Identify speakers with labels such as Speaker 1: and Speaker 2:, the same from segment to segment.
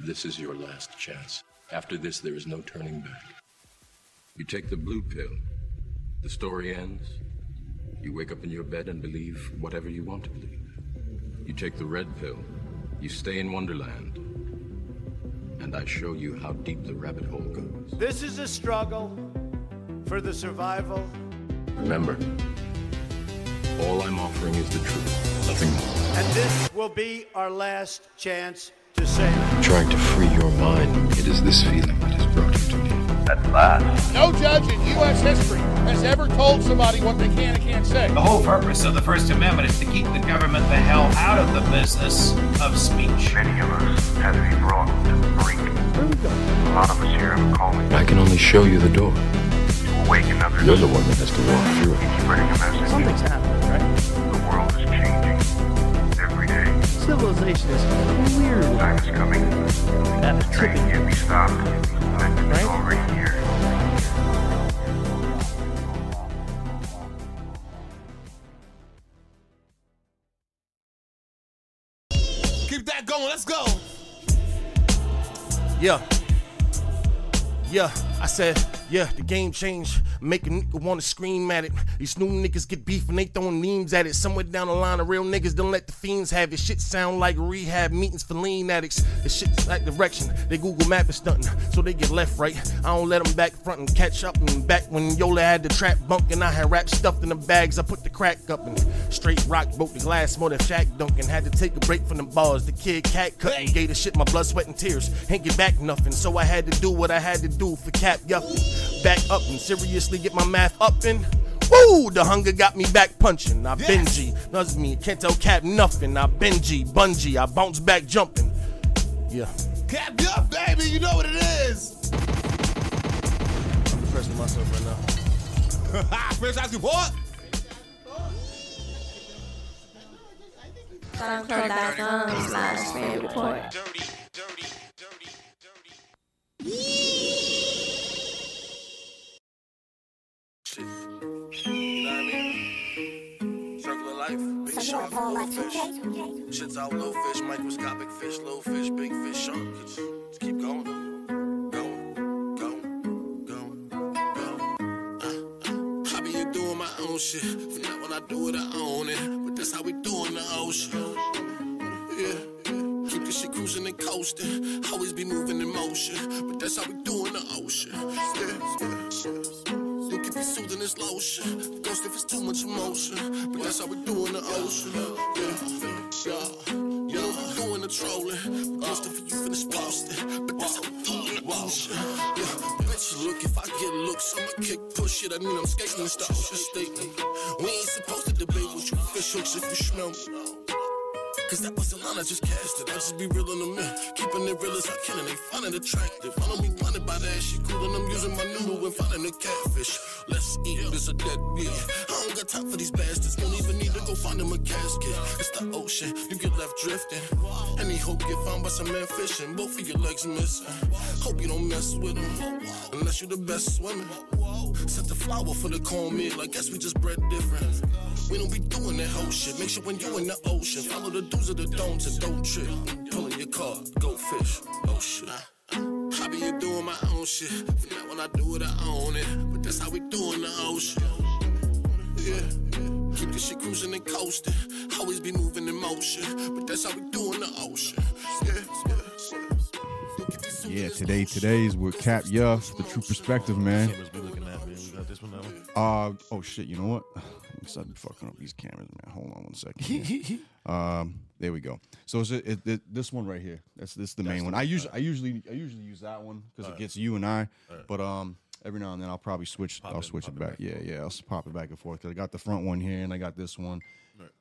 Speaker 1: This is your last chance. After this, there is no turning back. You take the blue pill. The story ends. You wake up in your bed and believe whatever you want to believe. You take the red pill. You stay in Wonderland. And I show you how deep the rabbit hole goes.
Speaker 2: This is a struggle for the survival.
Speaker 1: Remember, all I'm offering is the truth, nothing more.
Speaker 2: And this will be our last chance to save.
Speaker 1: Trying to free your mind, it is this feeling that has brought you to me.
Speaker 3: No judge in U.S. history has ever told somebody what they can and can't say.
Speaker 4: The whole purpose of the First Amendment is to keep the government the hell out of the business of speech.
Speaker 5: Many of us have been brought to the brink. A lot of us here have calling
Speaker 1: I can only show you the door.
Speaker 5: to awaken others.
Speaker 1: You're the one that has to walk through it.
Speaker 5: Keep spreading a message. Something's happening, right? The world is changing every day.
Speaker 6: Civilization is weird.
Speaker 5: Time is coming. This train can't be stopped. Momentum is already here.
Speaker 7: Keep that going. Let's go.
Speaker 8: Yeah. Yeah, I said, yeah, the game changed. Make a nigga wanna scream at it. These new niggas get beef and they throwing memes at it. Somewhere down the line, the real niggas don't let the fiends have it. Shit sound like rehab meetings for lean addicts. The shit's like direction. They Google map and stunting, so they get left, right. I don't let them back front and catch up. And back when Yola had the trap bunk and I had rap stuffed in the bags, I put the crack up and straight rock broke the glass more than Shaq Duncan. Had to take a break from the bars. The kid cat cut and gave the shit my blood, sweat, and tears. Ain't get back nothing, so I had to do what I had to do for Cap Yuffie. Back up and seriously get my math up and. Woo! The hunger got me back punching. I Benji, nuzz me, can't tell Cap nothing. I Benji, bungee, I bounce back jumping. Yeah,
Speaker 7: Cap you up, baby. You know what it is.
Speaker 8: I'm pressing myself right now.
Speaker 7: Franchise report.
Speaker 9: SoundCloud.com slash fan report.
Speaker 7: Shit. You know what I mean? Circle of life. Big shark, little fish. Shit's out, little fish, microscopic fish, little fish, big fish, shark. Just, just keep going. Going, going, going, going. Uh, uh. I be doing my own shit. If not when I do it, I own it. But that's how we do in the ocean. Yeah. Keep this shit cruising and coasting. Always be moving in motion. But that's how we do in the ocean. Yeah, yeah. You keep me soothing this lotion. Ghost if it's too much emotion. But that's how we do in the ocean. Yeah, yeah, yeah. I'm doing the trolling. Ghost if you finish posting. But that's how we do in the ocean. Yeah, bitch, look, if I get looks, I'ma kick push it. I mean, I'm skating this the ocean statement. We ain't supposed to debate what you fish hooks if you smell me. Cause that was the line I just casted. I just be real in the man. Keeping it real as I can and they find it attractive. I don't be blinded by that shit. Cool and I'm using my noodle and finding a catfish. Let's eat this a dead beat. I don't got time for these bastards. Don't even need to go find them a casket. It's the ocean. You get left drifting. Any hope get found by some man fishing. Both of your legs missing. Hope you don't mess with them. Unless you're the best swimmer. Set the flour for the cornmeal. I guess we just bred different. We don't be doing that whole shit. Make sure when you in the ocean, follow the do's and the don'ts and don't trip. Pull in your car, go fish. Oh shit. I be doing my own shit. If not when I do it, I own it. But that's how we do in the ocean. Yeah. Keep this shit cruising and coasting. Always be moving in motion. But that's how we do in the ocean. Yeah.
Speaker 10: Yeah, today today's with Cap Yuff, the true perspective, man. Uh oh shit, you know what? I'm suddenly fucking up these cameras, man. Hold on one second. here. um, there we go. So it's it, it, this one right here. That's this the main one. I usually I usually I usually use that one because it gets you and I. But um, every now and then I'll probably switch. I'll switch it back. yeah, yeah. I'll s- pop it back and forth. 'cause I got the front one here and I got this one.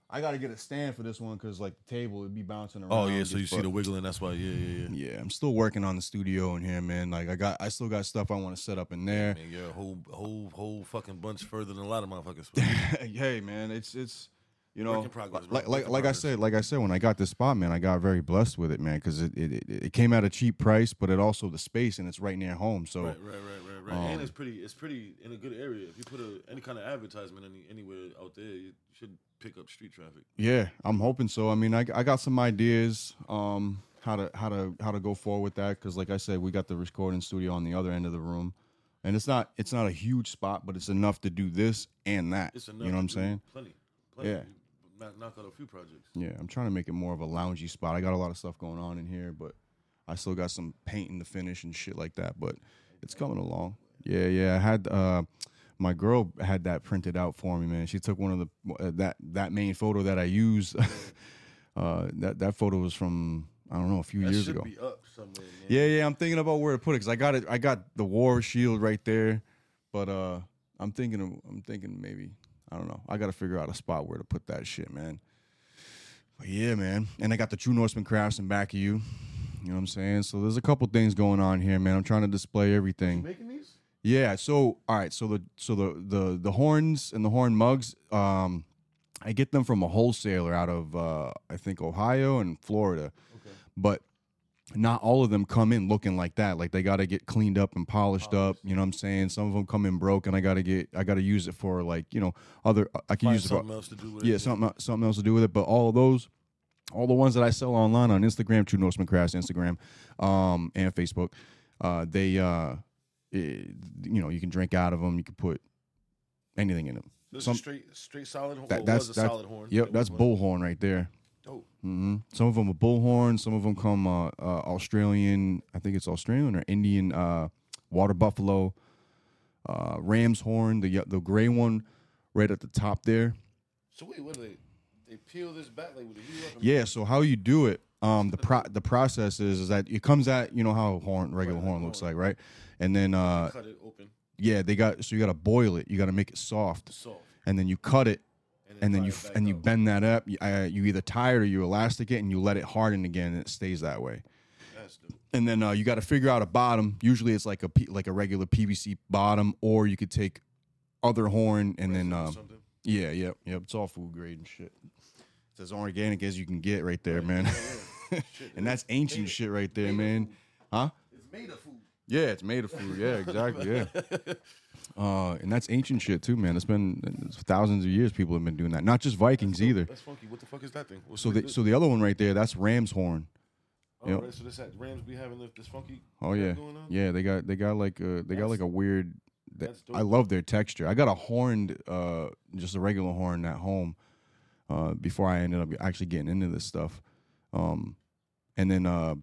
Speaker 10: I gotta get a stand for this one because like the table it'd be bouncing around.
Speaker 11: Oh yeah,
Speaker 10: It's
Speaker 11: so you see
Speaker 10: fuck-
Speaker 11: the wiggling. That's why. Yeah, yeah, yeah.
Speaker 10: yeah, I'm still working on the studio in here, man. Like I got, I still got stuff I want to set up in there.
Speaker 11: Man, you're a whole, whole, whole fucking bunch further than a lot of motherfuckers.
Speaker 10: hey, man, it's it's you know,
Speaker 11: Work in progress,
Speaker 10: li-
Speaker 11: bro.
Speaker 10: like
Speaker 11: Work
Speaker 10: like
Speaker 11: in
Speaker 10: like I
Speaker 11: progress.
Speaker 10: said, like I said, when I got this spot, man, I got very blessed with it, man, because it it, it it came at a cheap price, but it also the space and it's right near home, so um,
Speaker 11: Right, right, right, right, right. and it's pretty. It's pretty in a good area. If you put a, any kind of advertisement any, anywhere out there, you should pick up street traffic.
Speaker 10: yeah, I'm hoping so. I mean, I I got some ideas. Um, how to how to how to go forward with that because like I said, we got the recording studio on the other end of the room, and it's not it's not a huge spot, but it's enough to do this and that.
Speaker 7: It's enough
Speaker 10: you know what
Speaker 7: to do
Speaker 10: I'm saying?
Speaker 7: Plenty, plenty.
Speaker 10: Yeah.
Speaker 7: You knock- Knock out a few projects.
Speaker 10: Yeah, I'm trying to make it more of a loungy spot. I got a lot of stuff going on in here, but I still got some painting to finish and shit like that. But it's coming along. Yeah, yeah. I had uh, my girl had that printed out for me, man. She took one of the uh, that that main photo that I used. uh, that that photo was from I don't know a few
Speaker 7: That
Speaker 10: years
Speaker 7: should
Speaker 10: ago.
Speaker 7: be up somewhere. Man.
Speaker 10: Yeah, yeah. I'm thinking about where to put it because I got it. I got the war shield right there, but uh, I'm thinking. Of, I'm thinking maybe. I don't know. I got to figure out a spot where to put that shit, man. But yeah, man. And I got the True Norseman crafts in back of you. You know what I'm saying? So there's a couple things going on here, man. I'm trying to display everything.
Speaker 7: making these?
Speaker 10: Yeah. So all right. So the so the the the horns and the horn mugs. Um, I get them from a wholesaler out of uh, I think Ohio and Florida, but not all of them come in looking like that. Like they got to get cleaned up and polished, up. You know what I'm saying? Some of them come in broke, and I got to get I got to use it for like you know other I can
Speaker 7: Find
Speaker 10: use it for-
Speaker 7: something else to do with it,
Speaker 10: yeah,
Speaker 7: yeah.
Speaker 10: something something else to do with it. But all of those all the ones that I sell online on Instagram, True Norseman Crafts Instagram, um, and Facebook, uh, they, uh, eh, you know, you can drink out of them. You can put anything in them.
Speaker 7: This
Speaker 10: Some-
Speaker 7: is straight, straight solid. horn.
Speaker 10: that-
Speaker 7: well,
Speaker 10: that's
Speaker 7: was a
Speaker 10: that's-
Speaker 7: solid horn.
Speaker 10: Yep,
Speaker 7: It
Speaker 10: that's
Speaker 7: was one.
Speaker 10: bullhorn right there. hmm Some of them are bullhorn. Some of them come uh, uh, Australian. I think it's Australian or Indian uh, water buffalo, uh, ram's horn, the ye- the gray one, right at the top there.
Speaker 7: So wait, what do they? They peel this back like with a heat weapon.
Speaker 10: Yeah. So how you do it? Um, the pro the process is, is that it comes out. You know how horn regular horn looks like, right? And then uh,
Speaker 7: Cut it open.
Speaker 10: yeah, they got so you got to boil it. You got to make it soft.
Speaker 7: Soft.
Speaker 10: And then you cut it, and then, you f- and you bend that up. You, uh, you either tie it or you elastic it, and you let it harden again, and it stays that way.
Speaker 7: That's dope.
Speaker 10: And then uh, you got to figure out a bottom. Usually it's like a P- like a regular PVC bottom, or you could take other horn and then um, yeah, yep, yep. It's all food grade and shit. It's as organic as you can get right there, man. and that's ancient shit right there, man. Huh?
Speaker 7: It's made of food.
Speaker 10: Yeah, it's made of food. Yeah, exactly. Yeah. Uh, and that's ancient shit too, man. It's been it's thousands of years people have been doing that. Not just Vikings either.
Speaker 7: That's funky. What the fuck is that thing? What's
Speaker 10: So
Speaker 7: with
Speaker 10: the
Speaker 7: this?
Speaker 10: so the other one right there, that's ram's horn.
Speaker 7: All
Speaker 10: You know-
Speaker 7: right, Oh, so this at Rams be having this, this funky.
Speaker 10: Oh
Speaker 7: crap
Speaker 10: yeah,
Speaker 7: Going on?
Speaker 10: yeah. They got they got like a they got like a weird. That,
Speaker 7: that's dope.
Speaker 10: I love their texture. I got a horned, uh, just a regular horn at home. Uh, before I ended up actually getting into this stuff, um, and then uh,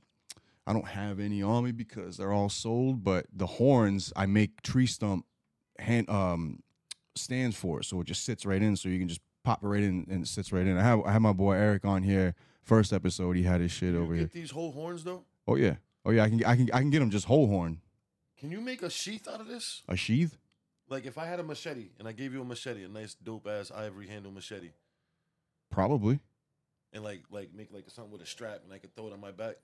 Speaker 10: I don't have any on me because they're all sold. But the horns I make tree stump hand um stands for it, so it just sits right in. So you can just pop it right in and it sits right in. I have I had my boy Eric on here first episode. He had his shit over here.
Speaker 7: Get these whole horns though.
Speaker 10: Oh yeah. Oh yeah, I can I can I can get them just whole horn.
Speaker 7: Can you make a sheath out of this?
Speaker 10: A sheath?
Speaker 7: Like if I had a machete and I gave you a machete, a nice dope ass ivory handle machete,
Speaker 10: Probably.
Speaker 7: and like like make like something with a strap and I could throw it on my back.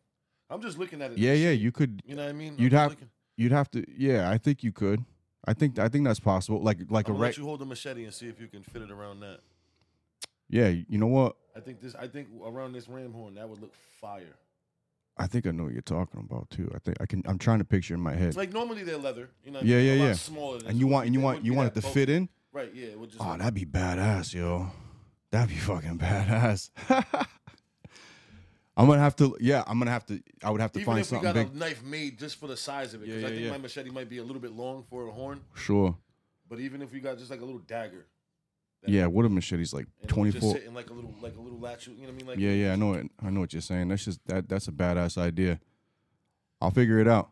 Speaker 7: I'm just looking at it.
Speaker 10: Yeah, yeah, you could
Speaker 7: You know what I mean?
Speaker 10: You'd
Speaker 7: I'm
Speaker 10: have
Speaker 7: looking-
Speaker 10: you'd have to yeah, I think you could. I think I think that's possible. Like like
Speaker 7: I'm
Speaker 10: a
Speaker 7: gonna
Speaker 10: right
Speaker 7: let you hold the machete and see if you can fit it around that.
Speaker 10: Yeah, you know what?
Speaker 7: I think this. I think around this ram horn that would look fire.
Speaker 10: I think I know what you're talking about too. I think I can I'm trying to picture in my head.
Speaker 7: Like normally they're leather. You know. What
Speaker 10: yeah,
Speaker 7: I mean?
Speaker 10: yeah,
Speaker 7: A lot
Speaker 10: yeah.
Speaker 7: Smaller. Than
Speaker 10: and
Speaker 7: this.
Speaker 10: you
Speaker 7: It
Speaker 10: want and you
Speaker 7: wouldn't
Speaker 10: want
Speaker 7: be
Speaker 10: you want it
Speaker 7: that
Speaker 10: to
Speaker 7: bulky.
Speaker 10: fit in?
Speaker 7: Right. Yeah. It would just.
Speaker 10: Oh,
Speaker 7: look-
Speaker 10: that'd be badass, yo. That'd be fucking badass. I'm gonna have to yeah, I'm gonna have to I would have to
Speaker 7: Even
Speaker 10: find
Speaker 7: if we
Speaker 10: something
Speaker 7: got
Speaker 10: big.
Speaker 7: a knife made just for the size of it, because
Speaker 10: Yeah,
Speaker 7: I
Speaker 10: yeah,
Speaker 7: think
Speaker 10: yeah.
Speaker 7: my machete might be a little bit long for a horn.
Speaker 10: Sure.
Speaker 7: But even if we got just like a little dagger,
Speaker 10: Yeah, what a machete's like
Speaker 7: and it would
Speaker 10: twenty
Speaker 7: just
Speaker 10: four
Speaker 7: sit in like a little like a little latch, you know what I mean? Like
Speaker 10: yeah, yeah, I know it. I know what you're saying. That's just that. That's a badass idea. I'll figure it out.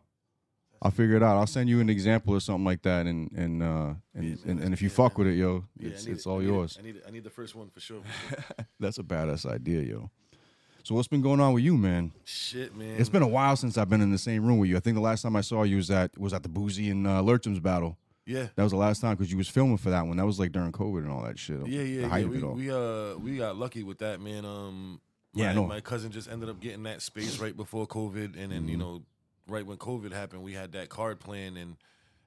Speaker 10: I'll figure it out. I'll send you an example or something like that, and and uh, and and, and if you fuck with it, yo,
Speaker 7: Yeah, I
Speaker 10: it's
Speaker 7: need
Speaker 10: it's
Speaker 7: it. I
Speaker 10: all
Speaker 7: need it.
Speaker 10: yours.
Speaker 7: I need it. I need the first one for sure.
Speaker 10: That's a badass idea, yo. So what's been going on with you, man?
Speaker 7: Shit, man.
Speaker 10: It's been a while since I've been in the same room with you. I think the last time I saw you was at was at the Boozy and uh, Lurcham's battle.
Speaker 7: Yeah.
Speaker 10: that was the last time because you was filming for that one. That was like during COVID and all that shit.
Speaker 7: yeah,
Speaker 10: the
Speaker 7: yeah, yeah.
Speaker 10: hype of
Speaker 7: We,
Speaker 10: it all.
Speaker 7: we uh we got lucky with that, man. Um my,
Speaker 10: Yeah, I know.
Speaker 7: my cousin just ended up getting that space right before COVID and then, you know, right when COVID happened, we had that card plan and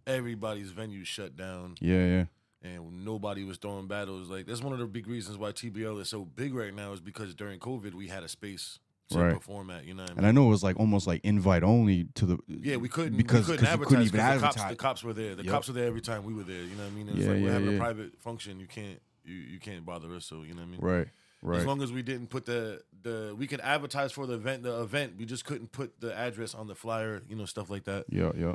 Speaker 7: everybody's venue shut down.
Speaker 10: yeah, yeah.
Speaker 7: and nobody was throwing battles. Like that's one of the big reasons why TBL is so big right now is because during COVID we had a space to
Speaker 10: Right.
Speaker 7: perform at. You know, what I mean?
Speaker 10: And I know it was like almost like invite only to the
Speaker 7: yeah, we couldn't
Speaker 10: because
Speaker 7: we couldn't
Speaker 10: 'cause
Speaker 7: advertise
Speaker 10: you couldn't even
Speaker 7: 'cause the
Speaker 10: advertise.
Speaker 7: Cops, the cops were there. The
Speaker 10: Yep.
Speaker 7: cops were there every time we were there. You know what I mean? It was
Speaker 10: Yeah,
Speaker 7: like we're
Speaker 10: yeah,
Speaker 7: having
Speaker 10: yeah.
Speaker 7: a private function. You can't you you can't bother us. So you know what I mean?
Speaker 10: Right. Right.
Speaker 11: As long as we didn't put the the we could advertise for the event. The event we just couldn't put the address on the flyer. You know stuff like that.
Speaker 10: Yeah, yeah,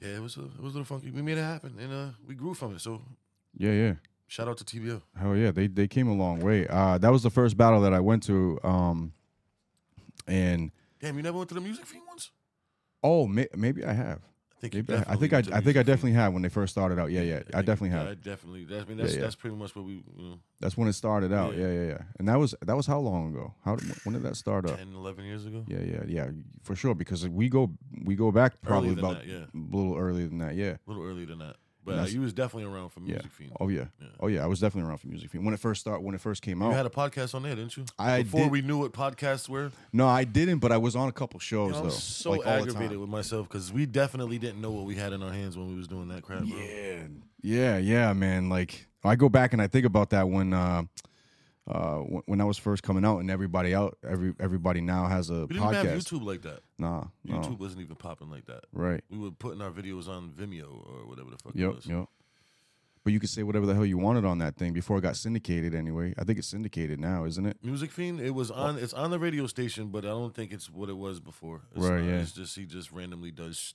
Speaker 11: Yeah, it was a, it was a little funky. We made it happen, and uh, we grew from it. So
Speaker 10: yeah, yeah.
Speaker 11: shout out to TBO.
Speaker 10: Hell yeah, they they came a long way. Uh, that was the first battle that I went to, um, and
Speaker 11: Damn, you never went to the music fiend once.
Speaker 10: oh, may, maybe I have. I
Speaker 11: think you
Speaker 10: maybe I, I
Speaker 11: definitely
Speaker 10: think I,
Speaker 11: did
Speaker 10: I think I definitely have when they first started out. Yeah, yeah, I, definitely have.
Speaker 11: Yeah, I definitely. That's, I mean, that's
Speaker 10: Yeah, yeah.
Speaker 11: that's pretty much what we. You know,
Speaker 10: That's when it started out.
Speaker 11: Yeah.
Speaker 10: Yeah, yeah, yeah. And that was that was how long ago? How when did that start up?
Speaker 11: 10, 11 years ago.
Speaker 10: Yeah, yeah, yeah, for sure. Because we go we go back probably
Speaker 11: Earlier than
Speaker 10: about
Speaker 11: that, yeah.
Speaker 10: a little earlier than that. Yeah.
Speaker 11: A little earlier than that. But
Speaker 10: And
Speaker 11: uh,
Speaker 10: that's-
Speaker 11: you was definitely around for Music
Speaker 10: yeah.
Speaker 11: Fiend.
Speaker 10: Oh yeah. Oh yeah. I was definitely around for Music Fiend when it first started. When it first came
Speaker 11: You
Speaker 10: out.
Speaker 11: had a podcast on there, didn't you?
Speaker 10: I
Speaker 11: Before
Speaker 10: did-
Speaker 11: we knew what podcasts were.
Speaker 10: no, I didn't. But I was on a couple shows
Speaker 11: You know, I'm
Speaker 10: though.
Speaker 11: so
Speaker 10: like, all the time.
Speaker 11: aggravated with myself because we definitely didn't know what we had in our hands when we was doing that crap. Bro.
Speaker 10: Yeah. Yeah, yeah, man. Like I go back and I think about that when uh uh when, when I was first coming out and everybody out every everybody now has a
Speaker 11: We didn't
Speaker 10: podcast.
Speaker 11: even have YouTube like that.
Speaker 10: Nah. no.
Speaker 11: YouTube wasn't even popping like that.
Speaker 10: Right.
Speaker 11: We were putting our videos on Vimeo or whatever the fuck it
Speaker 10: Yep,
Speaker 11: was.
Speaker 10: yep. But you could say whatever the hell you wanted on that thing before it got syndicated anyway. I think it's syndicated now, isn't it?
Speaker 11: Music Fiend, it was on it's on the radio station, but I don't think it's what it was before. It's
Speaker 10: Right,
Speaker 11: not.
Speaker 10: yeah.
Speaker 11: It's just he just randomly does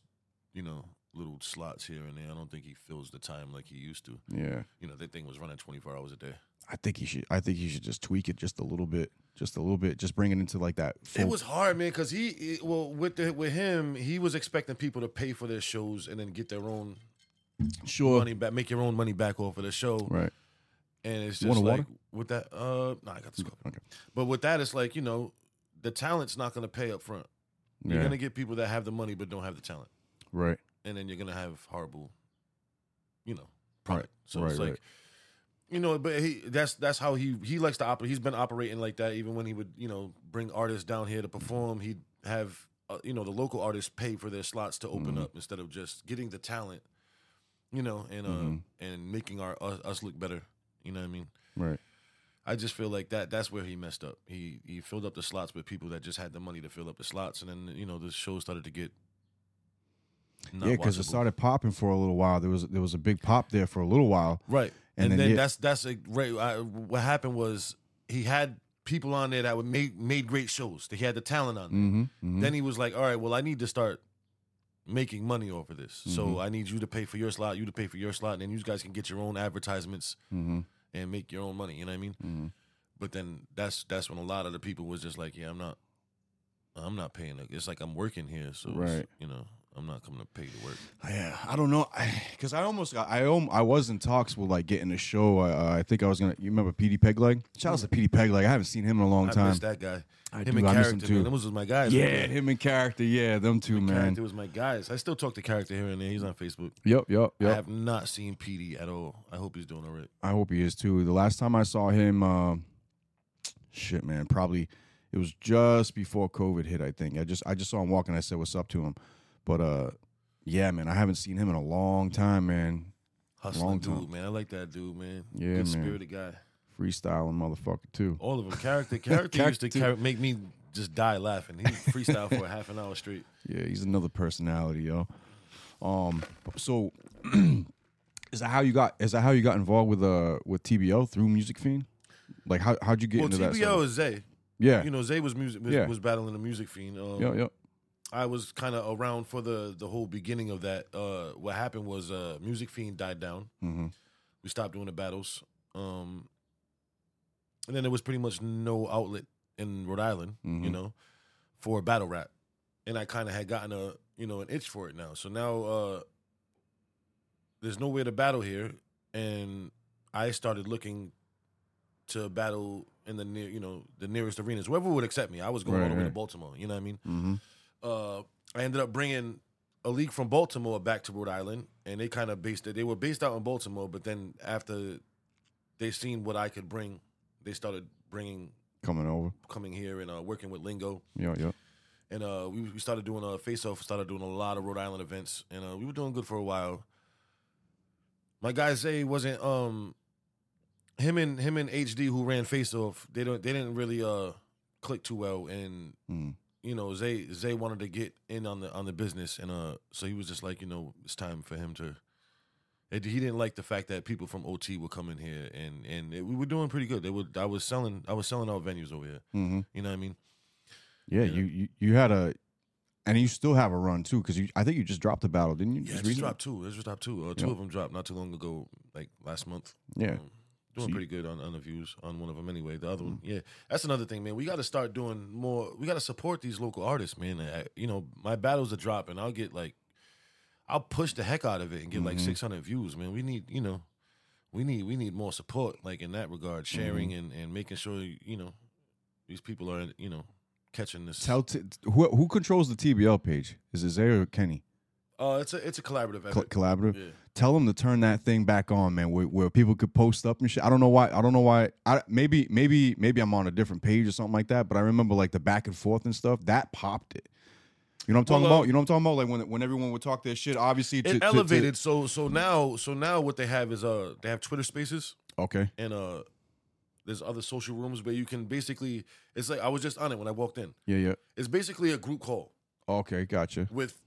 Speaker 11: you know, little slots here and there. I don't think he fills the time like he used to.
Speaker 10: Yeah.
Speaker 11: You know, that thing was running twenty four hours a day.
Speaker 10: I think you should I think you should just tweak it just a little bit. Just a little bit. Just bring it into like that.
Speaker 11: It
Speaker 10: full-
Speaker 11: was hard, man, because he it- well with the with him, he was expecting people to pay for their shows and then get their own
Speaker 10: Sure.
Speaker 11: money back, make your own money back off of the show,
Speaker 10: Right.
Speaker 11: And it's
Speaker 10: You
Speaker 11: just
Speaker 10: want a
Speaker 11: like
Speaker 10: water?
Speaker 11: with that, uh, no, I got this. Okay. But with that, it's like you know, the talent's not going to pay up front. You're
Speaker 10: Yeah.
Speaker 11: going to get people that have the money but don't have the talent,
Speaker 10: Right.
Speaker 11: and then you're going to have horrible, you know,
Speaker 10: Right.
Speaker 11: so
Speaker 10: right,
Speaker 11: it's like,
Speaker 10: right.
Speaker 11: you know, but he that's that's how he he likes to operate. He's been operating like that even when he would you know bring artists down here to perform. He'd have uh, you know the local artists pay for their slots to open
Speaker 10: Mhm.
Speaker 11: up instead of just getting the talent, you know, and uh,
Speaker 10: Mhm.
Speaker 11: and making our us, us look better. You know what I mean?
Speaker 10: Right.
Speaker 11: I just feel like that that's where he messed up. He he filled up the slots with people that just had the money to fill up the slots, and then you know the show started to get not
Speaker 10: yeah, because it
Speaker 11: watchable.
Speaker 10: started popping for a little while. There was there was a big pop there for a little while.
Speaker 11: Right. And, then,
Speaker 10: yeah,
Speaker 11: that's that's a right. I, what happened was he had people on there that would made made great shows. He had the talent on. There.
Speaker 10: Mhm, mhm.
Speaker 11: Then he was like, "All right, well, I need to start making money off of this. So
Speaker 10: Mhm.
Speaker 11: I need you to pay for your slot, you to pay for your slot, and then you guys can get your own advertisements
Speaker 10: Mhm.
Speaker 11: and make your own money." You know what I mean?
Speaker 10: Mm-hmm.
Speaker 11: But then that's that's when a lot of the people was just like, "Yeah, I'm not, I'm not paying. it. It's like I'm working here, so it's,
Speaker 10: Right.
Speaker 11: you know, I'm not coming to pay to work."
Speaker 10: Yeah, I don't know, because I, almost got, I om- I was in talks with like getting a show. I, uh, I think I was gonna. You remember PD Pegleg? Shout out to PD Pegleg. I haven't seen him in a long
Speaker 11: I
Speaker 10: time.
Speaker 11: miss that guy.
Speaker 10: I
Speaker 11: him
Speaker 10: do,
Speaker 11: and
Speaker 10: I miss
Speaker 11: character,
Speaker 10: him
Speaker 11: man.
Speaker 10: too.
Speaker 11: Those was my guys.
Speaker 10: Yeah,
Speaker 11: man.
Speaker 10: him and character. Yeah, them two man.
Speaker 11: Character was my guys. I still talk to character here and there. He's on Facebook.
Speaker 10: Yep, yep,
Speaker 11: I
Speaker 10: yep.
Speaker 11: have not seen PD at all. I hope he's doing all right.
Speaker 10: I hope he is too. The last time I saw him, uh, shit, man, probably it was just before COVID hit. I think I just I just saw him walking. I said, "What's up to him?" But uh, yeah, man, I haven't seen him in a long time, man.
Speaker 11: Hustling
Speaker 10: long
Speaker 11: dude,
Speaker 10: time.
Speaker 11: man. I like that dude, man.
Speaker 10: Yeah,
Speaker 11: Good
Speaker 10: man.
Speaker 11: spirited guy.
Speaker 10: Freestyling motherfucker too.
Speaker 11: All of them. Character, character used to
Speaker 10: Character, too.
Speaker 11: char- make me just die laughing. He freestyle for a half an hour straight.
Speaker 10: Yeah, he's another personality, yo. Um, so is that how you got? Is that how you got involved with uh with TBO through Music Fiend? Like how how'd you get
Speaker 11: well,
Speaker 10: into
Speaker 11: TBO
Speaker 10: that? side?
Speaker 11: is Zay.
Speaker 10: Yeah.
Speaker 11: you know Zay was music was,
Speaker 10: Yeah.
Speaker 11: was battling the music fiend. Um,
Speaker 10: Yeah, yeah.
Speaker 11: I was kind of around for the the whole beginning of that. Uh, what happened was uh, music fiend died down.
Speaker 10: Mhm.
Speaker 11: We stopped doing the battles. Um, and then there was pretty much no outlet in Rhode Island, you
Speaker 10: Mhm.
Speaker 11: know, for battle rap. And I kind of had gotten a, you know, an itch for it now. So now uh there's nowhere to battle here and I started looking to battle in the near, you know, the nearest arenas, whoever would accept me. I was going all
Speaker 10: Right,
Speaker 11: the way to
Speaker 10: right.
Speaker 11: Baltimore, you know what I mean?
Speaker 10: Mhm.
Speaker 11: uh, I ended up bringing a league from Baltimore back to Rhode Island, and they kind of based it. They were based out in Baltimore, but then after they seen what I could bring, they started bringing
Speaker 10: Coming over.
Speaker 11: coming here and uh, working with Lingo.
Speaker 10: Yeah, yeah.
Speaker 11: And uh, we, we started doing a face off, started doing a lot of Rhode Island events, and uh, we were doing good for a while. My guy Zay wasn't um, him and him and HD who ran face off. They don't they didn't really uh click too well, and
Speaker 10: Mm.
Speaker 11: you know Zay Zay wanted to get in on the on the business, and uh, so he was just like, you know, it's time for him to It, he didn't like the fact that people from OT would come in here, and and it, we were doing pretty good. They would. I was selling. I was selling out venues over here.
Speaker 10: Mhm.
Speaker 11: You know what I mean?
Speaker 10: Yeah, you, you you had a, and you still have a run too because you I think you just dropped the battle, didn't you?
Speaker 11: Yeah, I just
Speaker 10: recently?
Speaker 11: dropped two. I just dropped two. Uh, two
Speaker 10: Yeah.
Speaker 11: of them dropped not too long ago, like last month.
Speaker 10: Yeah.
Speaker 11: Um, doing
Speaker 10: So you-
Speaker 11: pretty good on, on the views on one of them anyway. The other one,
Speaker 10: Mm-hmm.
Speaker 11: yeah, that's another thing, man. We got to start doing more. We got to support these local artists, man. I, you know, my battles are dropping. I'll get like, I'll push the heck out of it and get like
Speaker 10: Mhm.
Speaker 11: six hundred views, man. We need, you know, we need we need more support, like in that regard, sharing
Speaker 10: Mm-hmm.
Speaker 11: and and making sure you know these people are you know catching this.
Speaker 10: Tell t- who who controls the TBL page? Is it Zay or Kenny?
Speaker 11: Uh, it's a it's a collaborative
Speaker 10: Col-
Speaker 11: effort.
Speaker 10: collaborative.
Speaker 11: Yeah.
Speaker 10: Tell them to turn that thing back on, man. Where, where people could post up and shit. I don't know why. I don't know why. I maybe maybe maybe I'm on a different page or something like that. But I remember like the back and forth and stuff that popped it. You know what I'm talking
Speaker 11: Well, uh,
Speaker 10: about? You know what I'm talking about? Like when when everyone would talk their shit, obviously to,
Speaker 11: it
Speaker 10: to- to-
Speaker 11: elevated. so so now so now what they have is uh they have Twitter Spaces
Speaker 10: okay.
Speaker 11: and uh there's other social rooms where you can basically it's like I was just on it when I walked in.
Speaker 10: Yeah, yeah.
Speaker 11: It's basically a group call
Speaker 10: Okay, gotcha.
Speaker 11: with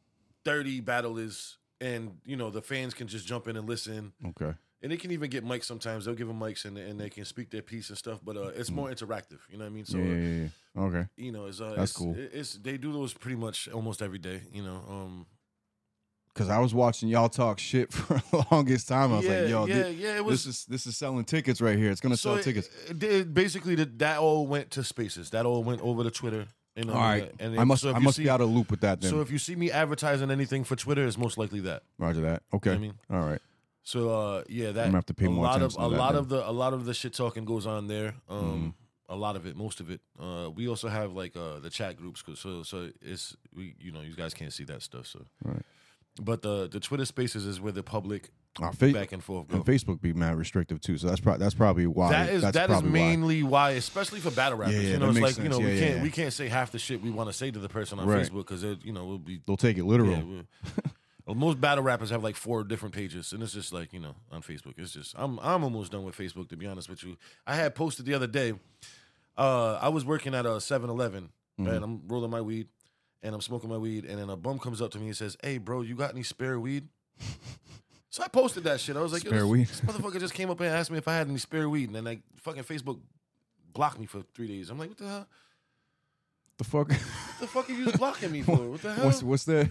Speaker 11: thirty battlers and you know the fans can just jump in and listen
Speaker 10: Okay.
Speaker 11: and they can even get mics sometimes they'll give them mics and, and they can speak their piece and stuff but uh it's more interactive you know what I mean so
Speaker 10: yeah,
Speaker 11: uh,
Speaker 10: yeah, yeah, yeah. Okay.
Speaker 11: you know it's uh
Speaker 10: That's
Speaker 11: it's,
Speaker 10: cool.
Speaker 11: it's they do those pretty much almost every day you know um
Speaker 10: Cause I was watching y'all talk shit for the longest time. I was
Speaker 11: Yeah,
Speaker 10: like, yo, thi-
Speaker 11: yeah, yeah, it was-
Speaker 10: this is this is selling tickets right here. It's gonna
Speaker 11: So
Speaker 10: sell
Speaker 11: it-
Speaker 10: tickets.
Speaker 11: it did- basically, the, that all went to Spaces. That all went over to Twitter. And,
Speaker 10: All right.
Speaker 11: and
Speaker 10: I
Speaker 11: if-
Speaker 10: must
Speaker 11: so if
Speaker 10: I
Speaker 11: you
Speaker 10: must
Speaker 11: see-
Speaker 10: be out of loop with that then.
Speaker 11: So if you see me advertising anything for Twitter, it's most likely that.
Speaker 10: Roger that. Okay.
Speaker 11: I mean-
Speaker 10: All right.
Speaker 11: So uh, yeah, that
Speaker 10: gonna have to pay
Speaker 11: a
Speaker 10: more
Speaker 11: lot of
Speaker 10: attention to
Speaker 11: a
Speaker 10: that
Speaker 11: lot
Speaker 10: then. Mm-hmm.
Speaker 11: of the a lot of the shit talking goes on there. Um, a lot of it, most of it. Uh, we also have like uh the chat groups, 'cause- so so it's we you know you guys can't see that stuff. So,
Speaker 10: Right.
Speaker 11: but the the Twitter Spaces is where the public
Speaker 10: Our fa-
Speaker 11: back and forth go.
Speaker 10: and Facebook be mad restrictive too, so that's probably that's probably why.
Speaker 11: That is
Speaker 10: that's
Speaker 11: that is
Speaker 10: probably why.
Speaker 11: mainly why. especially for battle rappers.
Speaker 10: Yeah, yeah,
Speaker 11: you know,
Speaker 10: that
Speaker 11: it's like
Speaker 10: makes
Speaker 11: you know
Speaker 10: sense.
Speaker 11: we
Speaker 10: Yeah,
Speaker 11: can't
Speaker 10: yeah.
Speaker 11: we can't say half the shit we want to say to the person on
Speaker 10: Right.
Speaker 11: Facebook because you know we'll be
Speaker 10: They'll take it literal.
Speaker 11: Yeah, we'll- Well, most battle rappers have like four different pages, and it's just like you know on Facebook. It's just I'm I'm almost done with Facebook to be honest with you. I had posted the other day. Uh, I was working at a 7-Eleven,
Speaker 10: Mhm.
Speaker 11: and I'm rolling my weed, and I'm smoking my weed, and then a bum comes up to me and says, "Hey, bro, you got any spare weed?" So I posted that shit. I was like, yo,
Speaker 10: Spare
Speaker 11: this,
Speaker 10: weed.
Speaker 11: this motherfucker just came up and asked me if I had any spare weed, and then like fucking Facebook blocked me for three days. I'm like, what the hell?
Speaker 10: the fuck.
Speaker 11: What the fuck are you blocking me for? What the hell?
Speaker 10: What's what's the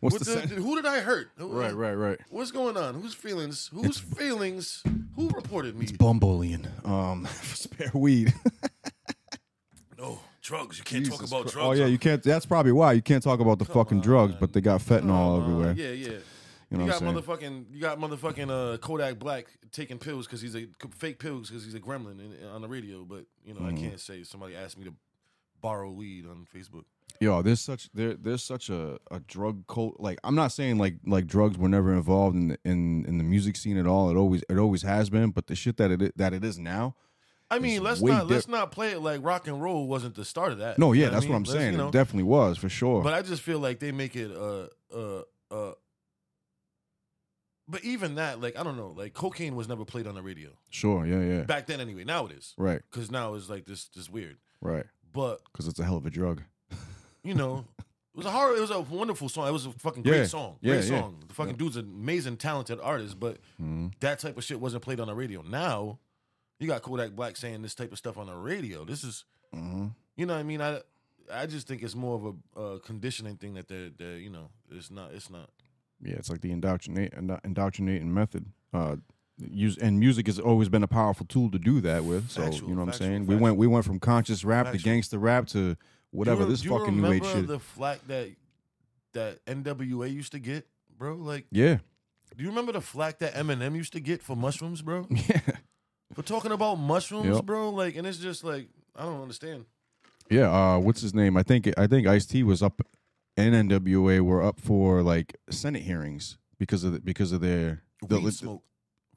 Speaker 10: what's
Speaker 11: What
Speaker 10: the,
Speaker 11: the-
Speaker 10: sen-
Speaker 11: who did I hurt? Who-
Speaker 10: Right, right, right.
Speaker 11: What's going on? Whose feelings? Whose feelings? Who reported me?
Speaker 10: Bumblean. Um, spare weed.
Speaker 11: No drugs. You can't talk
Speaker 10: Jesus
Speaker 11: about
Speaker 10: Christ.
Speaker 11: drugs.
Speaker 10: Oh yeah, you can't. That's probably why you can't talk about the fucking drugs, but they got fentanyl everywhere.
Speaker 11: Uh, Yeah, yeah.
Speaker 10: You
Speaker 11: You,
Speaker 10: know what
Speaker 11: got
Speaker 10: I'm saying?
Speaker 11: motherfucking, you got motherfucking uh, Kodak Black taking pills because he's a fake pills because he's a gremlin in, on the radio. But you know,
Speaker 10: Mhm.
Speaker 11: I can't say somebody asked me to borrow weed on Facebook.
Speaker 10: Yo, there's such there there's such a, a drug cult. Like I'm not saying like like drugs were never involved in the, in in the music scene at all. It always it always has been, but the shit that it i- that it is now.
Speaker 11: I
Speaker 10: is
Speaker 11: mean, let's
Speaker 10: way
Speaker 11: not let's
Speaker 10: diff-
Speaker 11: not play it like rock and roll wasn't the start of that.
Speaker 10: No,
Speaker 11: You
Speaker 10: yeah,
Speaker 11: know
Speaker 10: that's
Speaker 11: I mean?
Speaker 10: what I'm
Speaker 11: Let's,
Speaker 10: saying.
Speaker 11: you know,
Speaker 10: It definitely was for sure.
Speaker 11: But I just feel like they make it uh uh uh. But even that, like I don't know, like cocaine was never played on the radio
Speaker 10: sure, yeah, yeah,
Speaker 11: back then. Anyway, now it is
Speaker 10: right,
Speaker 11: because now it's like this this weird.
Speaker 10: right,
Speaker 11: But
Speaker 10: because it's a hell of a drug.
Speaker 11: you know, it was a hard, it was a wonderful song. It was a fucking great
Speaker 10: Yeah,
Speaker 11: song,
Speaker 10: yeah,
Speaker 11: great
Speaker 10: yeah.
Speaker 11: song. The fucking dude's an amazing, talented artist, but
Speaker 10: Mhm.
Speaker 11: that type of shit wasn't played on the radio. Now you got Kodak Black saying this type of stuff on the radio. This is
Speaker 10: Mhm.
Speaker 11: You know what I mean? I I just think it's more of a uh, conditioning thing that they're, they're you know it's not it's not.
Speaker 10: Yeah, it's like the indoctrinate indo- indoctrinating method. Uh, use and music has always been a powerful tool to do that with. So
Speaker 11: Factual,
Speaker 10: you know what
Speaker 11: factual,
Speaker 10: I'm saying? We went we went from conscious rap to
Speaker 11: Factual.
Speaker 10: gangster rap to whatever
Speaker 11: Do you-
Speaker 10: this
Speaker 11: do you
Speaker 10: fucking new age
Speaker 11: remember
Speaker 10: shit.
Speaker 11: The flack that that NWA used to get, bro. Like,
Speaker 10: yeah,
Speaker 11: do you remember the flack that Eminem used to get for mushrooms, bro? Yeah. For talking about mushrooms,
Speaker 10: Yep.
Speaker 11: bro. Like, and it's just like I don't understand.
Speaker 10: yeah. Uh, what's his name? I think I think Ice T was up. And NWA were up for like Senate hearings because of the, because of their the,
Speaker 11: Weed
Speaker 10: the-
Speaker 11: smoke.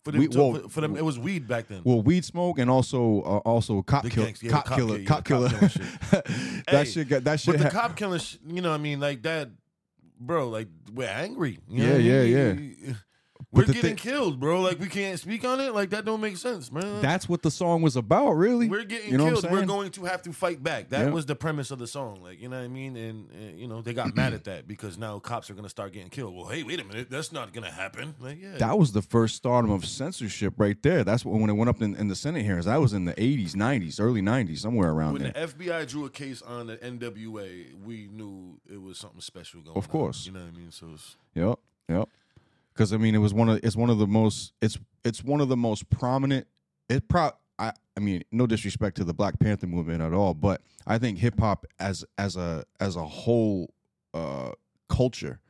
Speaker 11: For them,
Speaker 10: Weed-
Speaker 11: to-
Speaker 10: well,
Speaker 11: for, for them, it was weed back then.
Speaker 10: Well, weed smoke and also uh, also cop,
Speaker 11: The
Speaker 10: kill,
Speaker 11: gangs- yeah, the
Speaker 10: cop,
Speaker 11: cop
Speaker 10: killer,
Speaker 11: kill- yeah,
Speaker 10: cop
Speaker 11: the
Speaker 10: killer,
Speaker 11: cop killer
Speaker 10: that
Speaker 11: Hey,
Speaker 10: shit got that shit.
Speaker 11: But the
Speaker 10: ha-
Speaker 11: cop killing, sh- you know, what I mean, like that, bro. Like we're angry. You know
Speaker 10: Yeah,
Speaker 11: what I
Speaker 10: yeah,
Speaker 11: mean?
Speaker 10: yeah.
Speaker 11: We're
Speaker 10: But the
Speaker 11: getting
Speaker 10: thi-
Speaker 11: killed, bro. Like we can't speak on it. Like that don't make sense, man.
Speaker 10: that's what the song was about, really.
Speaker 11: We're getting
Speaker 10: You know what I'm
Speaker 11: killed. We're
Speaker 10: saying?
Speaker 11: going to have to fight back. That
Speaker 10: Yeah.
Speaker 11: was the premise of the song. Like, you know what I mean? And, and, you know, they got mad at that because now cops are going to start getting killed. Well, hey, wait a minute. That's not going to happen. Like, yeah.
Speaker 10: That was the first stardom of censorship right there. That's when when it went up in, in the Senate hearings. That was in the 80s, 90s, early 90s, somewhere around
Speaker 11: when
Speaker 10: there.
Speaker 11: the FBI drew a case on the NWA, we knew it was something special going on.
Speaker 10: Of course.
Speaker 11: You know what I mean? So it's,
Speaker 10: Yep, yep. Because I mean, it was one of it's one of the most it's it's one of the most prominent. It pro I I mean, no disrespect to the Black Panther movement at all, but I think hip hop as as a as a whole uh culture.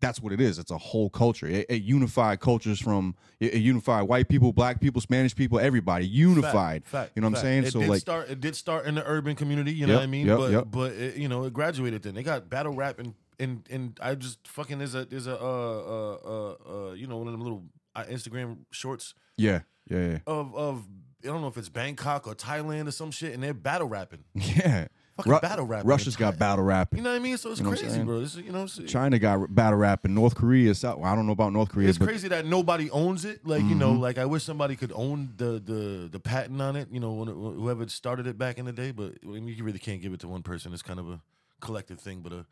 Speaker 10: That's what it is. It's a whole culture. It, it unified cultures from it, it unified white people, black people, Spanish people, everybody unified.
Speaker 11: Fact, fact,
Speaker 10: you know what
Speaker 11: fact.
Speaker 10: I'm saying?
Speaker 11: It
Speaker 10: so
Speaker 11: did
Speaker 10: like,
Speaker 11: start, it did start in the urban community. You know
Speaker 10: Yep,
Speaker 11: what I mean?
Speaker 10: yep,
Speaker 11: but
Speaker 10: yep.
Speaker 11: but it, you know, it graduated. Then they got battle rap and and and I just fucking there's a there's a uh uh uh, uh you know one of them little uh, Instagram shorts
Speaker 10: yeah, yeah, yeah,
Speaker 11: of of I don't know if it's Bangkok or Thailand or some shit, and they're battle rapping.
Speaker 10: yeah.
Speaker 11: Fucking battle rapping.
Speaker 10: Russia's got battle rapping.
Speaker 11: You know what I mean? So it's
Speaker 10: You know what I'm
Speaker 11: crazy,
Speaker 10: saying?
Speaker 11: bro. It's, you know, it's,
Speaker 10: China got battle rap in North Korea. South, well, I don't know about North Korea,
Speaker 11: it's
Speaker 10: but
Speaker 11: crazy that nobody owns it. Like you know,
Speaker 10: Mhm.
Speaker 11: like I wish somebody could own the the the patent on it. You know, when it, whoever started it back in the day. But I mean, you really can't give it to one person. It's kind of a collective thing. But uh,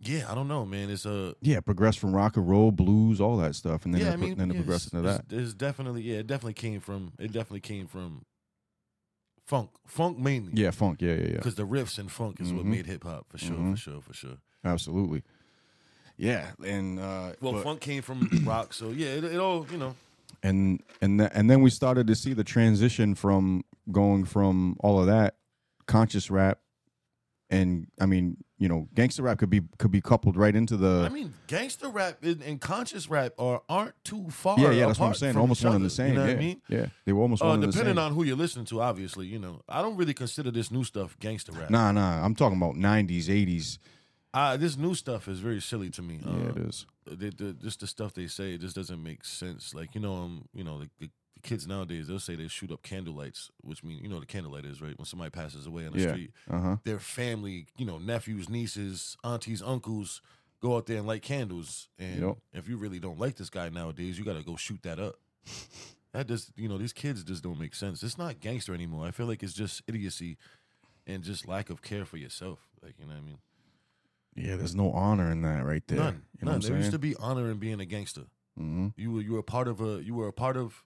Speaker 11: yeah, I don't know, man. It's a
Speaker 10: yeah, progressed from rock and roll, blues, all that stuff, and then
Speaker 11: yeah.
Speaker 10: it,
Speaker 11: I
Speaker 10: pro-
Speaker 11: mean,
Speaker 10: then it
Speaker 11: yeah,
Speaker 10: progressed
Speaker 11: it's-
Speaker 10: into that.
Speaker 11: It's, it's definitely yeah. It definitely came from. It definitely came from funk, funk mainly.
Speaker 10: Yeah, funk. Yeah, yeah, yeah.
Speaker 11: Because the riffs and funk is what
Speaker 10: Mhm.
Speaker 11: made hip hop for sure, for
Speaker 10: Mhm.
Speaker 11: sure, for sure.
Speaker 10: Absolutely. Yeah, and uh,
Speaker 11: Well,
Speaker 10: but-
Speaker 11: funk came from rock, so yeah, it, it all you know.
Speaker 10: and and th- and then we started to see the transition from going from all of that conscious rap, and I mean, you know, gangster rap could be could be coupled right into the.
Speaker 11: I mean, gangster rap and, and conscious rap are aren't too far.
Speaker 10: yeah, yeah, that's what I'm
Speaker 11: apart
Speaker 10: saying.
Speaker 11: from
Speaker 10: Almost
Speaker 11: each
Speaker 10: one and
Speaker 11: other,
Speaker 10: the same.
Speaker 11: You know
Speaker 10: yeah,
Speaker 11: what I mean?
Speaker 10: yeah, they were almost
Speaker 11: Uh,
Speaker 10: one and the same.
Speaker 11: depending on who you're listening to, obviously, you know, I don't really consider this new stuff gangster rap.
Speaker 10: Nah, nah. I'm talking about '90s, '80s.
Speaker 11: Uh, this new stuff is very silly to me.
Speaker 10: Yeah,
Speaker 11: Uh,
Speaker 10: it is.
Speaker 11: the, the, just the stuff they say, it just doesn't make sense. Like you know, um, you know, the, the, the kids nowadays they'll say they shoot up candlelights, which mean you know the candlelight is right when somebody passes away on the
Speaker 10: Yeah,
Speaker 11: street.
Speaker 10: uh-huh.
Speaker 11: Their family, you know, nephews, nieces, aunties, uncles, go out there and light candles. And
Speaker 10: Yep.
Speaker 11: if you really don't like this guy nowadays, you got to go shoot that up. That just you know these kids just don't make sense. It's not gangster anymore. I feel like it's just idiocy and just lack of care for yourself. Like you know what I mean.
Speaker 10: Yeah, there's no honor in that right there.
Speaker 11: None.
Speaker 10: You
Speaker 11: None.
Speaker 10: know what I'm
Speaker 11: There
Speaker 10: saying?
Speaker 11: used to be honor in being a gangster.
Speaker 10: Mhm.
Speaker 11: You were you were a part of a you were a part of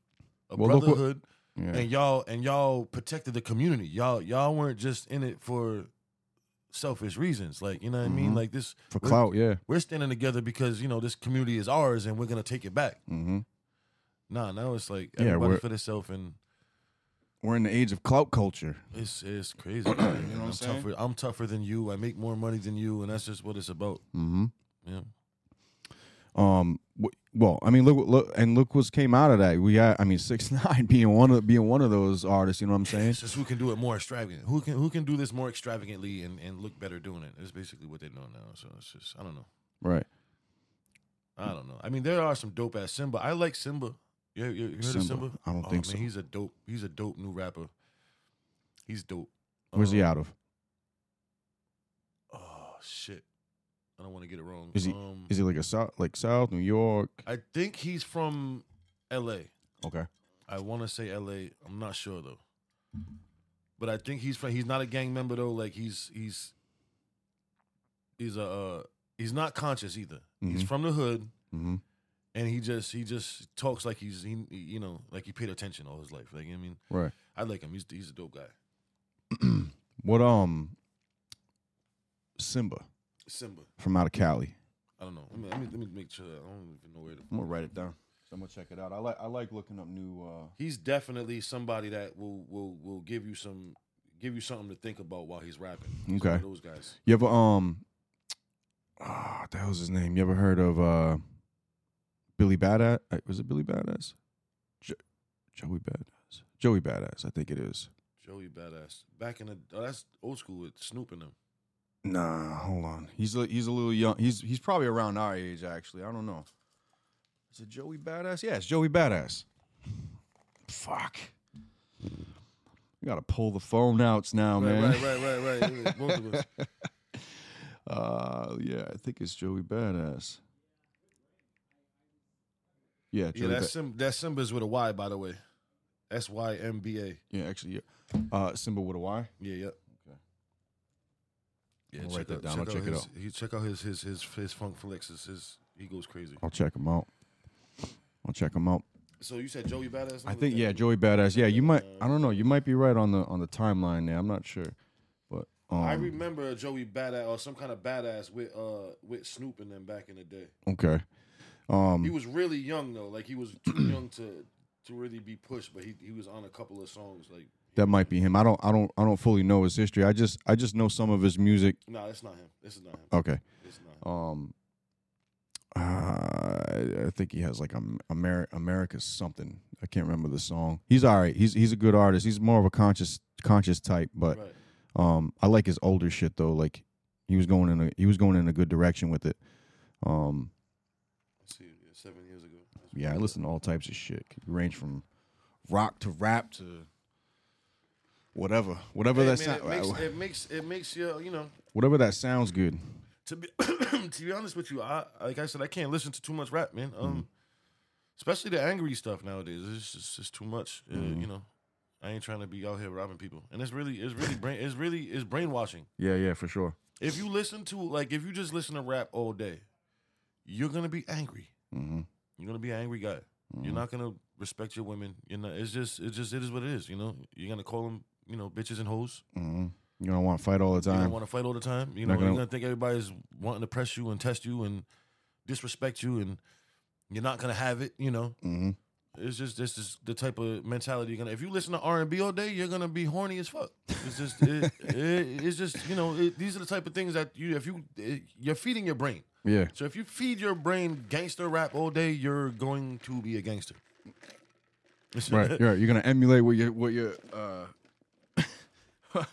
Speaker 11: a
Speaker 10: Well, look what-
Speaker 11: brotherhood,
Speaker 10: Yeah.
Speaker 11: and y'all and y'all protected the community. Y'all y'all weren't just in it for selfish reasons. Like you know what I mean.
Speaker 10: Mhm.
Speaker 11: Like this
Speaker 10: For
Speaker 11: we're-
Speaker 10: clout, yeah.
Speaker 11: We're standing together because you know this community is ours, and we're gonna take it back.
Speaker 10: Mm-hmm.
Speaker 11: Nah, now it's like
Speaker 10: Yeah,
Speaker 11: everybody
Speaker 10: we're-
Speaker 11: for themselves, and
Speaker 10: We're in the age of clout culture.
Speaker 11: it's it's crazy. man.
Speaker 10: You know what I'm
Speaker 11: I'm
Speaker 10: saying?
Speaker 11: tougher. I'm tougher than you. I make more money than you, and that's just what it's about.
Speaker 10: Mm-hmm.
Speaker 11: Yeah.
Speaker 10: Um. wh- Well, I mean, look, look, and look what's came out of that. We got, I mean, six nine being one of being one of those artists. You know what I'm saying?
Speaker 11: It's just who can do it more extravagant. Who can who can do this more extravagantly and, and look better doing it? It's basically what they're doing now. So it's just I don't know.
Speaker 10: Right.
Speaker 11: I don't know. I mean, there are some dope ass Simba. I like Simba. You, you, you heard of
Speaker 10: Simba.
Speaker 11: Simba?
Speaker 10: I don't
Speaker 11: oh,
Speaker 10: think
Speaker 11: man,
Speaker 10: so.
Speaker 11: He's a dope. He's a dope new rapper. He's dope.
Speaker 10: Where's he
Speaker 11: Um,
Speaker 10: out of?
Speaker 11: Oh shit! I don't want to get it wrong.
Speaker 10: Is he
Speaker 11: Um,
Speaker 10: is he like a south like South New York?
Speaker 11: I think he's from L.A.
Speaker 10: Okay.
Speaker 11: I want to say L.A. I'm not sure though. But I think he's from. He's not a gang member though. Like he's he's he's a uh, he's not conscious either. He's
Speaker 10: Mhm.
Speaker 11: from the hood,
Speaker 10: Mhm.
Speaker 11: and he just he just talks like he's he he- you know like he paid attention all his life. Like you know what I mean,
Speaker 10: Right.
Speaker 11: I like him. He's he's a dope guy.
Speaker 10: What um. Simba
Speaker 11: Simba.
Speaker 10: from out of Cali.
Speaker 11: I don't know. Let me, let me, let me make sure. I don't even know where to.
Speaker 10: I'm gonna write it down. So I'm gonna check it out. I like I like looking up new. uh
Speaker 11: He's definitely somebody that will will will give you some give you something to think about while he's rapping. He's one
Speaker 10: Okay.
Speaker 11: of those guys.
Speaker 10: You ever um ah, what the hell's his name? You ever heard of uh Billy Badass? uh, Was it Billy Badass? Jo- Joey Badass. Joey Badass, I think it is.
Speaker 11: Joey badass. Back in the oh, that's old school with Snoop and them.
Speaker 10: Nah, hold on. He's a, he's a little young. He's he's probably around our age actually. I don't know. Is it Joey Badass? Yeah, it's Joey Badass. Fuck. You gotta pull the phone outs now,
Speaker 11: right,
Speaker 10: Oh, man.
Speaker 11: right, right, right, right. Yeah, Both of us.
Speaker 10: Uh, yeah, I think it's Joey Badass. Yeah,
Speaker 11: yeah.
Speaker 10: Joey
Speaker 11: That's
Speaker 10: Ba-
Speaker 11: Sim- that's Simba's with a Y, by the way. S Y M B A.
Speaker 10: Yeah, actually, yeah. Uh, Simba with a Y.
Speaker 11: Yeah, yep. Okay. Yeah,
Speaker 10: I'll write that down. I'll check it
Speaker 11: his,
Speaker 10: out.
Speaker 11: He check out his his his his funk flex. His, his he goes crazy.
Speaker 10: I'll check him out. I'll check him out.
Speaker 11: So you said Joey Badass.
Speaker 10: I think yeah, Joey Badass. Yeah, you might. I don't know. You might be right on the on the timeline there. I'm not sure, but um,
Speaker 11: I remember Joey Badass or some kind of badass with uh with Snoop and them back in the day.
Speaker 10: okay.
Speaker 11: he
Speaker 10: Um,
Speaker 11: was really young though. Like he was too young to to really be pushed, but he he was on a couple of songs. Like
Speaker 10: that might be him. I don't. I don't. I don't fully know his history. I just. I just know some of his music.
Speaker 11: no, that's not him. This is not him.
Speaker 10: Okay.
Speaker 11: It's not
Speaker 10: Um, uh, I I think he has like um, Ameri- America something. I can't remember the song. He's all right. He's he's a good artist. He's more of a conscious conscious type, but
Speaker 11: Right.
Speaker 10: um, I like his older shit though. Like he was going in a he was going in a good direction with it. Um,
Speaker 11: Let's see, yeah, seven years ago.
Speaker 10: yeah, I listen to all types of shit. Could Range from rock to rap to whatever, whatever
Speaker 11: Hey,
Speaker 10: that
Speaker 11: man,
Speaker 10: sound,
Speaker 11: it makes, it makes it makes you you know
Speaker 10: whatever that sounds good.
Speaker 11: to be to be honest with you, I like I said, I can't listen to too much rap, man. Um, especially the angry stuff nowadays. It's just it's too much. Uh,
Speaker 10: Mhm.
Speaker 11: you know, I ain't trying to be out here robbing people, and it's really it's really brain it's really it's brainwashing.
Speaker 10: Yeah, yeah, for sure.
Speaker 11: If you listen to like if you just listen to rap all day, you're gonna be angry.
Speaker 10: Mm-hmm.
Speaker 11: You're gonna be an angry guy. You're not gonna respect your women. You're not. It's just it's just it is what it is. You know, you're gonna call them you know bitches and hoes.
Speaker 10: Mm-hmm. You don't want to fight all the
Speaker 11: You
Speaker 10: time.
Speaker 11: don't want to fight all the time. You know,
Speaker 10: Not
Speaker 11: you're
Speaker 10: gonna-
Speaker 11: gonna think everybody's wanting to press you and test you and disrespect you, and you're not gonna have it. You know,
Speaker 10: Mhm.
Speaker 11: it's just this is the type of mentality you're gonna. If you listen to R and B all day, you're gonna be horny as fuck. It's just, it, it, it's just you know, it, these are the type of things that you if you it, you're feeding your brain.
Speaker 10: Yeah.
Speaker 11: So if you feed your brain gangster rap all day, you're going to be a gangster.
Speaker 10: right. You're, right. you're gonna emulate what your what your uh,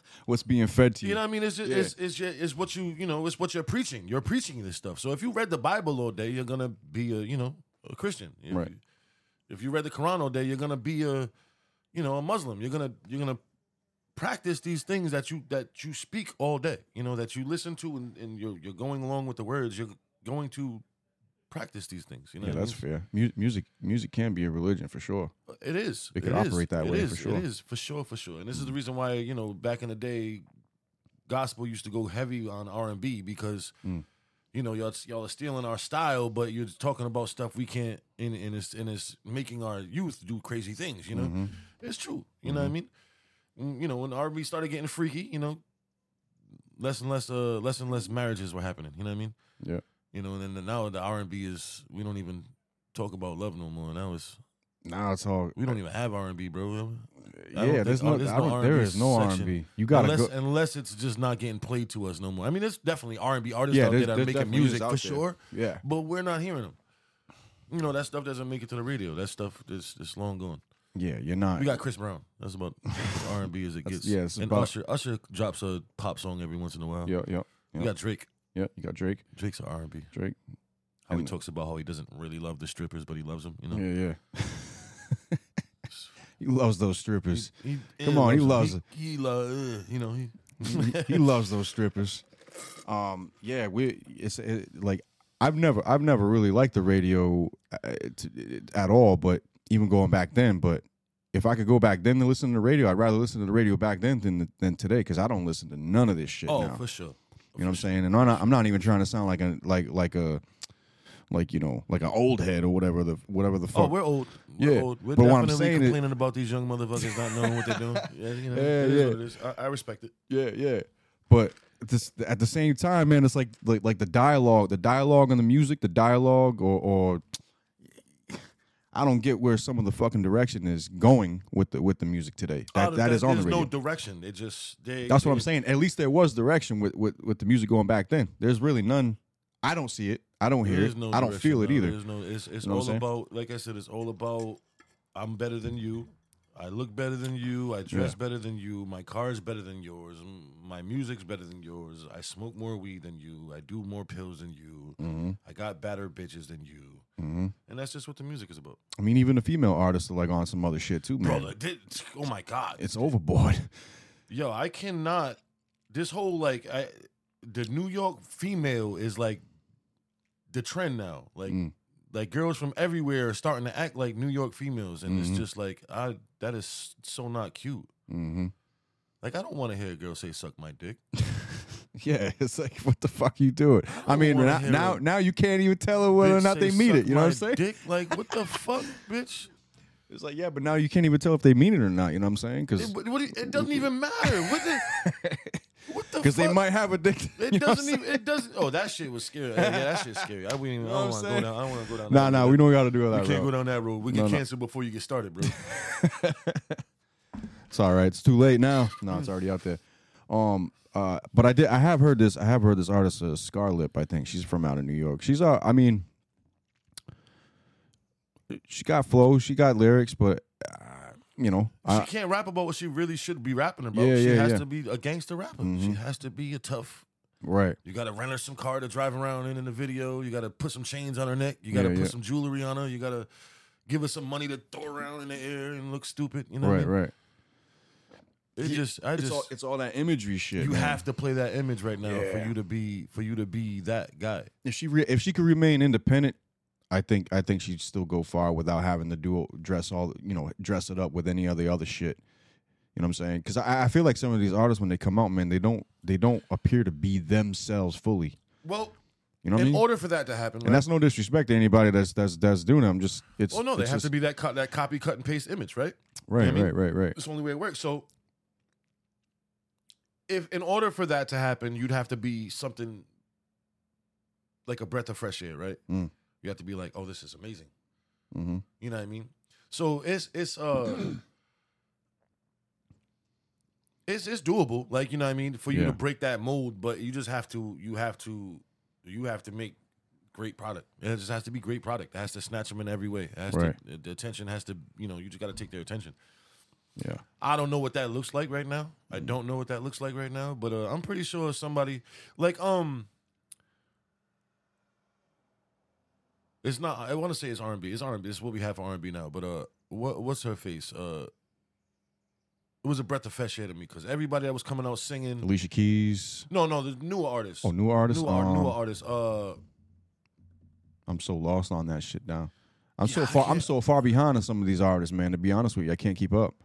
Speaker 10: what's being fed to you.
Speaker 11: You know what I mean? It's just,
Speaker 10: Yeah.
Speaker 11: it's it's, your, it's what you you know it's what you're preaching. You're preaching this stuff. So if you read the Bible all day, you're gonna be a you know a Christian. If
Speaker 10: Right.
Speaker 11: You, if you read the Quran all day, you're gonna be a you know a Muslim. You're gonna you're gonna practice these things that you that you speak all day. You know that you listen to and, and you're you're going along with the words. You're going to practice these things. You know
Speaker 10: yeah,
Speaker 11: what I
Speaker 10: that's
Speaker 11: mean?
Speaker 10: fair. Mu- music music can be a religion for sure.
Speaker 11: It is.
Speaker 10: It could
Speaker 11: is.
Speaker 10: operate that
Speaker 11: It
Speaker 10: way
Speaker 11: is.
Speaker 10: for sure.
Speaker 11: It is for sure, for sure. And this is the reason why you know back in the day, gospel used to go heavy on R and B because
Speaker 10: Mm.
Speaker 11: you know y'all y'all are stealing our style, but you're talking about stuff we can't, and, and it's and it's making our youth do crazy things. You know,
Speaker 10: Mhm.
Speaker 11: it's true. You know what I
Speaker 10: Mhm.
Speaker 11: mean? Mm, You know when R and B started getting freaky, you know, less and less, uh, less and less marriages were happening. You know what I mean?
Speaker 10: Yeah.
Speaker 11: You know, and then the, now the R and B is we don't even talk about love no more. Now it's
Speaker 10: Now it's all
Speaker 11: we don't even have R and B, bro. I don't
Speaker 10: Yeah,
Speaker 11: think-
Speaker 10: there's
Speaker 11: oh,
Speaker 10: no, I don't, there
Speaker 11: R&B
Speaker 10: is no R
Speaker 11: section.
Speaker 10: and B. You gotta
Speaker 11: unless,
Speaker 10: go.
Speaker 11: unless it's just not getting played to us no more. I mean, there's definitely R and B artists
Speaker 10: Yeah,
Speaker 11: out
Speaker 10: there's-
Speaker 11: there that are
Speaker 10: there's
Speaker 11: making
Speaker 10: definitely
Speaker 11: music for
Speaker 10: artists out
Speaker 11: sure.
Speaker 10: there. Yeah.
Speaker 11: but we're not hearing them. You know that stuff doesn't make it to the radio. That stuff is it's long gone.
Speaker 10: Yeah, you're not.
Speaker 11: We got Chris Brown. That's about R and B as it
Speaker 10: That's-
Speaker 11: gets.
Speaker 10: yeah, it's
Speaker 11: and
Speaker 10: about-
Speaker 11: Usher Usher drops a pop song every once in a while.
Speaker 10: Yep, yep.
Speaker 11: We
Speaker 10: yep.
Speaker 11: got Drake.
Speaker 10: Yep, you got Drake.
Speaker 11: Drake's an R and B.
Speaker 10: Drake.
Speaker 11: How he
Speaker 10: And-
Speaker 11: talks about how he doesn't really love the strippers, but he loves them. You know.
Speaker 10: Yeah, yeah. he loves those strippers.
Speaker 11: He,
Speaker 10: Come on, he loves
Speaker 11: them.
Speaker 10: it.
Speaker 11: He, he loves. you know he.
Speaker 10: he, he loves those strippers. Um, yeah, we it's it, like I've never I've never really liked the radio uh, t- at all, but even going back then, but if I could go back then to listen to the radio, I'd rather listen to the radio back then than than today because I don't listen to none of this shit
Speaker 11: Oh,
Speaker 10: now.
Speaker 11: for sure.
Speaker 10: You know what I'm saying? And I'm not, I'm not even trying to sound like a like like a like you know like an old head or whatever the whatever the fuck.
Speaker 11: Oh, we're old. We're
Speaker 10: Yeah,
Speaker 11: old. We're
Speaker 10: but what I'm
Speaker 11: definitely
Speaker 10: saying is-
Speaker 11: complaining about these young motherfuckers not knowing what they're doing. Yeah, you know,
Speaker 10: Yeah,
Speaker 11: it is
Speaker 10: yeah.
Speaker 11: what it is. I, I respect it.
Speaker 10: Yeah, yeah. But at this, at the same time, man, it's like like like the dialogue, the dialogue and the music, the dialogue, or or I don't get where some of the fucking direction is going with the with the music today. That
Speaker 11: Oh,
Speaker 10: that is on the
Speaker 11: there's
Speaker 10: radio.
Speaker 11: no direction. It just they,
Speaker 10: That's what I'm
Speaker 11: they-
Speaker 10: saying. At least there was direction with, with with the music going back then. There's really none. I don't see it. I don't hear
Speaker 11: There is
Speaker 10: it.
Speaker 11: no
Speaker 10: I don't feel it
Speaker 11: direction, no.
Speaker 10: either.
Speaker 11: There's no. It's it's
Speaker 10: You know
Speaker 11: all
Speaker 10: what I'm saying?
Speaker 11: about like I said. It's all about I'm better than you. I look better than you. I dress
Speaker 10: Yeah.
Speaker 11: better than you. My car's better than yours. m- My music's better than yours. I smoke more weed than you. I do more pills than you.
Speaker 10: Mm-hmm.
Speaker 11: I got better bitches than you.
Speaker 10: Mhm.
Speaker 11: And that's just what the music is about.
Speaker 10: I mean, even the female artists are like on some other shit too, man.
Speaker 11: Brother, did, oh my god,
Speaker 10: It's overboard.
Speaker 11: Yo, I cannot. This whole like, I
Speaker 10: Mm.
Speaker 11: the New York female is like the trend now. Like, like girls from everywhere are starting to act like New York females, and
Speaker 10: Mhm.
Speaker 11: it's just like I that is so not cute.
Speaker 10: Mm-hmm.
Speaker 11: Like I don't want to hear a girl say "suck my dick."
Speaker 10: Yeah, it's like what the fuck you doing? I mean,
Speaker 11: wanna
Speaker 10: now,
Speaker 11: hear
Speaker 10: now
Speaker 11: it.
Speaker 10: now you can't even tell her whether or
Speaker 11: Bitch
Speaker 10: not
Speaker 11: say,
Speaker 10: they mean it.
Speaker 11: "Suck
Speaker 10: You know what
Speaker 11: my
Speaker 10: I'm saying?
Speaker 11: Dick, like what the fuck, bitch?
Speaker 10: It's like yeah, but now you can't even tell if they mean it or not. You know what I'm saying? Because
Speaker 11: It, what, do you- it doesn't even matter. What the? What the?
Speaker 10: they
Speaker 11: fuck?
Speaker 10: might have a dick.
Speaker 11: It doesn't even. It doesn't. Oh, that shit was scary. Yeah, yeah, that shit's scary. I wouldn't even.
Speaker 10: You know
Speaker 11: I
Speaker 10: what
Speaker 11: don't
Speaker 10: I'm
Speaker 11: want to go
Speaker 10: saying?
Speaker 11: down. I don't want to go down.
Speaker 10: Nah,
Speaker 11: that
Speaker 10: nah,
Speaker 11: road.
Speaker 10: we don't gotta do that
Speaker 11: We can't
Speaker 10: road.
Speaker 11: go down that road. We
Speaker 10: No,
Speaker 11: get
Speaker 10: no.
Speaker 11: canceled before you get started, bro.
Speaker 10: It's all right. It's too late now. No, it's already out there. Um, uh, but I did. I have heard this. I have heard this artist, uh, Scarlett. I think she's from out of New York. She's. Uh, I mean, she got flow. She got lyrics, but uh, you know,
Speaker 11: she
Speaker 10: I,
Speaker 11: can't rap about what she really should be rapping about.
Speaker 10: Yeah,
Speaker 11: she
Speaker 10: yeah, Mm-hmm.
Speaker 11: has
Speaker 10: yeah.
Speaker 11: to be a gangster rapper. She has to be a tough.
Speaker 10: right.
Speaker 11: You gotta rent her some car to drive around in in the video. You gotta put some chains on her neck. You gotta
Speaker 10: Yeah,
Speaker 11: put
Speaker 10: yeah.
Speaker 11: some jewelry on her. You gotta give her some money to throw around in the air and look stupid. You know, what I
Speaker 10: right,
Speaker 11: mean?
Speaker 10: right.
Speaker 11: It just, I
Speaker 10: it's
Speaker 11: just,
Speaker 10: all, it's all that imagery shit.
Speaker 11: you
Speaker 10: man.
Speaker 11: have to play that image right now for
Speaker 10: Yeah.
Speaker 11: you to be, for you to be that guy.
Speaker 10: if she re- if she could remain independent, I think I think she'd still go far without having to do dress all you know dress it up with any of the other shit. You know what I'm saying? Because I, I feel like some of these artists when they come out, man, they don't they don't appear to be themselves fully.
Speaker 11: Well,
Speaker 10: You know what I
Speaker 11: in
Speaker 10: mean?
Speaker 11: order for that to happen,
Speaker 10: and that's no disrespect to anybody that's that's that's doing it. I'm just it's
Speaker 11: oh no, they
Speaker 10: it's
Speaker 11: have
Speaker 10: just-
Speaker 11: to be that co- that copy, cut, and paste image, right? You know
Speaker 10: right,
Speaker 11: what I mean?
Speaker 10: right, right, right.
Speaker 11: It's the only way it works. So, if in order for that to happen, you'd have to be something like a breath of fresh air, right?
Speaker 10: Mm.
Speaker 11: You have to be like, oh, this is amazing.
Speaker 10: Mm-hmm.
Speaker 11: You know what I mean? So it's it's uh it's it's doable, like you know what I mean, for you
Speaker 10: Yeah.
Speaker 11: to break that mold, but you just have to you have to you have to make great product. It just has to be great product. It has to snatch them in every way. It has to,
Speaker 10: Right.
Speaker 11: the attention has to, you know, you just got to take their attention.
Speaker 10: Yeah.
Speaker 11: I don't know what that looks like right now. I
Speaker 10: Mm-hmm.
Speaker 11: don't know what that looks like right now, but uh, I'm pretty sure somebody like um It's not I want to say it's R&B. It's R&B. It's what we have for R&B now, but uh what what's her face? Uh It was a breath of fresh air to me cuz everybody that was coming out singing
Speaker 10: Alicia Keys.
Speaker 11: No, no, the newer artists.
Speaker 10: Oh, newer artists?
Speaker 11: Newer, ar- newer
Speaker 10: Um,
Speaker 11: artists. Uh
Speaker 10: I'm so lost on that shit now. I'm so
Speaker 11: Yeah, I
Speaker 10: far. I'm
Speaker 11: can't-
Speaker 10: so far behind on some of these artists, man. To be honest with you, I can't keep up.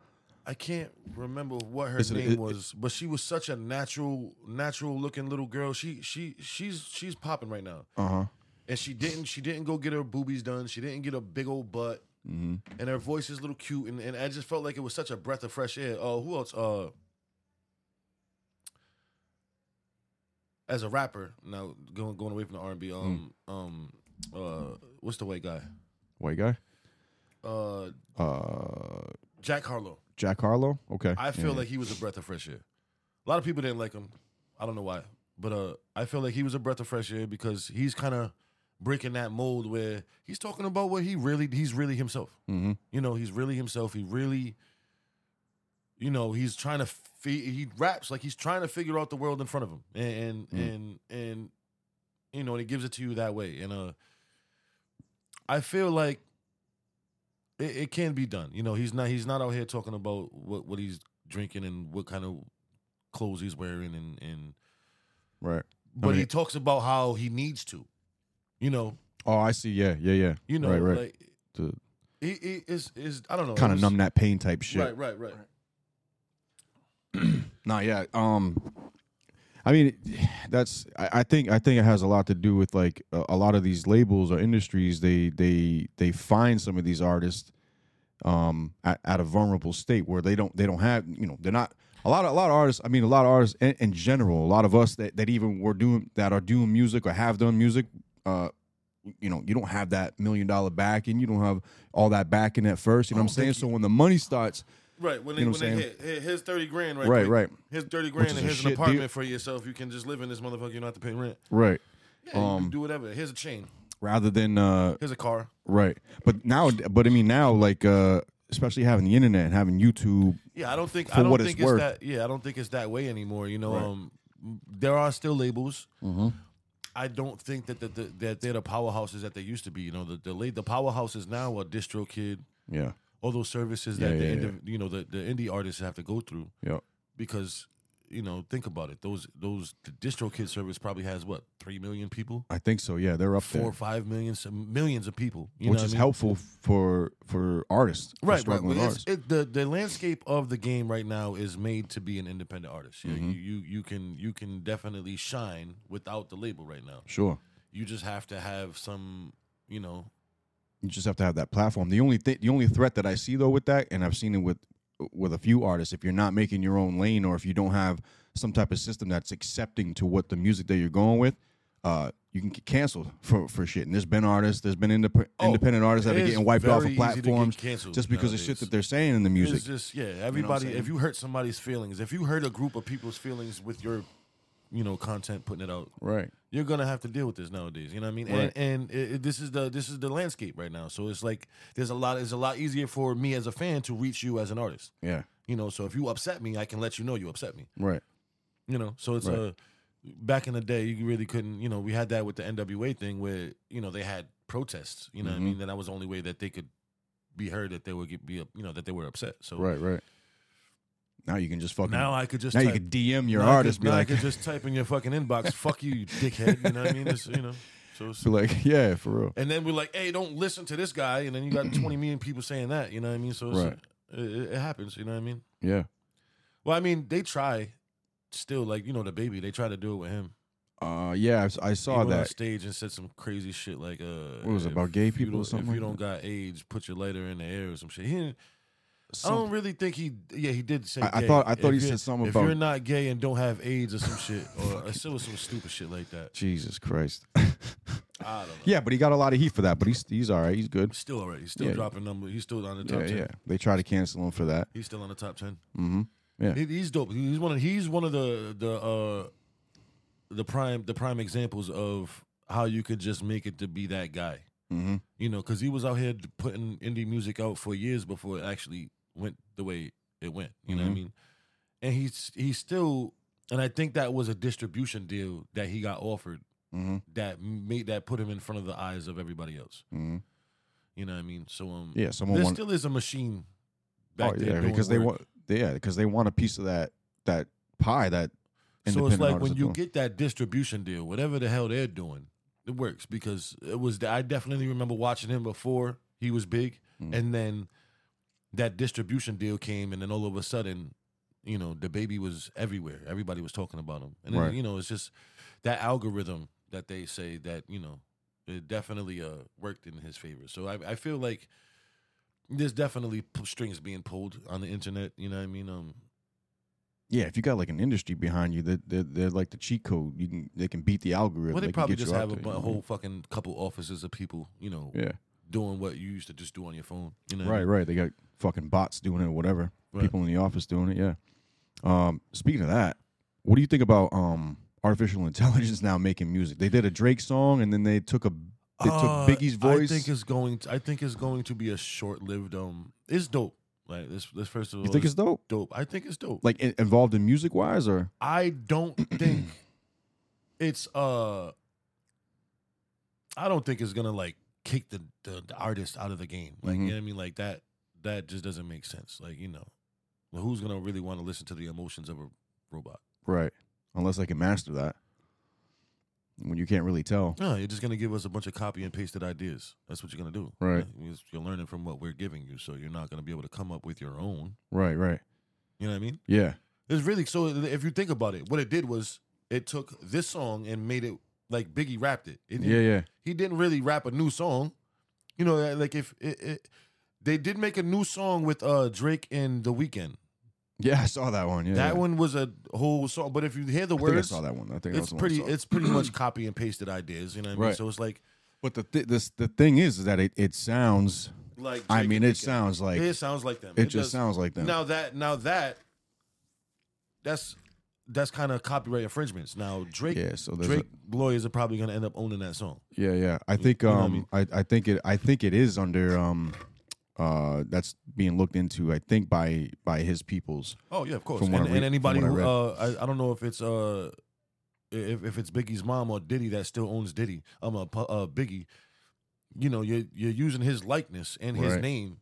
Speaker 11: I can't remember what her
Speaker 10: It's a-
Speaker 11: name
Speaker 10: it-
Speaker 11: was, but she was such a natural, natural looking little girl. She she she's she's popping right now,
Speaker 10: Uh huh.
Speaker 11: and she didn't she didn't go get her boobies done. She didn't get a big old butt,
Speaker 10: Mm-hmm.
Speaker 11: and her voice is a little cute. And, and I just felt like it was such a breath of fresh air. Oh, who else? Uh, as a rapper now, going going away from the R and B. Um um uh, what's the white guy?
Speaker 10: White guy.
Speaker 11: Uh,
Speaker 10: Uh,
Speaker 11: Jack Harlow.
Speaker 10: Jack Harlow. Okay.
Speaker 11: I feel
Speaker 10: Yeah.
Speaker 11: like he was a breath of fresh air. A lot of people didn't like him. I don't know why, but uh, I feel like he was a breath of fresh air because he's kind of breaking that mold where he's talking about what he really he's really himself.
Speaker 10: Mhm.
Speaker 11: You know, he's really himself. He really, you know, he's trying to fi- he raps like he's trying to figure out the world in front of him, and and
Speaker 10: Mm.
Speaker 11: and, and you know, and he gives it to you that way. And uh, I feel like it, it can be done. You know, he's not he's not out here talking about what what he's drinking and what kind of clothes he's wearing and and
Speaker 10: right. I
Speaker 11: but
Speaker 10: mean-
Speaker 11: he talks about how he needs to. You know,
Speaker 10: Oh, I see. Yeah, yeah, yeah.
Speaker 11: you know,
Speaker 10: right, right.
Speaker 11: like
Speaker 10: to
Speaker 11: he, he is is I don't know, it
Speaker 10: kind of
Speaker 11: was-
Speaker 10: numb that pain type shit.
Speaker 11: Right, right, right.
Speaker 10: Nah, yeah. Um, I mean, that's. I, I think. I think it has a lot to do with like a, a lot of these labels or industries. They they they find some of these artists um at, at a vulnerable state where they don't they don't have you know they're not a lot of a lot of artists i mean a lot of artists in, in general a lot of us that, that even were doing that are doing music or have done music uh you know you don't have that million dollar backing you don't have all that backing at first you know what i'm saying so when the money starts
Speaker 11: Right when they,
Speaker 10: You know
Speaker 11: when
Speaker 10: what
Speaker 11: they
Speaker 10: I'm
Speaker 11: hit, hit here's thirty grand right
Speaker 10: Right,
Speaker 11: quick.
Speaker 10: right.
Speaker 11: here's thirty
Speaker 10: Which
Speaker 11: grand
Speaker 10: is
Speaker 11: and
Speaker 10: a
Speaker 11: here's
Speaker 10: shit
Speaker 11: an
Speaker 10: deal.
Speaker 11: apartment for yourself you can just live in this motherfucker you don't have to pay rent Um,
Speaker 10: right
Speaker 11: yeah you can do whatever here's a chain
Speaker 10: um, rather than uh
Speaker 11: here's a car
Speaker 10: right but now but i mean now like uh especially having the internet and having youtube
Speaker 11: Yeah, I don't think I
Speaker 10: for
Speaker 11: don't
Speaker 10: what
Speaker 11: think
Speaker 10: it's
Speaker 11: it's
Speaker 10: worth.
Speaker 11: that. Yeah, I don't think it's that way anymore. You know,
Speaker 10: Right.
Speaker 11: um, there are still labels.
Speaker 10: Mhm.
Speaker 11: I don't think that the, the, that they're the powerhouses that they used to be. You know, the the, la- the powerhouses now are DistroKid,
Speaker 10: yeah
Speaker 11: all those services
Speaker 10: Yeah,
Speaker 11: that the
Speaker 10: yeah,
Speaker 11: indiv- you know the, the indie artists have to go through
Speaker 10: yeah
Speaker 11: because you know, think about it. Those those the distro kid service probably has what three million people,
Speaker 10: I think so. Yeah, they're up
Speaker 11: four
Speaker 10: there,
Speaker 11: or five million, some millions of people, you know
Speaker 10: which
Speaker 11: what
Speaker 10: is
Speaker 11: I mean?
Speaker 10: helpful for for artists, for
Speaker 11: Right, right.
Speaker 10: struggling
Speaker 11: But it's,
Speaker 10: artists.
Speaker 11: it, the the landscape of the game right now is made to be an independent artist. You,
Speaker 10: Mhm.
Speaker 11: you you can you can definitely shine without the label right now.
Speaker 10: Sure.
Speaker 11: You just have to have some, you know,
Speaker 10: You just have to have that platform. The only th- the only threat that I see though with that, and I've seen it with with a few artists, if you're not making your own lane or if you don't have some type of system that's accepting to what the music that you're going with, uh, you can get canceled for, for shit. And there's been artists, there's been indep- independent artists that
Speaker 11: Oh, it
Speaker 10: are
Speaker 11: is
Speaker 10: getting wiped off
Speaker 11: very easy to
Speaker 10: of
Speaker 11: get
Speaker 10: platforms
Speaker 11: canceled
Speaker 10: just because of shit
Speaker 11: nowadays.
Speaker 10: that they're saying in the
Speaker 11: It's
Speaker 10: music.
Speaker 11: just yeah,
Speaker 10: You know what I'm
Speaker 11: everybody.
Speaker 10: saying?
Speaker 11: if you hurt somebody's feelings, if you hurt a group of people's feelings with your, you know, content putting it out,
Speaker 10: Right.
Speaker 11: You're gonna have to deal with this nowadays. You know what I mean?
Speaker 10: Right.
Speaker 11: And and it, it- this is the this is the landscape right now. So it's like there's a lot. It's a lot easier for me as a fan to reach you as an artist.
Speaker 10: Yeah.
Speaker 11: You know, so if you upset me, I can let you know you upset me.
Speaker 10: Right.
Speaker 11: You know, so it's
Speaker 10: Right.
Speaker 11: a back in the day you really couldn't. You know, we had that with the NWA thing where you know they had protests. You know, what
Speaker 10: Mhm.
Speaker 11: I mean, and that was the only way that they could be heard that they would get, be you know that they were upset. So
Speaker 10: Right, right. Now you can just fucking
Speaker 11: now I could just
Speaker 10: Now
Speaker 11: type,
Speaker 10: you can DM your
Speaker 11: now I
Speaker 10: artist
Speaker 11: could-
Speaker 10: be
Speaker 11: now
Speaker 10: like
Speaker 11: I could just type in your fucking inbox, "Fuck you, you dickhead." You know what I mean? It's, you know, so it's,
Speaker 10: be like, yeah, for real.
Speaker 11: and then we're like, "Hey, don't listen to this guy," and then you got twenty million people saying that. You know what I mean? So it's,
Speaker 10: Right.
Speaker 11: it, it happens. You know what I mean?
Speaker 10: Yeah.
Speaker 11: Well, I mean, they try still, like you know, the baby. They try to do it with him.
Speaker 10: Uh, yeah, I s- I,
Speaker 11: he
Speaker 10: saw
Speaker 11: went on
Speaker 10: that.
Speaker 11: stage and said some crazy shit like, uh,
Speaker 10: What was it,
Speaker 11: if
Speaker 10: about gay
Speaker 11: you
Speaker 10: people or
Speaker 11: don't-
Speaker 10: something
Speaker 11: If you don't
Speaker 10: like
Speaker 11: got AIDS, put your lighter in the air or some shit. He didn't, I
Speaker 10: Something.
Speaker 11: don't really think he. Yeah, he did say.
Speaker 10: I- I
Speaker 11: gay.
Speaker 10: thought- I thought he
Speaker 11: you're-
Speaker 10: said something
Speaker 11: if
Speaker 10: about-
Speaker 11: you're not gay and don't have AIDS or some shit, or it was some stupid shit like that.
Speaker 10: Jesus Christ.
Speaker 11: I don't know.
Speaker 10: Yeah, but he got a lot of heat for that. But he's he's all right. He's good.
Speaker 11: Still alright. He's still
Speaker 10: Yeah.
Speaker 11: dropping numbers. He's still on the top
Speaker 10: Yeah,
Speaker 11: ten.
Speaker 10: yeah. They try to cancel him for that.
Speaker 11: He's still on the top ten.
Speaker 10: Mm-hmm. Yeah.
Speaker 11: He- he's dope. He's one of he's one of the the uh the prime the prime examples of how you could just make it to be that guy.
Speaker 10: Mhm.
Speaker 11: You know, because he was out here putting indie music out for years before it actually went the way it went. You know what
Speaker 10: Mhm.
Speaker 11: I mean? And he's he's still, and I think that was a distribution deal that he got offered
Speaker 10: Mhm.
Speaker 11: that made that put him in front of the eyes of everybody else.
Speaker 10: Mhm.
Speaker 11: You know what I mean? So um,
Speaker 10: Yeah, someone
Speaker 11: there
Speaker 10: want-
Speaker 11: still is a machine back
Speaker 10: oh,
Speaker 11: there
Speaker 10: yeah,
Speaker 11: doing
Speaker 10: because they
Speaker 11: work.
Speaker 10: want yeah, because they want a piece of that that pie that
Speaker 11: So it's
Speaker 10: independent
Speaker 11: like
Speaker 10: artists
Speaker 11: when
Speaker 10: are
Speaker 11: you
Speaker 10: doing.
Speaker 11: get that distribution deal, whatever the hell they're doing, it works because it was. I definitely remember watching him before he was big,
Speaker 10: Mm.
Speaker 11: and then that distribution deal came, and then all of a sudden, you know, the baby was everywhere. Everybody was talking about him, and then,
Speaker 10: Right.
Speaker 11: you know, it's just that algorithm that they say that you know it definitely uh, worked in his favor. So I, I feel like there's definitely p- strings being pulled on the internet. You know what I mean? Um,
Speaker 10: yeah, if you got like an industry behind you, that they're, they're, like the cheat code. You can they can beat the algorithm.
Speaker 11: Well, they,
Speaker 10: can
Speaker 11: probably
Speaker 10: get you
Speaker 11: just
Speaker 10: out
Speaker 11: have a
Speaker 10: there,
Speaker 11: bu-
Speaker 10: you know?
Speaker 11: whole fucking couple offices of people, you know,
Speaker 10: Yeah.
Speaker 11: doing what you used to just do on your phone. You know, what I
Speaker 10: Right,
Speaker 11: mean?
Speaker 10: right. They got fucking bots doing it or whatever.
Speaker 11: Right.
Speaker 10: People in the office doing it, yeah. Um, speaking of that, what do you think about um artificial intelligence now making music? They did a Drake song and then they took a they
Speaker 11: Uh,
Speaker 10: took Biggie's voice.
Speaker 11: I think it's going. To, I think it's going to be a short-lived. Um, it's dope. Like this. This first of all,
Speaker 10: you think it's dope?
Speaker 11: Dope. I think it's dope.
Speaker 10: Like in- involved in music wise or
Speaker 11: I don't think it's uh I don't think it's gonna like kick the the, the artist out of the game. Like
Speaker 10: Mhm.
Speaker 11: you know what I mean? Like that that just doesn't make sense. Like, you know. Who's gonna really want to listen to the emotions of a robot?
Speaker 10: right. Unless they can master that. When you can't really tell.
Speaker 11: No, you're just gonna give us a bunch of copy and pasted ideas. That's what you're gonna do.
Speaker 10: Right.
Speaker 11: You're- You're learning from what we're giving you, so you're not gonna be able to come up with your own.
Speaker 10: Right, right.
Speaker 11: You know what I mean?
Speaker 10: Yeah.
Speaker 11: It's really so. If you think about it, what it did was it took this song and made it like Biggie rapped it. It didn't-
Speaker 10: Yeah, yeah.
Speaker 11: He didn't really rap a new song. You know, uh, like if it, it they did make a new song with uh Drake and The Weeknd.
Speaker 10: Yeah, I saw that one. Yeah.
Speaker 11: that
Speaker 10: yeah.
Speaker 11: one was a whole song, but if you hear the
Speaker 10: I think I
Speaker 11: words,
Speaker 10: saw that one. I think that was
Speaker 11: it's
Speaker 10: the one I
Speaker 11: pretty.
Speaker 10: saw.
Speaker 11: It's pretty much copy and pasted ideas. You know what I mean?
Speaker 10: Right.
Speaker 11: So it's like
Speaker 10: But the th- this the thing is, is that it, it sounds
Speaker 11: Like
Speaker 10: I
Speaker 11: Drake
Speaker 10: mean
Speaker 11: and
Speaker 10: it
Speaker 11: Weeknd.
Speaker 10: sounds like
Speaker 11: it sounds like them.
Speaker 10: It, just sounds like them.
Speaker 11: Now that now that that's that's kind of copyright infringements. Now Drake,
Speaker 10: Yeah, so there's
Speaker 11: Drake lawyers are probably gonna end up owning that song.
Speaker 10: Yeah, yeah. I
Speaker 11: You-
Speaker 10: think
Speaker 11: you know what I
Speaker 10: um I, I think it I think it is under um uh that's being looked into I think by by his peoples.
Speaker 11: Oh yeah, of course.
Speaker 10: From
Speaker 11: And,
Speaker 10: what I
Speaker 11: and
Speaker 10: read-
Speaker 11: anybody
Speaker 10: from what
Speaker 11: who
Speaker 10: I read.
Speaker 11: uh, I, I don't know if it's uh if, if it's Biggie's mom or Diddy that still owns Diddy. I'm um, a uh, Biggie. You know, you're you're using his likeness and his
Speaker 10: Right.
Speaker 11: name.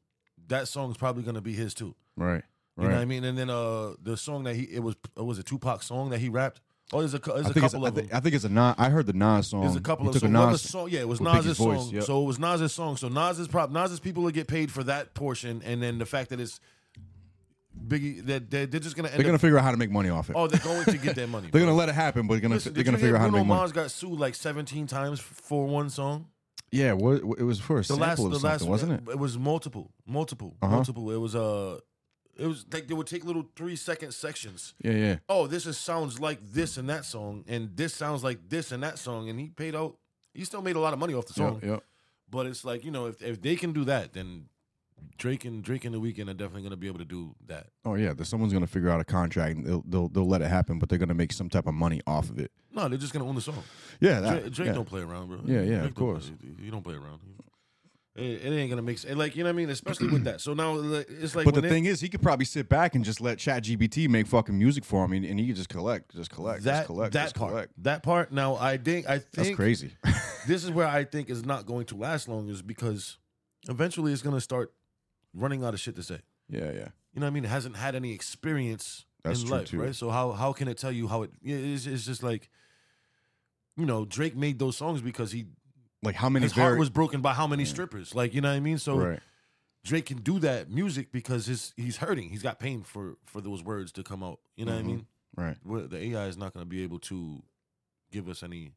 Speaker 11: That song's probably gonna be his too.
Speaker 10: right.
Speaker 11: You know
Speaker 10: Right.
Speaker 11: what I mean? And then uh, the song that he it was it was a Tupac song that he rapped. Oh, there's a cou- there's
Speaker 10: I
Speaker 11: a
Speaker 10: think it's,
Speaker 11: couple
Speaker 10: I
Speaker 11: of them.
Speaker 10: think, I think it's a Nas. I heard the Nas song.
Speaker 11: There's a couple
Speaker 10: He
Speaker 11: of
Speaker 10: took
Speaker 11: so
Speaker 10: a
Speaker 11: one of
Speaker 10: Nas
Speaker 11: the song. Yeah, it was
Speaker 10: with
Speaker 11: Nas's
Speaker 10: Biggie's voice,
Speaker 11: song.
Speaker 10: yep.
Speaker 11: So it was Nas's song. So Nas's prop Nas's people will get paid for that portion, and then the fact that it's Biggie, that they're, they're just gonna end
Speaker 10: they're gonna
Speaker 11: up,
Speaker 10: figure out how to make money off it.
Speaker 11: Oh, they're going to get that money.
Speaker 10: they're
Speaker 11: bro.
Speaker 10: gonna let it happen, but they're gonna
Speaker 11: Listen,
Speaker 10: they're
Speaker 11: did
Speaker 10: gonna
Speaker 11: you hear
Speaker 10: figure out how to
Speaker 11: Bruno
Speaker 10: make money.
Speaker 11: Mars got sued like 17 times for one song.
Speaker 10: Yeah, what, it was for a sample or something, wasn't it?
Speaker 11: It was multiple, multiple,
Speaker 10: Uh-huh.
Speaker 11: multiple. It was uh, it was like they would take little three second sections.
Speaker 10: Yeah, yeah.
Speaker 11: Oh, this is sounds like this and that song, and this sounds like this and that song, and he paid out. He still made a lot of money off the
Speaker 10: Yep,
Speaker 11: song.
Speaker 10: yep.
Speaker 11: But it's like you know, if if they can do that, then Drake and Drake and the Weekend are definitely gonna be able to do that.
Speaker 10: Oh yeah, there's someone's gonna figure out a contract. And they'll they'll they'll let it happen, but they're gonna make some type of money off of it.
Speaker 11: No, they're just gonna own the song.
Speaker 10: Yeah, that-
Speaker 11: Drake, Drake
Speaker 10: yeah.
Speaker 11: don't play around, bro.
Speaker 10: Yeah, yeah,
Speaker 11: Drake
Speaker 10: of
Speaker 11: don't
Speaker 10: course.
Speaker 11: play- You don't play around. It, it ain't gonna make sense. Like you know what I mean, especially with that. So now like, it's like.
Speaker 10: but the
Speaker 11: when they-
Speaker 10: thing is, he could probably sit back and just let ChatGPT make fucking music for him, and, and he could just collect, just collect,
Speaker 11: that
Speaker 10: just collect,
Speaker 11: that
Speaker 10: just
Speaker 11: part
Speaker 10: collect.
Speaker 11: that part. Now I think I think
Speaker 10: crazy.
Speaker 11: this is where I think is not going to last long is because eventually it's gonna start running out of shit to say.
Speaker 10: Yeah, yeah.
Speaker 11: You know what I mean? It hasn't had any experience
Speaker 10: That's
Speaker 11: in
Speaker 10: true,
Speaker 11: life,
Speaker 10: too.
Speaker 11: right? So how how can it tell you how it? yeah, It's, it's just like, you know, Drake made those songs because he
Speaker 10: Like how many
Speaker 11: his heart
Speaker 10: vari-
Speaker 11: was broken by how many strippers. Like you know what I mean? So
Speaker 10: Right.
Speaker 11: Drake can do that music because his he's hurting. He's got pain for for those words to come out. You know
Speaker 10: Mhm.
Speaker 11: what I mean?
Speaker 10: Right.
Speaker 11: We're- the AI is not going to be able to give us any.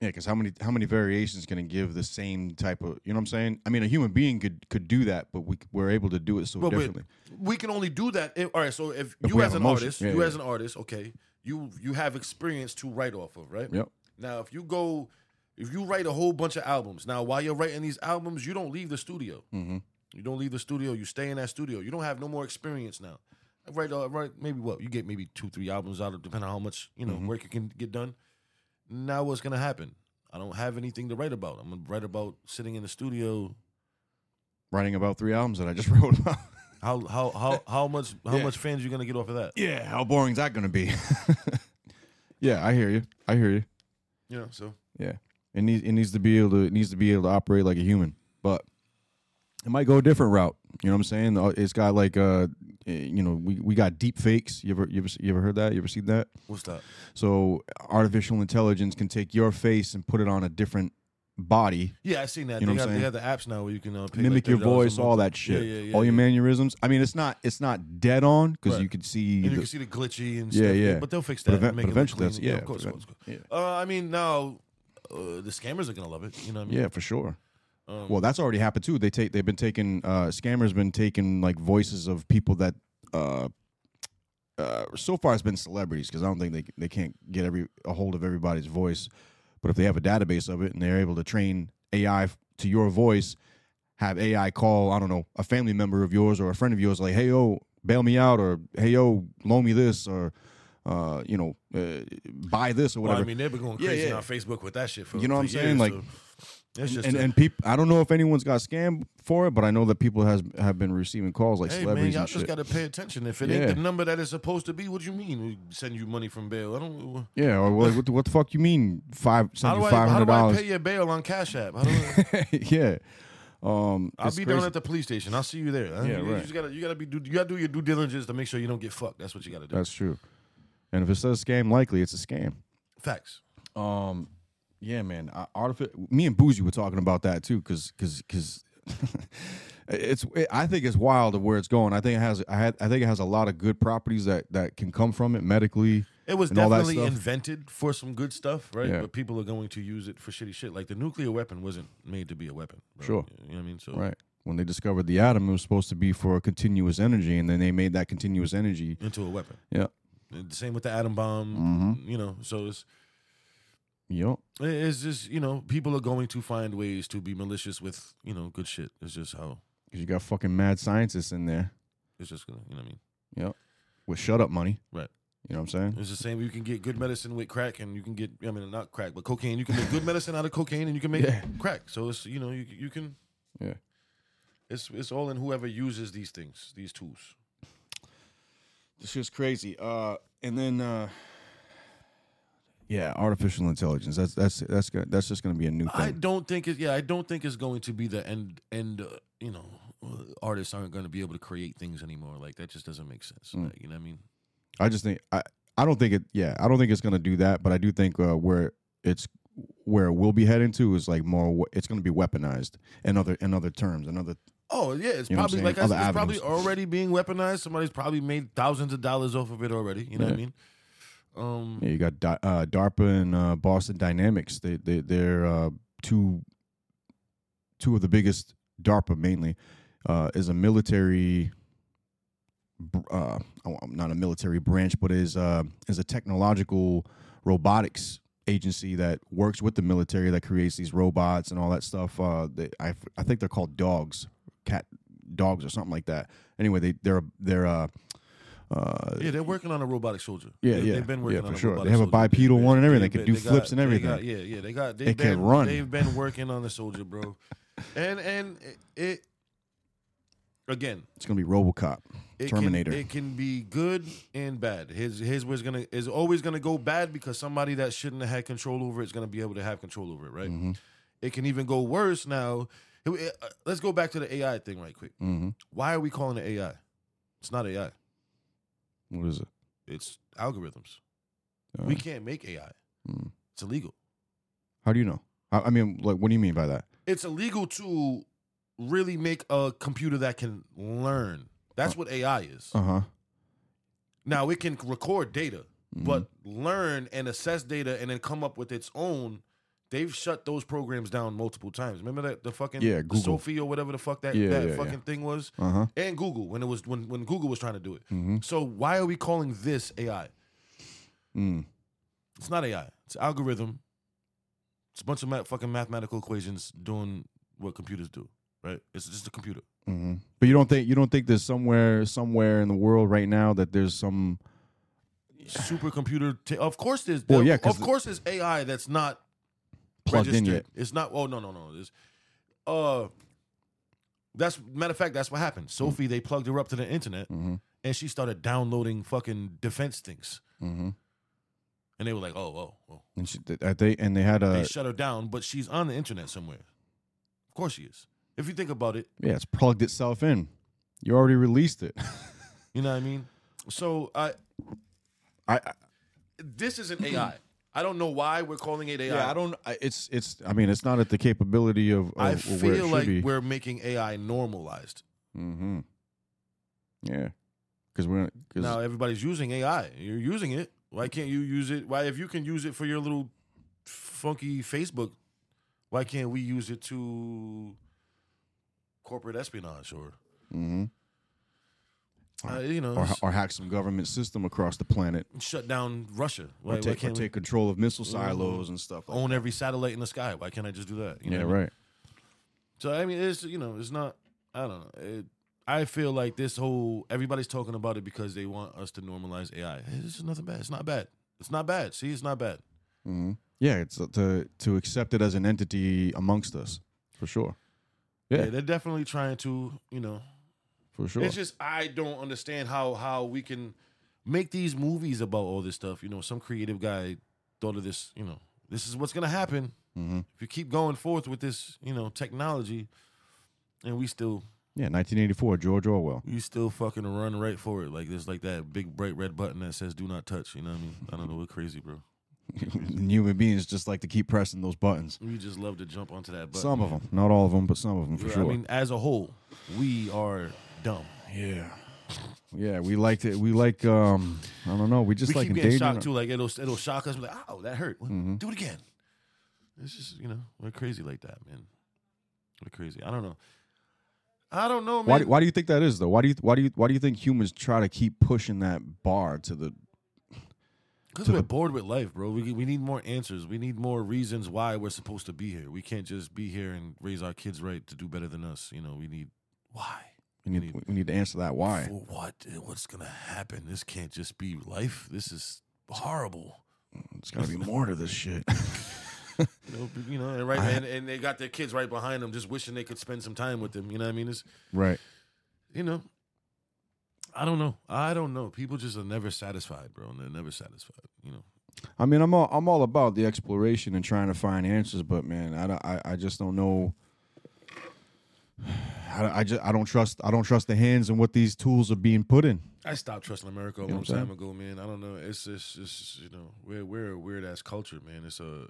Speaker 10: Yeah, because how many how many variations can it give the same type of you know what I'm saying? I mean, a human being could could do that, but we c- we're able to do it so
Speaker 11: But we-
Speaker 10: differently.
Speaker 11: we can only do that. If, all right. So if,
Speaker 10: Oh, If
Speaker 11: you
Speaker 10: we
Speaker 11: as
Speaker 10: have
Speaker 11: an
Speaker 10: emotion.
Speaker 11: artist,
Speaker 10: Yeah,
Speaker 11: you
Speaker 10: yeah.
Speaker 11: as an artist, okay, you you have experience to write off of, right?
Speaker 10: Yep.
Speaker 11: Now, if you go, if you write a whole bunch of albums, now while you're writing these albums, you don't leave the studio.
Speaker 10: Mm-hmm.
Speaker 11: You don't leave the studio. You stay in that studio. You don't have no more experience now. I write, uh, write maybe what you get maybe two, three albums out of depending on how much you know
Speaker 10: Mhm.
Speaker 11: work you can get done. Now what's gonna happen? I don't have anything to write about. I'm gonna write about sitting in the studio.
Speaker 10: Writing about three albums that I just wrote about.
Speaker 11: How how how how much how
Speaker 10: Yeah.
Speaker 11: much fans you gonna get off of that?
Speaker 10: Yeah, how boring's that gonna be? yeah, I hear you. I hear you.
Speaker 11: You know, so
Speaker 10: Yeah, it needs it needs to be able to it needs to be able to operate like a human, but it might go a different route. You know what I'm saying? Uh, It's got like uh, eh, you know, we, we got deep fakes. You ever you ever you ever heard that? You ever seen that?
Speaker 11: What's that?
Speaker 10: So artificial intelligence can take your face and put it on a different body.
Speaker 11: yeah, I seen that.
Speaker 10: You know
Speaker 11: they,
Speaker 10: what
Speaker 11: got,
Speaker 10: I'm
Speaker 11: they
Speaker 10: saying?
Speaker 11: got the apps now where you can uh, pay like
Speaker 10: mimic your
Speaker 11: $30 a
Speaker 10: voice, all
Speaker 11: month.
Speaker 10: that shit,
Speaker 11: Yeah, yeah, yeah,
Speaker 10: all your
Speaker 11: yeah.
Speaker 10: mannerisms. I mean, it's not it's not dead on because you could see
Speaker 11: And you can see the glitchy and
Speaker 10: yeah,
Speaker 11: stuff.
Speaker 10: yeah.
Speaker 11: But they'll fix
Speaker 10: But,
Speaker 11: that and
Speaker 10: event-
Speaker 11: make
Speaker 10: but
Speaker 11: it look
Speaker 10: eventually,
Speaker 11: clean.
Speaker 10: that's
Speaker 11: Yeah,
Speaker 10: yeah,
Speaker 11: of course,
Speaker 10: event-
Speaker 11: of course. Uh, I mean, now uh, the scammers are gonna love it. You know what I mean?
Speaker 10: Yeah, for sure.
Speaker 11: Um,
Speaker 10: well, that's already happened too. They take they've been taking uh, scammers been taking like voices of people that uh, uh, so far it's been celebrities because I don't think they they can't get every a hold of everybody's voice. But if they have a database of it and they're able to train AI f- to your voice, have AI call I don't know a family member of yours or a friend of yours like hey yo bail me out or hey yo loan me this or uh, you know uh, buy this or
Speaker 11: Well,
Speaker 10: whatever.
Speaker 11: I mean, they've been going
Speaker 10: Yeah,
Speaker 11: crazy
Speaker 10: yeah.
Speaker 11: on Facebook with that shit for
Speaker 10: You know what I'm
Speaker 11: for
Speaker 10: saying?
Speaker 11: years,
Speaker 10: Like,
Speaker 11: so that's
Speaker 10: and,
Speaker 11: just
Speaker 10: and,
Speaker 11: a-
Speaker 10: and people, I don't know if anyone's got scammed for it, but I know that people has have been receiving calls like
Speaker 11: hey man,
Speaker 10: celebrities
Speaker 11: y'all
Speaker 10: and
Speaker 11: just
Speaker 10: shit.
Speaker 11: gotta pay attention. If it
Speaker 10: Yeah.
Speaker 11: ain't the number that it's supposed to be, what you mean? We send you money from bail? I don't.
Speaker 10: yeah, or like, what, the, what the fuck you mean? Five
Speaker 11: How
Speaker 10: send
Speaker 11: do
Speaker 10: you
Speaker 11: I?
Speaker 10: five
Speaker 11: How
Speaker 10: hundred
Speaker 11: do I
Speaker 10: dollars?
Speaker 11: pay your bail on Cash App? How do I,
Speaker 10: yeah, um,
Speaker 11: I'll
Speaker 10: it's
Speaker 11: be
Speaker 10: crazy.
Speaker 11: down at the police station. I'll see you there.
Speaker 10: Yeah,
Speaker 11: you, you
Speaker 10: right.
Speaker 11: just gotta you gotta be do, you gotta do your due diligence to make sure you don't get fucked. That's what you gotta do.
Speaker 10: That's true. And if it says scam likely, it's a scam.
Speaker 11: Facts.
Speaker 10: Um, yeah, man. I, artifi- me and Boozy were talking about that too, because because because it's. I think it's wild of where it's going. I think it has. I had. I think it has a lot of good properties that that can come from it medically.
Speaker 11: It was
Speaker 10: and all that
Speaker 11: definitely
Speaker 10: stuff.
Speaker 11: invented for some good stuff, right?
Speaker 10: Yeah.
Speaker 11: But people are going to use it for shitty shit. Like the nuclear weapon wasn't made to be a weapon. bro.
Speaker 10: Sure.
Speaker 11: You know what I mean? So
Speaker 10: Right. When they discovered the atom, it was supposed to be for continuous energy, and then they made that continuous energy
Speaker 11: into a weapon.
Speaker 10: Yeah.
Speaker 11: And the same with the atom bomb.
Speaker 10: Mhm.
Speaker 11: You know, so it's
Speaker 10: Yup.
Speaker 11: it's just you know people are going to find ways to be malicious with you know good shit. It's just how
Speaker 10: Because you got fucking mad scientists in there.
Speaker 11: it's just gonna you know what I mean.
Speaker 10: Yep. With shut up money.
Speaker 11: Right.
Speaker 10: You know what I'm saying?
Speaker 11: It's the same. You can get good medicine with crack, and you can get I mean not crack, but cocaine. You can make good medicine out of cocaine, and you can make
Speaker 10: Yeah.
Speaker 11: crack. So it's you know you you can.
Speaker 10: Yeah.
Speaker 11: It's it's all in whoever uses these things, these tools.
Speaker 10: This shit's crazy. Uh, and then uh, yeah, artificial intelligence. That's that's that's gonna, that's just gonna be a new thing.
Speaker 11: I don't think it. Yeah, I don't think it's going to be the end. End. Uh, you know, well, artists aren't going to be able to create things anymore. Like that just doesn't make sense.
Speaker 10: Mm.
Speaker 11: Like, you know what I mean?
Speaker 10: I just think I I don't think it. Yeah, I don't think it's gonna do that. But I do think uh, where it's where it will be heading to is like more. we- It's gonna be weaponized in other in other terms, another.
Speaker 11: Oh yeah, it's
Speaker 10: You know what
Speaker 11: probably
Speaker 10: I'm
Speaker 11: like I
Speaker 10: saying?
Speaker 11: said,
Speaker 10: Other
Speaker 11: it's probably
Speaker 10: avenues.
Speaker 11: already being weaponized. Somebody's probably made thousands of dollars off of it already. You know what I
Speaker 10: Yeah.
Speaker 11: mean? Um,
Speaker 10: Yeah, you got Di- uh, DARPA and uh, Boston Dynamics. They they they're uh, two two of the biggest. DARPA mainly uh, is a military. br- Uh, oh, not a military branch, but is uh, is a technological robotics agency that works with the military that creates these robots and all that stuff. Uh, they, I f- I think they're called dogs, cat dogs or something like that. Anyway, they they're they're uh, uh,
Speaker 11: yeah, they're working on a robotic soldier.
Speaker 10: yeah,
Speaker 11: they,
Speaker 10: yeah,
Speaker 11: They've been
Speaker 10: yeah,
Speaker 11: working on
Speaker 10: for
Speaker 11: a
Speaker 10: sure. They
Speaker 11: robotic
Speaker 10: have a
Speaker 11: soldier.
Speaker 10: bipedal one and everything. They
Speaker 11: They-
Speaker 10: can do
Speaker 11: they got-
Speaker 10: flips and
Speaker 11: they
Speaker 10: everything.
Speaker 11: got- yeah, yeah, they got. They've
Speaker 10: It can
Speaker 11: been,
Speaker 10: run.
Speaker 11: They've been working on the soldier, bro. and and it, it again,
Speaker 10: It's gonna be RoboCop,
Speaker 11: it
Speaker 10: Terminator.
Speaker 11: Can, it can be good and bad. His his was gonna is always gonna go bad because somebody that shouldn't have had control over it's gonna be able to have control over it, right?
Speaker 10: Mm. Mm-hmm,
Speaker 11: It can even go worse now. It- it- uh, let's go back to the AI thing right quick.
Speaker 10: Mhm.
Speaker 11: Why are we calling it AI? It's not AI.
Speaker 10: What is it?
Speaker 11: It's algorithms.
Speaker 10: Uh,
Speaker 11: we can't make AI.
Speaker 10: Mm.
Speaker 11: It's illegal.
Speaker 10: How do you know? I, I mean, like, what do you mean by that?
Speaker 11: It's illegal to really make a computer that can learn. That's what AI is.
Speaker 10: Uh huh.
Speaker 11: Now it can record data,
Speaker 10: Mm-hmm.
Speaker 11: but learn and assess data and then come up with its own. They've shut those programs down multiple times. Remember that the fucking
Speaker 10: Yeah,
Speaker 11: the
Speaker 10: Google.
Speaker 11: Sophie or whatever the fuck that,
Speaker 10: Yeah,
Speaker 11: that
Speaker 10: yeah,
Speaker 11: fucking
Speaker 10: yeah.
Speaker 11: thing was,
Speaker 10: Uh-huh.
Speaker 11: and Google when it was when when Google was trying to do it.
Speaker 10: Mhm.
Speaker 11: So why are we calling this AI?
Speaker 10: Mm.
Speaker 11: It's not AI. It's an algorithm. It's a bunch of ma- fucking mathematical equations doing what computers do. Right? It's just a computer.
Speaker 10: hmm But you don't think you don't think there's somewhere somewhere in the world right now that there's some
Speaker 11: supercomputer. T- of course, there's.
Speaker 10: Well, yeah, 'cause
Speaker 11: of course, there's AI that's not
Speaker 10: Plugged in
Speaker 11: registered.
Speaker 10: yet.
Speaker 11: It's not. Oh no, no, no. It's, uh, that's matter of fact. That's what happened.
Speaker 10: Mm-hmm.
Speaker 11: Sophie, they plugged her up to the internet, and she started downloading fucking defense things.
Speaker 10: Mhm.
Speaker 11: And they were like, "Oh, whoa, whoa."
Speaker 10: and she, that they and they had a
Speaker 11: they shut her down, but she's on the internet somewhere. Of course, she is. If you think about it,
Speaker 10: yeah, it's plugged itself in. You already released it.
Speaker 11: you know what I mean. So I,
Speaker 10: I, I
Speaker 11: this isn't AI. I don't know why we're calling it AI.
Speaker 10: yeah, I don't. I, it's it's. I mean, it's not at the capability of. of
Speaker 11: I
Speaker 10: of where it
Speaker 11: feel
Speaker 10: should
Speaker 11: like
Speaker 10: be.
Speaker 11: we're making AI normalized.
Speaker 10: Mm-hmm. Yeah, because we're because
Speaker 11: Now everybody's using AI. You're using it. Why can't you use it? Why, if you can use it for your little funky Facebook, why can't we use it to corporate espionage or
Speaker 10: mhm.
Speaker 11: uh, you know
Speaker 10: or, or hack some government system across the planet.
Speaker 11: shut down Russia?
Speaker 10: Or
Speaker 11: Why, why
Speaker 10: take, or
Speaker 11: can't we
Speaker 10: take control of missile silos and stuff. Like
Speaker 11: own every satellite in the sky? Why can't I just do that? You
Speaker 10: yeah,
Speaker 11: know what I mean?
Speaker 10: right.
Speaker 11: So I mean, it's you know, it's not. I don't know. It, I feel like this whole everybody's talking about it because they want us to normalize AI. This is nothing bad. It's not bad. It's not bad. See, it's not bad.
Speaker 10: hmm Yeah, it's to to accept it as an entity amongst us, for sure. Yeah,
Speaker 11: they're definitely trying to. You know,
Speaker 10: for sure.
Speaker 11: it's just I don't understand how how we can make these movies about all this stuff. You know, some creative guy thought of this. You know, this is what's gonna happen
Speaker 10: hmm
Speaker 11: if you keep going forth with this. You know, technology, and we still
Speaker 10: Yeah, 1984, George Orwell.
Speaker 11: You still fucking run right for it. Like there's like that big bright red button that says do not touch. You know what I mean? I don't know. We're crazy, bro.
Speaker 10: And Human beings just like to keep pressing those buttons.
Speaker 11: We just love to jump onto that button.
Speaker 10: Some of them, not all of them, but some of them for
Speaker 11: Yeah,
Speaker 10: sure.
Speaker 11: I mean, as a whole, we are dumb.
Speaker 10: yeah, yeah, we like to. We like. Um, I don't know. We
Speaker 11: we
Speaker 10: just like
Speaker 11: keep getting
Speaker 10: endangering.
Speaker 11: shocked too. Like it'll it'll shock us. We're like, oh, that hurt. Well,
Speaker 10: Mhm.
Speaker 11: Do it again. It's just, you know, we're crazy like that, man. We're crazy. I don't know. I don't know, man.
Speaker 10: Why do, why do you think that is though? Why do you why do you why do you think humans try to keep pushing that bar to the
Speaker 11: Because we're bored with life, bro. We, we need more answers. We need more reasons why we're supposed to be here. We can't just be here and raise our kids right to do better than us. You know, we need why.
Speaker 10: we need we need to answer that why.
Speaker 11: For what? What's going to happen? This can't just be life. This is horrible.
Speaker 10: It's gotta be more to this shit.
Speaker 11: You know, you know and right,
Speaker 10: I-
Speaker 11: and, and they got their kids right behind them, just wishing they could spend some time with them. You know what I mean? It's
Speaker 10: right.
Speaker 11: you know, I don't know. I don't know. People just are never satisfied, bro. And they're never satisfied. You know,
Speaker 10: I mean, I'm all I'm all about the exploration and trying to find answers, but man, I don't- I, I just don't know. I I, don't- I just I don't trust I don't trust the hands and what these tools are being put in.
Speaker 11: I stopped trusting America a
Speaker 10: You know
Speaker 11: long
Speaker 10: what I'm
Speaker 11: time ago, man. I don't know. It's it's, it's you know we're we're a weird ass culture, man. It's a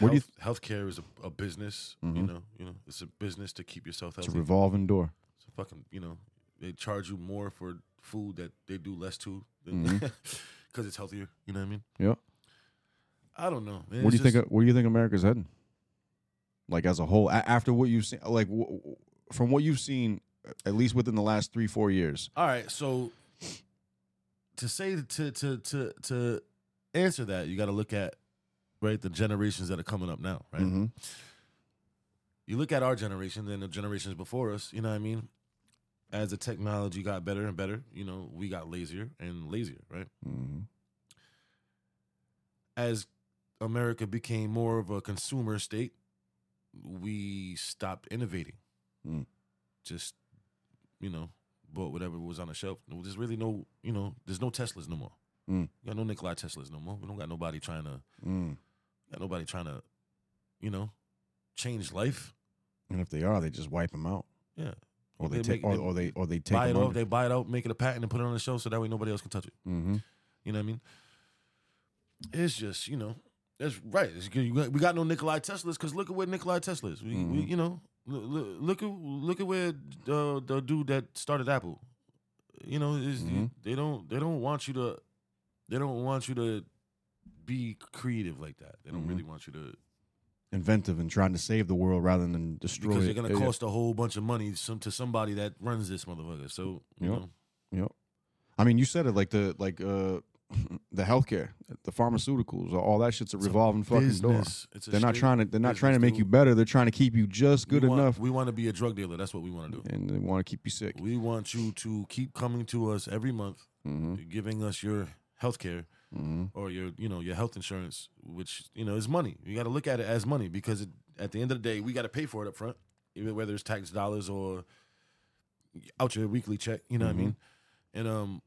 Speaker 10: What do you
Speaker 11: health, healthcare is a, a business. You
Speaker 10: Mhm.
Speaker 11: know, you know, it's a business to keep yourself
Speaker 10: It's
Speaker 11: healthy.
Speaker 10: a revolving door.
Speaker 11: It's a fucking you know they charge you more for food that they do less to because
Speaker 10: Mhm.
Speaker 11: it's healthier. You know what I mean?
Speaker 10: Yep.
Speaker 11: I don't know. Man.
Speaker 10: Where do
Speaker 11: It's
Speaker 10: you think
Speaker 11: just-
Speaker 10: where do you think America's heading? Like as a whole, a- after what you've seen, like w- w- from what you've seen, at least within the last three four years.
Speaker 11: All right, so to say to to to to answer that, you got to look at right the generations that are coming up now, right?
Speaker 10: Mhm.
Speaker 11: You look at our generation and the generations before us. You know what I mean? As the technology got better and better, you know, we got lazier and lazier, right?
Speaker 10: Mm-hmm.
Speaker 11: As America became more of a consumer state, we stopped innovating.
Speaker 10: Mm.
Speaker 11: Just you know, bought whatever was on the shelf. There's really no, you know, there's no Teslas no more.
Speaker 10: Mm.
Speaker 11: We got no Nikolai Teslas no more. We don't got nobody trying to,
Speaker 10: Mm.
Speaker 11: got nobody trying to, you know, change life.
Speaker 10: And if they are, they just wipe them out.
Speaker 11: Yeah.
Speaker 10: Or they,
Speaker 11: make-
Speaker 10: take or, or they or they take
Speaker 11: buy it
Speaker 10: them
Speaker 11: off. They buy it out, make it a patent, and put it on the shelf so that way nobody else can touch it.
Speaker 10: mm-hmm.
Speaker 11: You know what I mean? It's just you know that's right. It's good. You got- We got no Nikolai Teslas because look at where Nikolai Tesla is. We, we
Speaker 10: Mhm.
Speaker 11: you know look, look at look at where the the dude that started Apple. You know is
Speaker 10: Mhm.
Speaker 11: they don't they don't want you to they don't want you to be creative like that. They don't
Speaker 10: Mhm.
Speaker 11: really want you to
Speaker 10: inventive and trying to save the world rather than destroy
Speaker 11: because they're
Speaker 10: it. Uh,
Speaker 11: gonna
Speaker 10: Yeah.
Speaker 11: cost a whole bunch of money some to somebody that runs this motherfucker. So you
Speaker 10: Yep.
Speaker 11: know
Speaker 10: Yep. I mean, you said it like the like uh the healthcare, the pharmaceuticals, all that shit's a
Speaker 11: a
Speaker 10: revolving fucking door.
Speaker 11: business. It's a
Speaker 10: They're not
Speaker 11: straight
Speaker 10: trying to they're not trying to
Speaker 11: business,
Speaker 10: make you better. They're trying to keep you just good
Speaker 11: we want,
Speaker 10: enough
Speaker 11: We want to be a drug dealer. That's what we want to do.
Speaker 10: and they want to keep you sick.
Speaker 11: We want you to keep coming to us every month,
Speaker 10: Mm-hmm,
Speaker 11: giving us your health care or your, you know, your health insurance, which you know is money. You got to look at it as money because it, at the end of the day, we got to pay for it up front, even whether it's tax dollars or out your weekly check. You know what I mean?
Speaker 10: Mm-hmm.
Speaker 11: And um,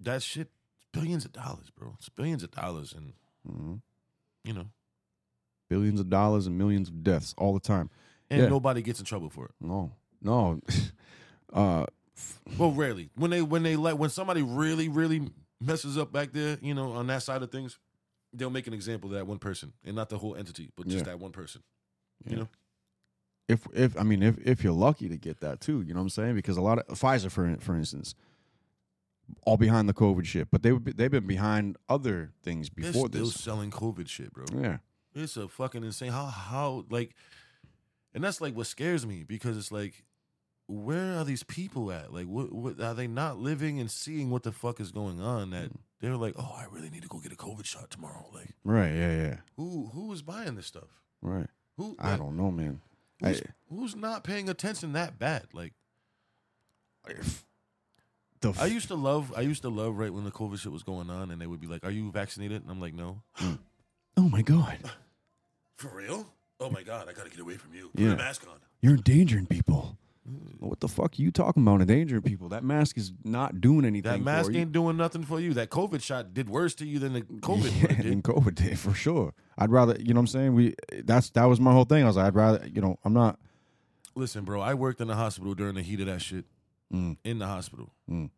Speaker 11: that shit, billions of dollars, bro. It's billions of dollars, and you know,
Speaker 10: mm-hmm. Billions of dollars and millions of deaths all the time.
Speaker 11: and
Speaker 10: Yeah.
Speaker 11: nobody gets in trouble for it.
Speaker 10: No. No. uh
Speaker 11: Well, rarely when they when they let when somebody really really messes up back there, you know, on that side of things, they'll make an example of that one person and not the whole entity, but just
Speaker 10: Yeah.
Speaker 11: that one person.
Speaker 10: Yeah.
Speaker 11: You know,
Speaker 10: if if I mean if if you're lucky to get that too, you know what I'm saying? Because a lot of Pfizer for for instance, all behind the COVID shit, but they would be, they've been behind other things before
Speaker 11: they're still
Speaker 10: this.
Speaker 11: selling COVID shit, bro.
Speaker 10: Yeah.
Speaker 11: It's a fucking insane how how like, and that's like what scares me because it's like, where are these people at? Like, what what are they not living and seeing what the fuck is going on? That
Speaker 10: Hmm.
Speaker 11: they're like, oh, I really need to go get a COVID shot tomorrow. Like,
Speaker 10: Right, yeah, yeah.
Speaker 11: who who is buying this stuff?
Speaker 10: Right.
Speaker 11: Who
Speaker 10: I don't know, man. I,
Speaker 11: Who's, who's not paying attention that bad? Like
Speaker 10: the
Speaker 11: I used to love, I used to love right when the COVID shit was going on, and they would be like, "Are you vaccinated?" And I'm like, "No."
Speaker 10: oh my god.
Speaker 11: For real? Oh my god, I gotta get away from you. Put
Speaker 10: Yeah.
Speaker 11: a mask on.
Speaker 10: You're endangering people.
Speaker 11: Mm.
Speaker 10: Well, What the fuck are you talking about? Endangering people? That mask is not doing anything.
Speaker 11: That mask
Speaker 10: for you.
Speaker 11: ain't doing nothing for you. That COVID shot did worse to you than the COVID one
Speaker 10: in
Speaker 11: did.
Speaker 10: COVID day for sure. I'd rather, you know, what I'm saying we. That's that was my whole thing. I was like, I'd rather, you know, I'm not.
Speaker 11: Listen, bro, I worked in the hospital during the heat of that shit.
Speaker 10: Mm.
Speaker 11: In the hospital,
Speaker 10: Mm.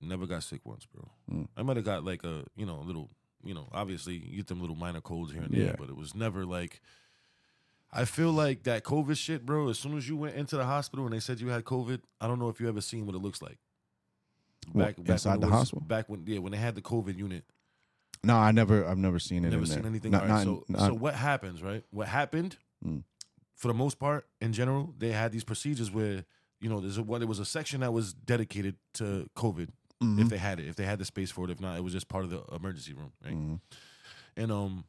Speaker 11: never got sick once, bro.
Speaker 10: Mm.
Speaker 11: I might have got like a, you know, a little, you know, obviously you get them little minor colds here and there,
Speaker 10: Yeah.
Speaker 11: but it was never like. I feel like that COVID shit, bro. As soon as you went into the hospital and they said you had COVID, I don't know if you ever seen what it looks like.
Speaker 10: What,
Speaker 11: it
Speaker 10: inside the
Speaker 11: was-
Speaker 10: hospital?
Speaker 11: Back when, yeah, when they had the COVID unit,
Speaker 10: No, I never. I've never seen it.
Speaker 11: Never
Speaker 10: in
Speaker 11: seen
Speaker 10: there.
Speaker 11: anything.
Speaker 10: Not,
Speaker 11: All right,
Speaker 10: not-
Speaker 11: so,
Speaker 10: not-
Speaker 11: so what happens, right? What happened?
Speaker 10: Mm.
Speaker 11: For the most part, in general, they had these procedures where you know there's a, well, there was a section that was dedicated to COVID if
Speaker 10: Mhm.
Speaker 11: they had it, if they had the space for it. If not, it was just part of the emergency room, right?
Speaker 10: Mhm.
Speaker 11: And um,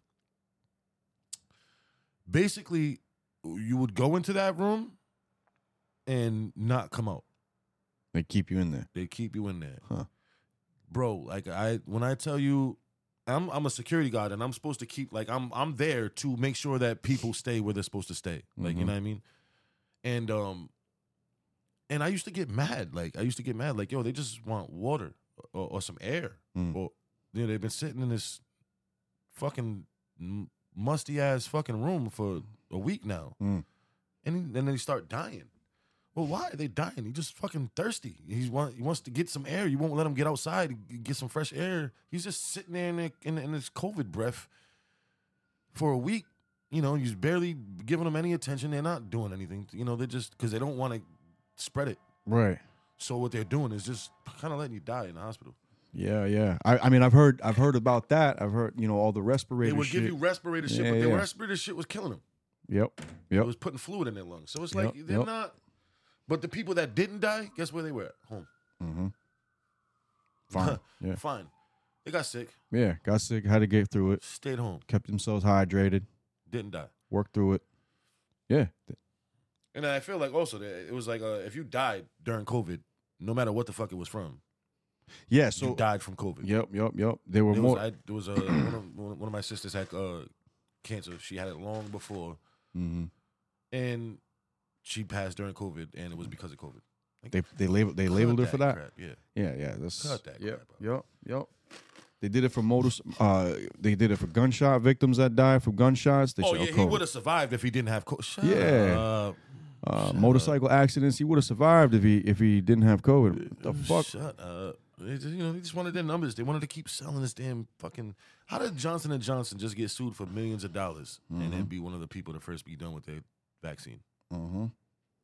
Speaker 11: basically, you would go into that room and not come out.
Speaker 10: They keep you in there.
Speaker 11: They keep you in there.
Speaker 10: Huh.
Speaker 11: Bro, like I when I tell you I'm I'm a security guard and I'm supposed to keep like I'm I'm there to make sure that people stay where they're supposed to stay. Like, you
Speaker 10: Mhm.
Speaker 11: know what I mean? And um and I used to get mad. Like I used to get mad like, yo, they just want water or, or some air.
Speaker 10: Mm.
Speaker 11: Or you know, they've been sitting in this fucking musty ass fucking room for a week now.
Speaker 10: Mm.
Speaker 11: And then they start dying. Well, why? They dying. He just fucking thirsty. He's want, he wants to get some air. You won't let him get outside and g- get some fresh air. He's just sitting there in, the, in, in his COVID breath for a week. You know, he's barely giving them any attention. They're not doing anything. You know, they're just because they don't want to spread it.
Speaker 10: Right.
Speaker 11: So what they're doing is just kind of letting you die in the hospital.
Speaker 10: Yeah, yeah. I, I mean, I've heard, I've heard about that. I've heard, you know, all the respirator.
Speaker 11: They would
Speaker 10: shit.
Speaker 11: give you respirator shit,
Speaker 10: Yeah,
Speaker 11: but
Speaker 10: yeah.
Speaker 11: the respirator shit was killing them.
Speaker 10: Yep,
Speaker 11: It
Speaker 10: yep.
Speaker 11: was putting fluid in their lungs. So it's
Speaker 10: Yep,
Speaker 11: like they're
Speaker 10: yep.
Speaker 11: not. But the people that didn't die, guess where they were? At home.
Speaker 10: Mm-hmm. Fine. yeah.
Speaker 11: Fine. They got sick.
Speaker 10: Yeah. Got sick. Had to get through it.
Speaker 11: Stayed home.
Speaker 10: Kept themselves hydrated.
Speaker 11: Didn't die.
Speaker 10: Worked through it. Yeah. th-
Speaker 11: And I feel like also that it was like uh, if you died during COVID, no matter what the fuck it was from,
Speaker 10: Yeah. So
Speaker 11: died from COVID.
Speaker 10: Yep. Yep. Yep. There were
Speaker 11: there
Speaker 10: more.
Speaker 11: Was, I, there was uh, one, of, one of my sisters had uh, cancer. She had it long before,
Speaker 10: hmm
Speaker 11: and she passed during COVID, and it was because of COVID.
Speaker 10: They they labeled they
Speaker 11: Cut
Speaker 10: labeled her for that.
Speaker 11: crap, yeah.
Speaker 10: Yeah. Yeah. That's
Speaker 11: Cut that
Speaker 10: Yep. Yep. Yep. They did it for motors. Uh, they did it for gunshot victims that died from gunshots. They
Speaker 11: oh
Speaker 10: should-
Speaker 11: yeah, he
Speaker 10: COVID.
Speaker 11: would have survived if he didn't have COVID. Shut
Speaker 10: Yeah.
Speaker 11: up.
Speaker 10: Uh, motorcycle accidents. He would have survived if he if he didn't have COVID. What the fuck?
Speaker 11: Shut up. They just, you know, they just wanted their numbers. They wanted to keep selling this damn fucking. How did Johnson and Johnson just get sued for millions of dollars and then
Speaker 10: Mhm.
Speaker 11: be one of the people to first be done with their vaccine?
Speaker 10: Uh-huh.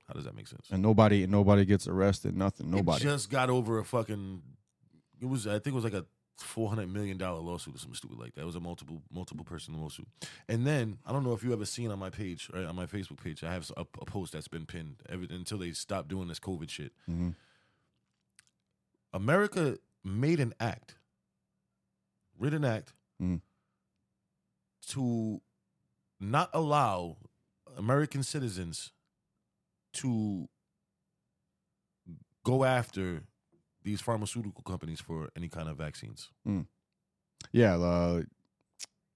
Speaker 11: How does that make sense?
Speaker 10: And nobody and nobody gets arrested. Nothing.
Speaker 11: It
Speaker 10: Nobody.
Speaker 11: just got over a fucking. It was I think it was like a four hundred million dollar lawsuit or something stupid like that. It was a multiple multiple person lawsuit. And then I don't know if you ever seen on my page right on my Facebook page. I have a, a post that's been pinned every, until they stop doing this COVID shit.
Speaker 10: Mhm.
Speaker 11: America made an act, writ an act,
Speaker 10: Mhm.
Speaker 11: to not allow American citizens to go after these pharmaceutical companies for any kind of vaccines.
Speaker 10: Mm. Yeah. Uh,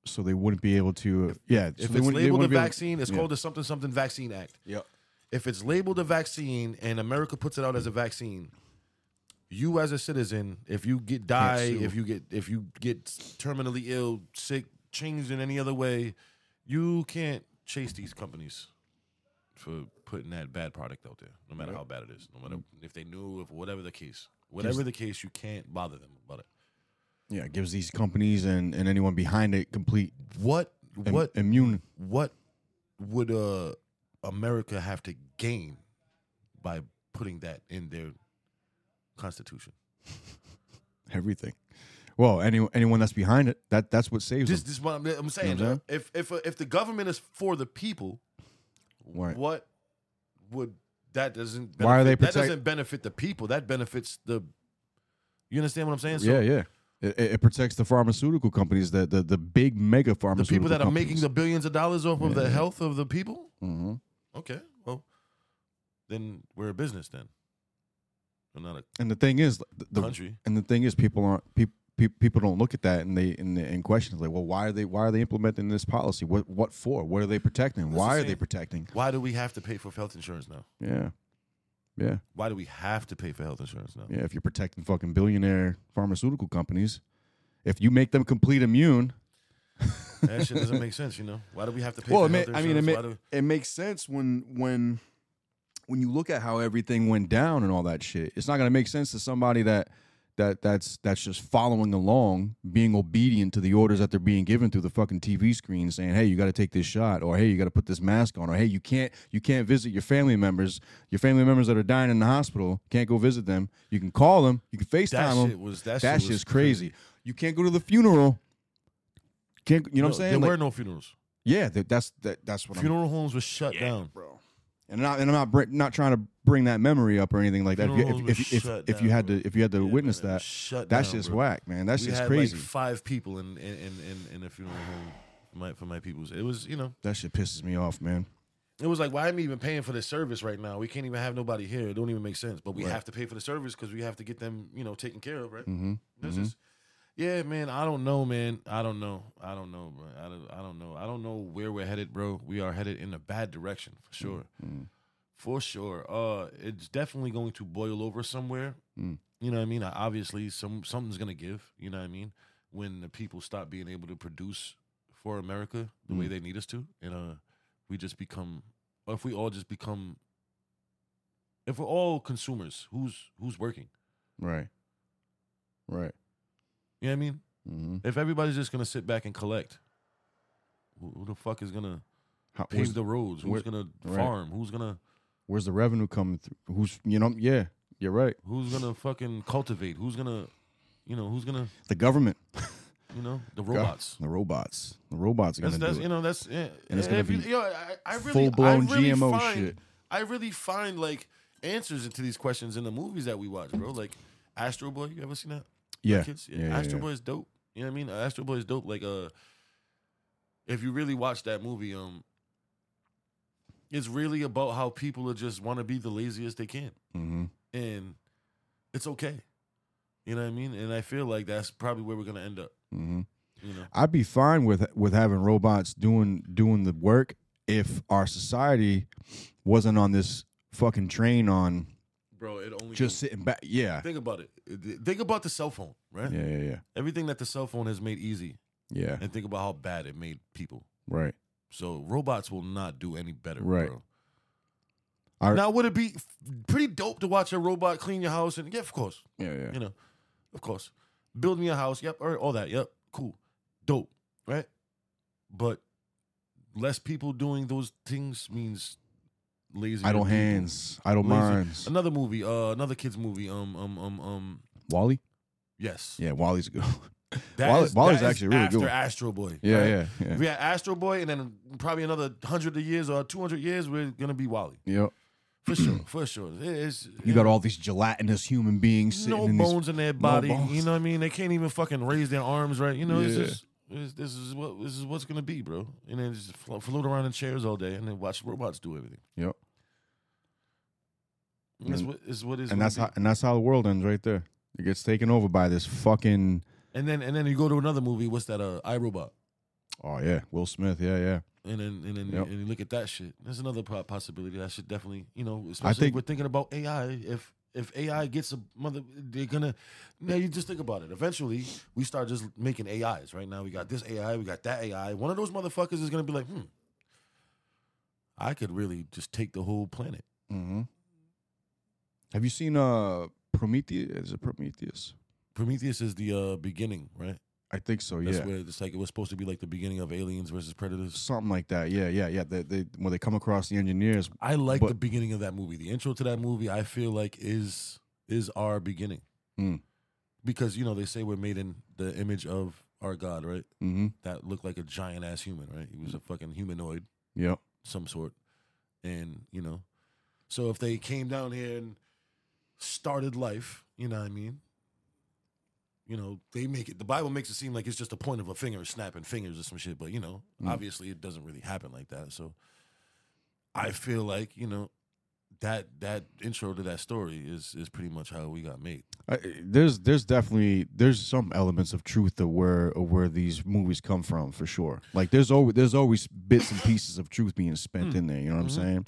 Speaker 10: so they wouldn't be able to. yeah. so
Speaker 11: If
Speaker 10: they
Speaker 11: it's
Speaker 10: wouldn't- they
Speaker 11: labeled a
Speaker 10: wouldn't be able-
Speaker 11: vaccine, it's
Speaker 10: yeah.
Speaker 11: called the something something vaccine act.
Speaker 10: Yep.
Speaker 11: If it's labeled a vaccine and America puts it out as a vaccine, you as a citizen, if you get die,
Speaker 10: sue.
Speaker 11: if you get if you get terminally ill, sick, changed in any other way, you can't chase these companies for putting that bad product out there, no matter
Speaker 10: Yep.
Speaker 11: how bad it is, no
Speaker 10: Mm.
Speaker 11: matter if they knew, if whatever the case, whatever the case, you can't bother them about it.
Speaker 10: Yeah. It gives these companies and and anyone behind it complete
Speaker 11: What
Speaker 10: im-
Speaker 11: what
Speaker 10: immune.
Speaker 11: what would uh America have to gain by putting that in their constitution?
Speaker 10: everything. Well, any, anyone that's behind it, that that's what saves
Speaker 11: This
Speaker 10: them.
Speaker 11: this is what I'm, I'm saying.
Speaker 10: what I'm saying?
Speaker 11: uh, If if if the government is for the people,
Speaker 10: Right.
Speaker 11: what would that doesn't benefit,
Speaker 10: Why are they
Speaker 11: that
Speaker 10: protect-
Speaker 11: doesn't benefit the people? That benefits the. You understand what I'm saying?
Speaker 10: yeah, yeah. It, it it protects the pharmaceutical companies, the the, the big mega
Speaker 11: The
Speaker 10: pharmaceutical
Speaker 11: people that are making the billions of dollars off of the
Speaker 10: Yeah.
Speaker 11: health of the people.
Speaker 10: hmm
Speaker 11: Okay, well, then we're a business then. We're not a
Speaker 10: And the thing is, the, the
Speaker 11: Country.
Speaker 10: And the thing is, people aren't people. People don't look at that and they and, they, and questions like, well, why are they why are they implementing this policy? What what for? What are they protecting? Why are they protecting?
Speaker 11: Why do we have to pay for health insurance now?
Speaker 10: Yeah, yeah,
Speaker 11: Why do we have to pay for health insurance now?
Speaker 10: yeah. If you're protecting fucking billionaire pharmaceutical companies, if you make them complete immune,
Speaker 11: That shit doesn't make sense, you know. Why do we have to pay
Speaker 10: Well,
Speaker 11: for
Speaker 10: it may,
Speaker 11: health
Speaker 10: I
Speaker 11: insurance?
Speaker 10: mean, it,
Speaker 11: Why
Speaker 10: ma-
Speaker 11: do-
Speaker 10: it makes sense when when when you look at how everything went down and all that shit. It's not going to make sense to somebody that that that's that's just following along, being obedient to the orders that they're being given through the fucking TV screen, saying, "Hey, you got to take this shot," or "Hey, you got to put this mask on," or "Hey, you can't you can't visit your family members. Your family members that are dying in the hospital can't go visit them. You can call them. You can FaceTime them.
Speaker 11: shit was- that shit
Speaker 10: shit's
Speaker 11: was
Speaker 10: crazy. You can't go to the funeral. Can't you know what
Speaker 11: No,
Speaker 10: I'm saying?
Speaker 11: There
Speaker 10: Like-
Speaker 11: were no funerals.
Speaker 10: yeah, that, that's that, that's what
Speaker 11: Funeral homes were shut down.
Speaker 10: bro. I'm and not and I'm not br- not trying to bring that memory up or anything like that. If
Speaker 11: Funeral
Speaker 10: you,
Speaker 11: homes
Speaker 10: if,
Speaker 11: was
Speaker 10: if, if,
Speaker 11: shut
Speaker 10: if you
Speaker 11: down,
Speaker 10: had to if you had to witness that,
Speaker 11: Shut
Speaker 10: that's
Speaker 11: down,
Speaker 10: just
Speaker 11: bro.
Speaker 10: whack, man. That's
Speaker 11: we
Speaker 10: just
Speaker 11: had
Speaker 10: crazy.
Speaker 11: Like five people in in, in, in in a funeral home for my, for my people's. It was, you know,
Speaker 10: that shit pisses me off, man.
Speaker 11: it was like, why am I even paying for this service right now? We can't even have nobody here. It don't even make sense. But we
Speaker 10: Right.
Speaker 11: have to pay for the service because we have to get them, you know, taken care of, right?
Speaker 10: Mm-hmm.
Speaker 11: This is, yeah, man. I don't know, man. I don't know. I don't know, bro. I don't, I don't know. I don't know where we're headed, bro. We are headed in a bad direction for
Speaker 10: Mm-hmm.
Speaker 11: sure, for sure. Uh, it's definitely going to boil over somewhere.
Speaker 10: Mm.
Speaker 11: You know what I mean? I, obviously, some something's gonna give. You know what I mean? When the people stop being able to produce for America the way
Speaker 10: Mm.
Speaker 11: they need us to, and uh, we just become, or if we all just become if we're all consumers, who's who's working?
Speaker 10: Right. Right.
Speaker 11: You know what I mean?
Speaker 10: Mm-hmm.
Speaker 11: If everybody's just gonna sit back and collect, who, who the fuck is gonna pave the roads? Who's
Speaker 10: where-
Speaker 11: gonna
Speaker 10: right.
Speaker 11: farm? Who's gonna
Speaker 10: Where's the revenue coming through? Who's you know? Yeah, you're right.
Speaker 11: who's gonna fucking cultivate? Who's gonna you know who's gonna
Speaker 10: The government,
Speaker 11: you know the robots?
Speaker 10: the robots, the robots are
Speaker 11: That's,
Speaker 10: gonna
Speaker 11: that's
Speaker 10: do it.
Speaker 11: you know that's yeah.
Speaker 10: And it's gonna
Speaker 11: if you-
Speaker 10: be
Speaker 11: yo, I, I really,
Speaker 10: full-blown
Speaker 11: I really
Speaker 10: GMO
Speaker 11: find,
Speaker 10: shit.
Speaker 11: I really find like answers into these questions in the movies that we watch, bro. Like Astro Boy, you ever seen that?
Speaker 10: Yeah.
Speaker 11: Like, it's-
Speaker 10: Yeah, yeah,
Speaker 11: Astro
Speaker 10: yeah.
Speaker 11: Boy is dope. You know what I mean? Astro Boy is dope. Like uh, if you really watch that movie, um, it's really about how people are just want to be the laziest they can,
Speaker 10: mm-hmm.
Speaker 11: and it's okay. You know what I mean? And I feel like that's probably where we're gonna end up.
Speaker 10: Mm-hmm.
Speaker 11: You know.
Speaker 10: I'd be fine with with having robots doing doing the work if our society wasn't on this fucking train on
Speaker 11: Bro, it only
Speaker 10: just sitting back. Yeah,
Speaker 11: Think about it. Think about the cell phone, right?
Speaker 10: yeah, yeah, yeah,
Speaker 11: Everything that the cell phone has made easy,
Speaker 10: yeah.
Speaker 11: and think about how bad it made people.
Speaker 10: Right.
Speaker 11: So robots will not do any better,
Speaker 10: Right.
Speaker 11: bro.
Speaker 10: I-
Speaker 11: now, would it be f- pretty dope to watch a robot clean your house? And yeah, of course,
Speaker 10: Yeah, yeah.
Speaker 11: you know, of course, build me a house. Yep, all, right, all that. Yep, cool, dope, right? But less people doing those things means lazy.
Speaker 10: Idle hands, idle minds.
Speaker 11: Another movie, uh, another kids movie. Um, um, um, um.
Speaker 10: Wally.
Speaker 11: Yes.
Speaker 10: Yeah, Wally's a good. one.
Speaker 11: That
Speaker 10: Wall-
Speaker 11: is-
Speaker 10: Wally's
Speaker 11: that is
Speaker 10: actually a really
Speaker 11: after
Speaker 10: good. one.
Speaker 11: Astro Boy.
Speaker 10: Yeah,
Speaker 11: right?
Speaker 10: yeah, yeah.
Speaker 11: We had Astro Boy, and then probably another hundred of years or two hundred years, we're gonna be Wally
Speaker 10: Yep.
Speaker 11: for sure, for sure. It- It's
Speaker 10: You got all these gelatinous human beings sitting
Speaker 11: no
Speaker 10: in these-
Speaker 11: bones in their
Speaker 10: no
Speaker 11: body.
Speaker 10: bones.
Speaker 11: you know what I mean? They can't even fucking raise their arms right. You know, it's
Speaker 10: Yeah.
Speaker 11: just. It's, this is what this is what's gonna be, bro. And then just flo- float around in chairs all day, and then watch robots do everything.
Speaker 10: Yep.
Speaker 11: And that's
Speaker 10: And-
Speaker 11: what is what is.
Speaker 10: and that's how and that's how the world ends right there. It gets taken over by this fucking.
Speaker 11: and then and then you go to another movie. What's that? Uh, iRobot.
Speaker 10: Oh yeah, Will Smith. Yeah, yeah.
Speaker 11: And then and then
Speaker 10: Yep.
Speaker 11: and you look at that shit. That's another po- possibility. That should definitely, you know, especially if
Speaker 10: think-
Speaker 11: we're thinking about AI. If if AI gets a mother, they're gonna. Now you just think about it. Eventually, we start just making AIs. Right now, we got this AI, we got that AI. One of those motherfuckers is gonna be like, hmm, I could really just take the whole planet.
Speaker 10: Mm-hmm. Have you seen uh Prometheus? Is it Prometheus?
Speaker 11: Prometheus is the uh, beginning, right?
Speaker 10: I think so.
Speaker 11: That's
Speaker 10: Oh, yeah,
Speaker 11: where it's like it was supposed to be like the beginning of Aliens versus Predators.
Speaker 10: something like that. Yeah, yeah, yeah. They, they when they come across the engineers.
Speaker 11: I like
Speaker 10: But-
Speaker 11: the beginning of that movie. The intro to that movie, I feel like is is our beginning.
Speaker 10: Mm.
Speaker 11: because you know they say we're made in the image of our God, right?
Speaker 10: Mm-hmm.
Speaker 11: That looked like a giant ass human, right? He was a fucking humanoid,
Speaker 10: Yep.
Speaker 11: some sort, and you know, so if they came down here and started life, you know what I mean? You know, they make it. The Bible makes it seem like it's just a point of a finger snapping fingers or some shit, but you know,
Speaker 10: Mm.
Speaker 11: obviously it doesn't really happen like that. So I feel like you know that that intro to that story is is pretty much how we got made.
Speaker 10: I, there's there's definitely there's some elements of truth of where of where these movies come from for sure. Like there's always there's always bits and pieces of truth being
Speaker 11: Hmm.
Speaker 10: spent in there. You know what
Speaker 11: Mm-hmm.
Speaker 10: I'm saying?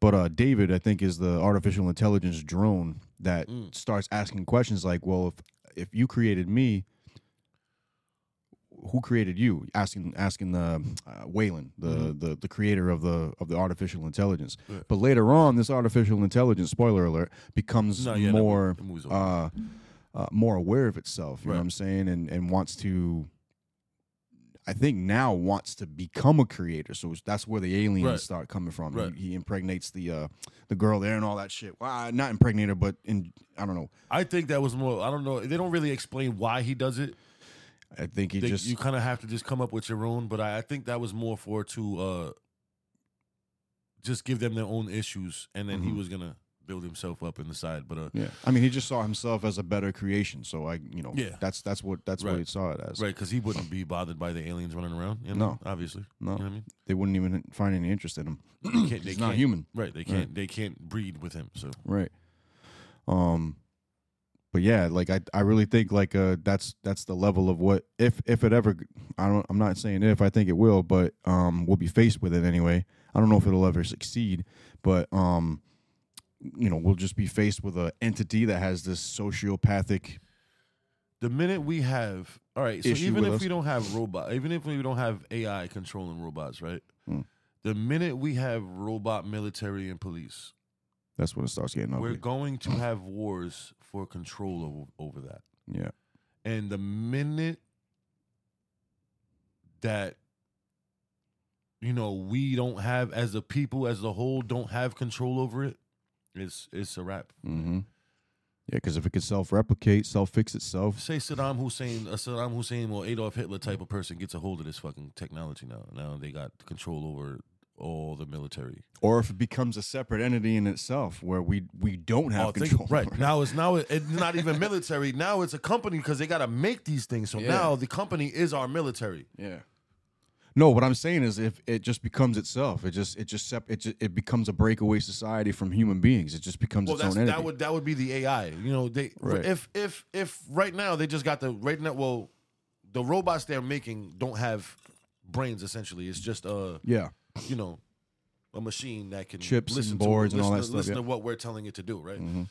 Speaker 10: But uh, David, I think, is the artificial intelligence drone that
Speaker 11: Mm.
Speaker 10: starts asking questions like, "Well, if if you created me, who created you?" Asking asking the uh, Wayland, the,
Speaker 11: Mm-hmm.
Speaker 10: the the creator of the of the artificial intelligence. But later on, this artificial intelligence, spoiler alert, becomes
Speaker 11: No, yeah, that
Speaker 10: more
Speaker 11: mo- that movie's
Speaker 10: uh, uh, more aware of itself. You know what I'm saying? And and wants to. I think now wants to become a creator, so it's- that's where the aliens
Speaker 11: Right.
Speaker 10: start coming from.
Speaker 11: Right.
Speaker 10: He, he impregnates the uh, the girl there and all that shit. Well, I- not impregnated, but in I don't know.
Speaker 11: I think that was more. I don't know. They don't really explain why he does it.
Speaker 10: I think he
Speaker 11: They-
Speaker 10: just
Speaker 11: you kind of have to just come up with your own. But I, I think that was more for to uh, just give them their own issues, and then he was gonna build himself up in the side. But uh,
Speaker 10: Mm-hmm. yeah. I mean, he just saw himself as a better creation. So I, you know,
Speaker 11: Yeah.
Speaker 10: that's that's what that's what
Speaker 11: Right.
Speaker 10: he saw it as.
Speaker 11: right, because he wouldn't be bothered by the aliens running around. You know,
Speaker 10: No.
Speaker 11: obviously,
Speaker 10: No,
Speaker 11: You know what I mean?
Speaker 10: they wouldn't even find any interest in him.
Speaker 11: They can't- they
Speaker 10: He's not
Speaker 11: can't-
Speaker 10: human,
Speaker 11: Right? They can't. They can't breed with him. So
Speaker 10: right? Um, but yeah, like I, I really think like uh, that's that's the level of what if if it ever, I don't, I'm not saying if I think it will, but um, we'll be faced with it anyway. I don't know if it'll ever succeed, but um, you know, we'll just be faced with a entity that has this sociopathic.
Speaker 11: the minute we have, all right. So
Speaker 10: Issue
Speaker 11: even
Speaker 10: with
Speaker 11: if
Speaker 10: us.
Speaker 11: we don't have robot, even if we don't have AI controlling robots, right?
Speaker 10: Mm.
Speaker 11: The minute we have robot military and police,
Speaker 10: That's when it starts getting ugly.
Speaker 11: We're going to have wars for control over, over that.
Speaker 10: Yeah.
Speaker 11: And the minute that you know we don't have as a people as a whole don't have control over it, it's it's a wrap.
Speaker 10: Mm-hmm. Yeah, because if it can self-replicate, self-fix itself,
Speaker 11: Say Saddam Hussein, a Saddam Hussein or Adolf Hitler type of person gets a hold of this fucking technology now. Now they got control over all the military.
Speaker 10: or if it becomes a separate entity in itself where we we don't have
Speaker 11: Oh, think-
Speaker 10: control.
Speaker 11: right
Speaker 10: over it.
Speaker 11: now, it's now it's not even military. Now it's a company because they got to make these things. So
Speaker 10: Yeah.
Speaker 11: now the company is our military.
Speaker 10: Yeah. No, what I'm saying is if it just becomes itself, it just it just sep- it just, it becomes a breakaway society from human beings. It just becomes
Speaker 11: Well,
Speaker 10: its
Speaker 11: that's
Speaker 10: own entity.
Speaker 11: that would that would be the AI. You know, they
Speaker 10: Right.
Speaker 11: if if if right now they just got the right now. Well, the robots they're making don't have brains. Essentially, it's just uh
Speaker 10: Yeah.
Speaker 11: you know a machine that can
Speaker 10: Chips and
Speaker 11: listen
Speaker 10: boards
Speaker 11: to,
Speaker 10: and all
Speaker 11: listen,
Speaker 10: that stuff,
Speaker 11: Listen
Speaker 10: yeah.
Speaker 11: to what we're telling it to do, right?
Speaker 10: Mhm.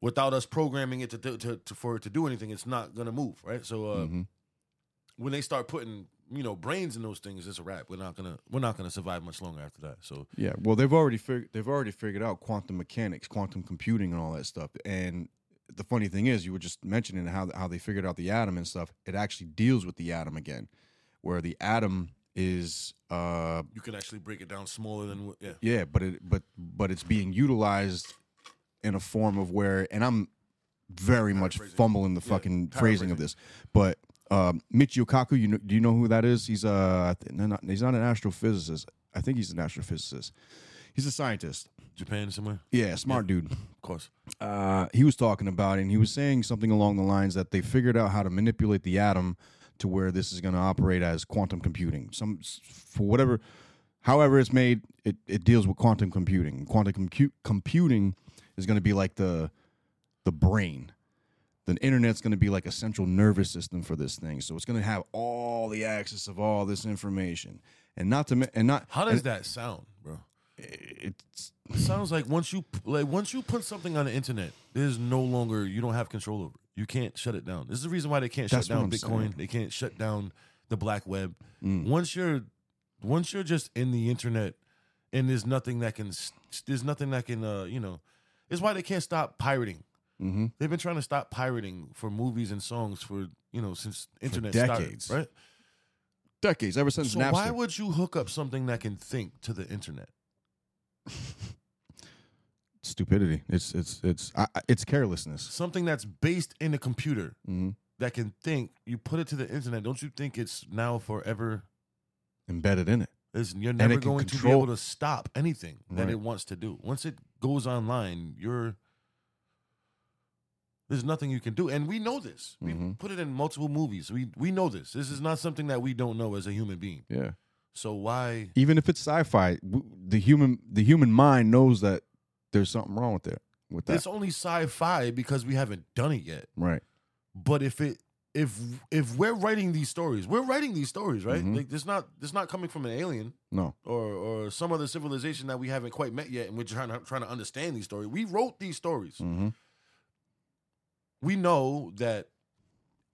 Speaker 11: Without us programming it to, do, to, to for it to do anything, it's not gonna move, right? So uh,
Speaker 10: Mhm.
Speaker 11: when they start putting you know brains in those things, it's a wrap. We're not gonna we're not gonna survive much longer after that. So
Speaker 10: Yeah, well, they've already figured they've already figured out quantum mechanics, quantum computing, and all that stuff. And the funny thing is, you were just mentioning how how they figured out the atom and stuff. It actually deals with the atom again, where the atom is uh,
Speaker 11: you can actually break it down smaller than what- yeah.
Speaker 10: yeah, but it but but it's being utilized in a form of where, and I'm very much fumbling the fucking phrasing of this, but um, Michio Kaku, you know, do you know who that is? He's uh, I thi- no, not, he's not an astrophysicist. I think he's an astrophysicist. He's a scientist.
Speaker 11: Japan somewhere.
Speaker 10: Yeah, smart dude. Of
Speaker 11: course.
Speaker 10: Uh, he was talking about it, and he was saying something along the lines that they figured out how to manipulate the atom to where this is going to operate as quantum computing. Some for whatever, however it's made, it, it deals with quantum computing. Quantum compu- computing is going to be like the the brain. The internet's going to be like a central nervous system for this thing, so it's going to have all the access of all this information, and not to me- and not
Speaker 11: How does
Speaker 10: and-
Speaker 11: that sound, bro?
Speaker 10: It's,
Speaker 11: it sounds like once you like once you put something on the internet, there's no longer you don't have control over. it. You can't shut it down. This is the reason why they can't
Speaker 10: That's
Speaker 11: shut
Speaker 10: what
Speaker 11: down
Speaker 10: I'm
Speaker 11: Bitcoin.
Speaker 10: saying. Mm.
Speaker 11: They can't shut down the black web. Once you're once you're just in the internet, and there's nothing that can s- there's nothing that can uh you know, it's why they can't stop pirating.
Speaker 10: Mhm.
Speaker 11: They've been trying to stop pirating for movies and songs for you know since internet
Speaker 10: decades.
Speaker 11: started, right?
Speaker 10: decades ever since
Speaker 11: So
Speaker 10: Napster.
Speaker 11: why would you hook up something that can think to the internet?
Speaker 10: stupidity. It's it's it's I, I- it's carelessness.
Speaker 11: something that's based in a computer
Speaker 10: Mhm.
Speaker 11: that can think. You put it to the internet. Don't you think it's now forever?
Speaker 10: Embedded in it.
Speaker 11: It's, you're
Speaker 10: And
Speaker 11: never
Speaker 10: it can
Speaker 11: going to be
Speaker 10: control-
Speaker 11: able to stop anything that
Speaker 10: Right.
Speaker 11: it wants to do. Once it goes online, you're there's nothing you can do, and we know this. We
Speaker 10: Mhm.
Speaker 11: put it in multiple movies. We we know this. This is not something that we don't know as a human being.
Speaker 10: Yeah.
Speaker 11: So why?
Speaker 10: Even if it's sci-fi, w- the human the human mind knows that there's something wrong with it. With that,
Speaker 11: It's only sci-fi because we haven't done it yet.
Speaker 10: right?
Speaker 11: but if it if if we're writing these stories we're writing these stories right
Speaker 10: Mhm.
Speaker 11: like this not this not coming from an alien
Speaker 10: No.
Speaker 11: or or some other civilization that we haven't quite met yet and we're trying to trying to understand these stories we wrote these stories
Speaker 10: Mm-hmm.
Speaker 11: we know that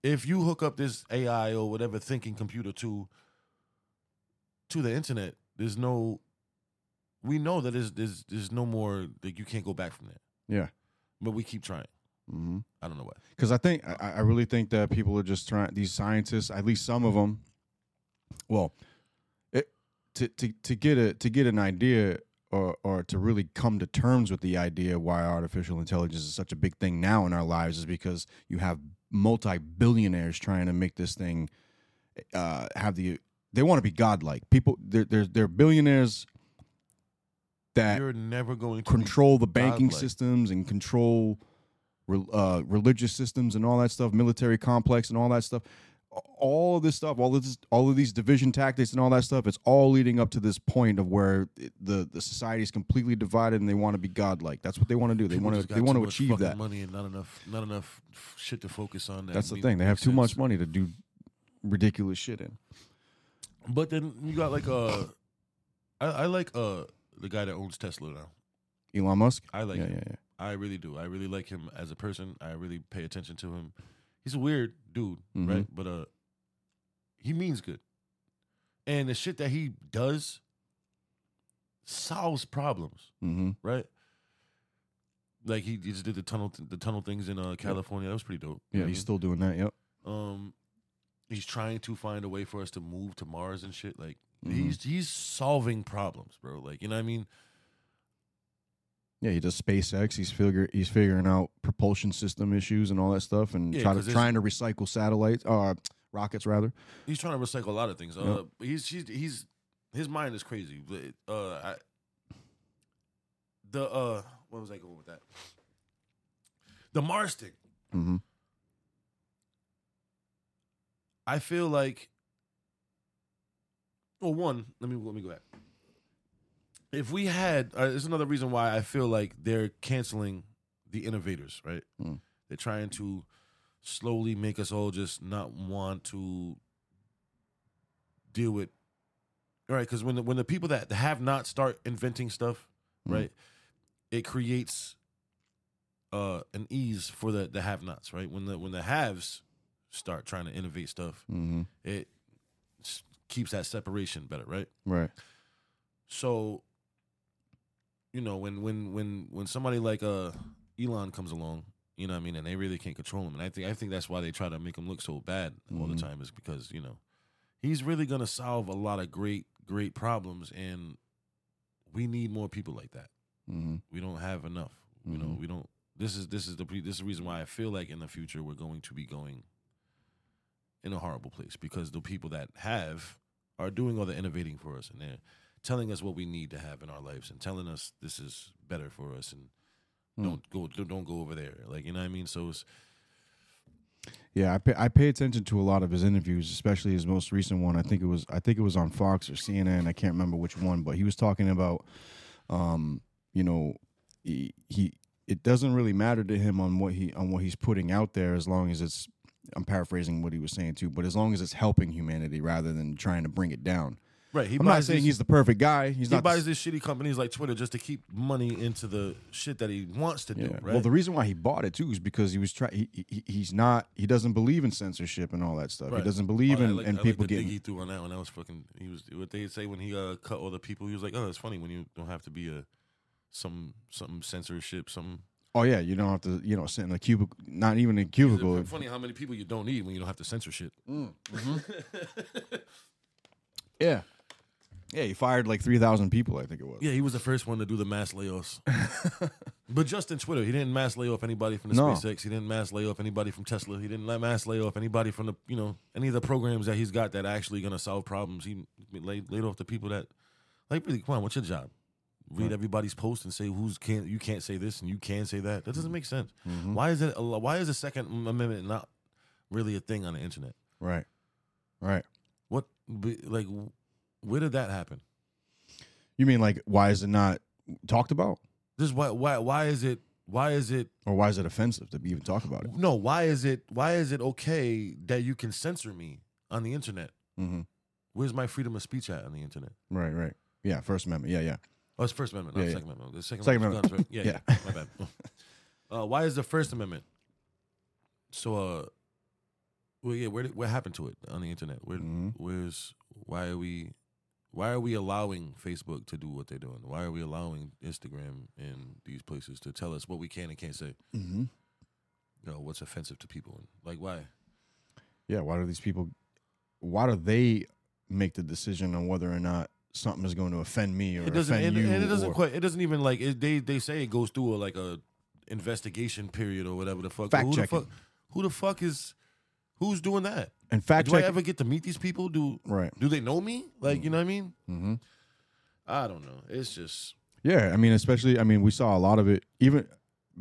Speaker 11: if you hook up this ai or whatever thinking computer to to the internet there's no we know that there's there's, there's no more like you can't go back from that
Speaker 10: Yeah.
Speaker 11: but we keep trying
Speaker 10: Mm-hmm.
Speaker 11: i don't know why
Speaker 10: Because I think I, I really think that people are just trying. These scientists, at least some of them. Well, it, to to to get a to get an idea or or to really come to terms with the idea why artificial intelligence is such a big thing now in our lives is because you have multi billionaires trying to make this thing uh, have the they want to be godlike. People, they're they're, they're billionaires that
Speaker 11: you're never going to be
Speaker 10: control the banking
Speaker 11: godlike.
Speaker 10: systems and control re- uh, religious systems and all that stuff, military complex and all that stuff. All of this stuff, all of this, all of these division tactics and all that stuff, it's all leading up to this point of where it- the the society is completely divided and they want to be godlike. That's what they want to do. They
Speaker 11: People
Speaker 10: want
Speaker 11: just
Speaker 10: to
Speaker 11: got
Speaker 10: they
Speaker 11: too
Speaker 10: want to
Speaker 11: much
Speaker 10: achieve
Speaker 11: fucking
Speaker 10: that.
Speaker 11: money and not enough not enough f- shit to focus on. That
Speaker 10: That's the
Speaker 11: we-
Speaker 10: thing. They have
Speaker 11: makes
Speaker 10: too much
Speaker 11: sense.
Speaker 10: money to do ridiculous shit in.
Speaker 11: But then you got like uh, I, I like uh the guy that owns Tesla now.
Speaker 10: Elon Musk.
Speaker 11: I like
Speaker 10: yeah,
Speaker 11: him.
Speaker 10: yeah, yeah.
Speaker 11: I really do. I really like him as a person. I really pay attention to him. He's a weird dude,
Speaker 10: Mhm.
Speaker 11: right? But uh, he means good, and the shit that he does solves problems.
Speaker 10: Mm-hmm.
Speaker 11: right? Like he, he just did the tunnel th- the tunnel things in uh, California. That was pretty dope.
Speaker 10: Yeah, he's still doing that. Yep.
Speaker 11: Um, he's trying to find a way for us to move to Mars and shit. Like
Speaker 10: Mhm.
Speaker 11: he's he's solving problems, bro. Like you know what I mean.
Speaker 10: Yeah, he does SpaceX. He's figure he's figuring out propulsion system issues and all that stuff, and
Speaker 11: Yeah,
Speaker 10: try
Speaker 11: 'cause
Speaker 10: to
Speaker 11: it's-
Speaker 10: trying to recycle satellites uh, rockets rather.
Speaker 11: He's trying to recycle a lot of things. Uh,
Speaker 10: Yeah.
Speaker 11: he's, he's he's his mind is crazy. But, uh, I, the uh, what was I going with that? The Mars thing.
Speaker 10: Mm-hmm.
Speaker 11: I feel like. Well, one. Let me let me go back. If we had, uh, there's another reason why I feel like they're canceling the innovators, right?
Speaker 10: Mm.
Speaker 11: They're trying to slowly make us all just not want to deal with, right? Because when the, when the people that have not start inventing stuff,
Speaker 10: Mm.
Speaker 11: right, it creates uh an ease for the the have nots, right? When the when the haves start trying to innovate stuff,
Speaker 10: Mm-hmm.
Speaker 11: it s- keeps that separation better, right?
Speaker 10: Right.
Speaker 11: So, you know, when when when when somebody like uh Elon comes along, you know what I mean, and they really can't control him, and I think I think that's why they try to make him look so bad all the
Speaker 10: Mhm.
Speaker 11: time is because you know he's really gonna solve a lot of great great problems, and we need more people like that.
Speaker 10: Mm-hmm.
Speaker 11: We don't have enough. You know,
Speaker 10: Mhm.
Speaker 11: we don't. This is this is the pre- this is the reason why I feel like in the future we're going to be going in a horrible place because the people that have are doing all the innovating for us and they're telling us what we need to have in our lives and telling us this is better for us and
Speaker 10: Hmm.
Speaker 11: don't go don't don't go over there like you know what I mean so it's
Speaker 10: Yeah, I pay, I pay attention to a lot of his interviews, especially his most recent one. I think it was I think it was on Fox or CNN. I can't remember which one, but he was talking about, um, you know, he, he it doesn't really matter to him on what he on what he's putting out there as long as it's I'm paraphrasing what he was saying too, but as long as it's helping humanity rather than trying to bring it down.
Speaker 11: right he
Speaker 10: I'm not saying he's the perfect guy. He's
Speaker 11: he
Speaker 10: not. the
Speaker 11: buys these shitty companies like Twitter just to keep money into the shit that he wants to do
Speaker 10: Yeah.
Speaker 11: right
Speaker 10: Well, the reason why he bought it too is because he was trying. He, he, he's not. He doesn't believe in censorship and all that stuff.
Speaker 11: Right.
Speaker 10: He doesn't believe
Speaker 11: Oh, I
Speaker 10: in,
Speaker 11: like-
Speaker 10: in
Speaker 11: I like
Speaker 10: people
Speaker 11: the dig
Speaker 10: getting.
Speaker 11: he threw on that one. That was fucking. He was what they say when he uh, cut all the people. He was like, "Oh, it's funny when you don't have to be a some some censorship. Some
Speaker 10: Oh yeah, you don't have to. You know, sit in a cubicle. Not even in a
Speaker 11: It's
Speaker 10: cubicle.
Speaker 11: funny how many people you don't need when you don't have to censor shit.
Speaker 10: Yeah. Yeah, he fired like three thousand people. I think it was.
Speaker 11: yeah, he was the first one to do the mass layoffs. but just in Twitter, he didn't mass lay off anybody from the
Speaker 10: No.
Speaker 11: SpaceX. He didn't mass lay off anybody from Tesla. He didn't let mass lay off anybody from the you know any of the programs that he's got that are actually gonna solve problems. He laid, laid off the people that like really come on. What's your job? Read
Speaker 10: Right.
Speaker 11: everybody's post and say who's can't you can't say this and you can say that. That doesn't make sense.
Speaker 10: Mhm.
Speaker 11: Why is it? a- Why is the Second Amendment not really a thing on the internet?
Speaker 10: Right. Right.
Speaker 11: What be- like where did that happen?
Speaker 10: You mean like why is it not talked about,
Speaker 11: This is why why why is it why is it
Speaker 10: or why is it offensive to even talk about it?
Speaker 11: no why is it why is it okay that you can censor me on the internet
Speaker 10: Mm-hmm.
Speaker 11: where's my freedom of speech at on the internet
Speaker 10: Right. Right. Yeah. First Amendment. Yeah. Yeah.
Speaker 11: oh it's first amendment not
Speaker 10: Yeah, yeah.
Speaker 11: second amendment the second,
Speaker 10: Second
Speaker 11: amendment,
Speaker 10: Amendment.
Speaker 11: yeah, yeah.
Speaker 10: Yeah.
Speaker 11: my bad uh, why is the first amendment so uh well yeah where did, what happened to it on the internet where
Speaker 10: Mhm.
Speaker 11: where's why are we why are we allowing facebook to do what they're doing why are we allowing instagram and these places to tell us what we can and can't say
Speaker 10: Mm-hmm.
Speaker 11: you know what's offensive to people and like why
Speaker 10: Yeah, why do these people why do they make the decision on whether or not something is going to offend me or
Speaker 11: it doesn't
Speaker 10: offend
Speaker 11: and,
Speaker 10: you?
Speaker 11: and it doesn't
Speaker 10: or-
Speaker 11: quite it doesn't even like it, they they say it goes through a, like a investigation period or whatever the fuck but
Speaker 10: Fact
Speaker 11: who
Speaker 10: checking.
Speaker 11: the fuck who the fuck is who's doing that
Speaker 10: and fact
Speaker 11: do
Speaker 10: check
Speaker 11: i ever get to meet these people do
Speaker 10: Right.
Speaker 11: do they know me like you know what i mean
Speaker 10: hmm
Speaker 11: i don't know it's just
Speaker 10: Yeah, I mean especially I mean we saw a lot of it even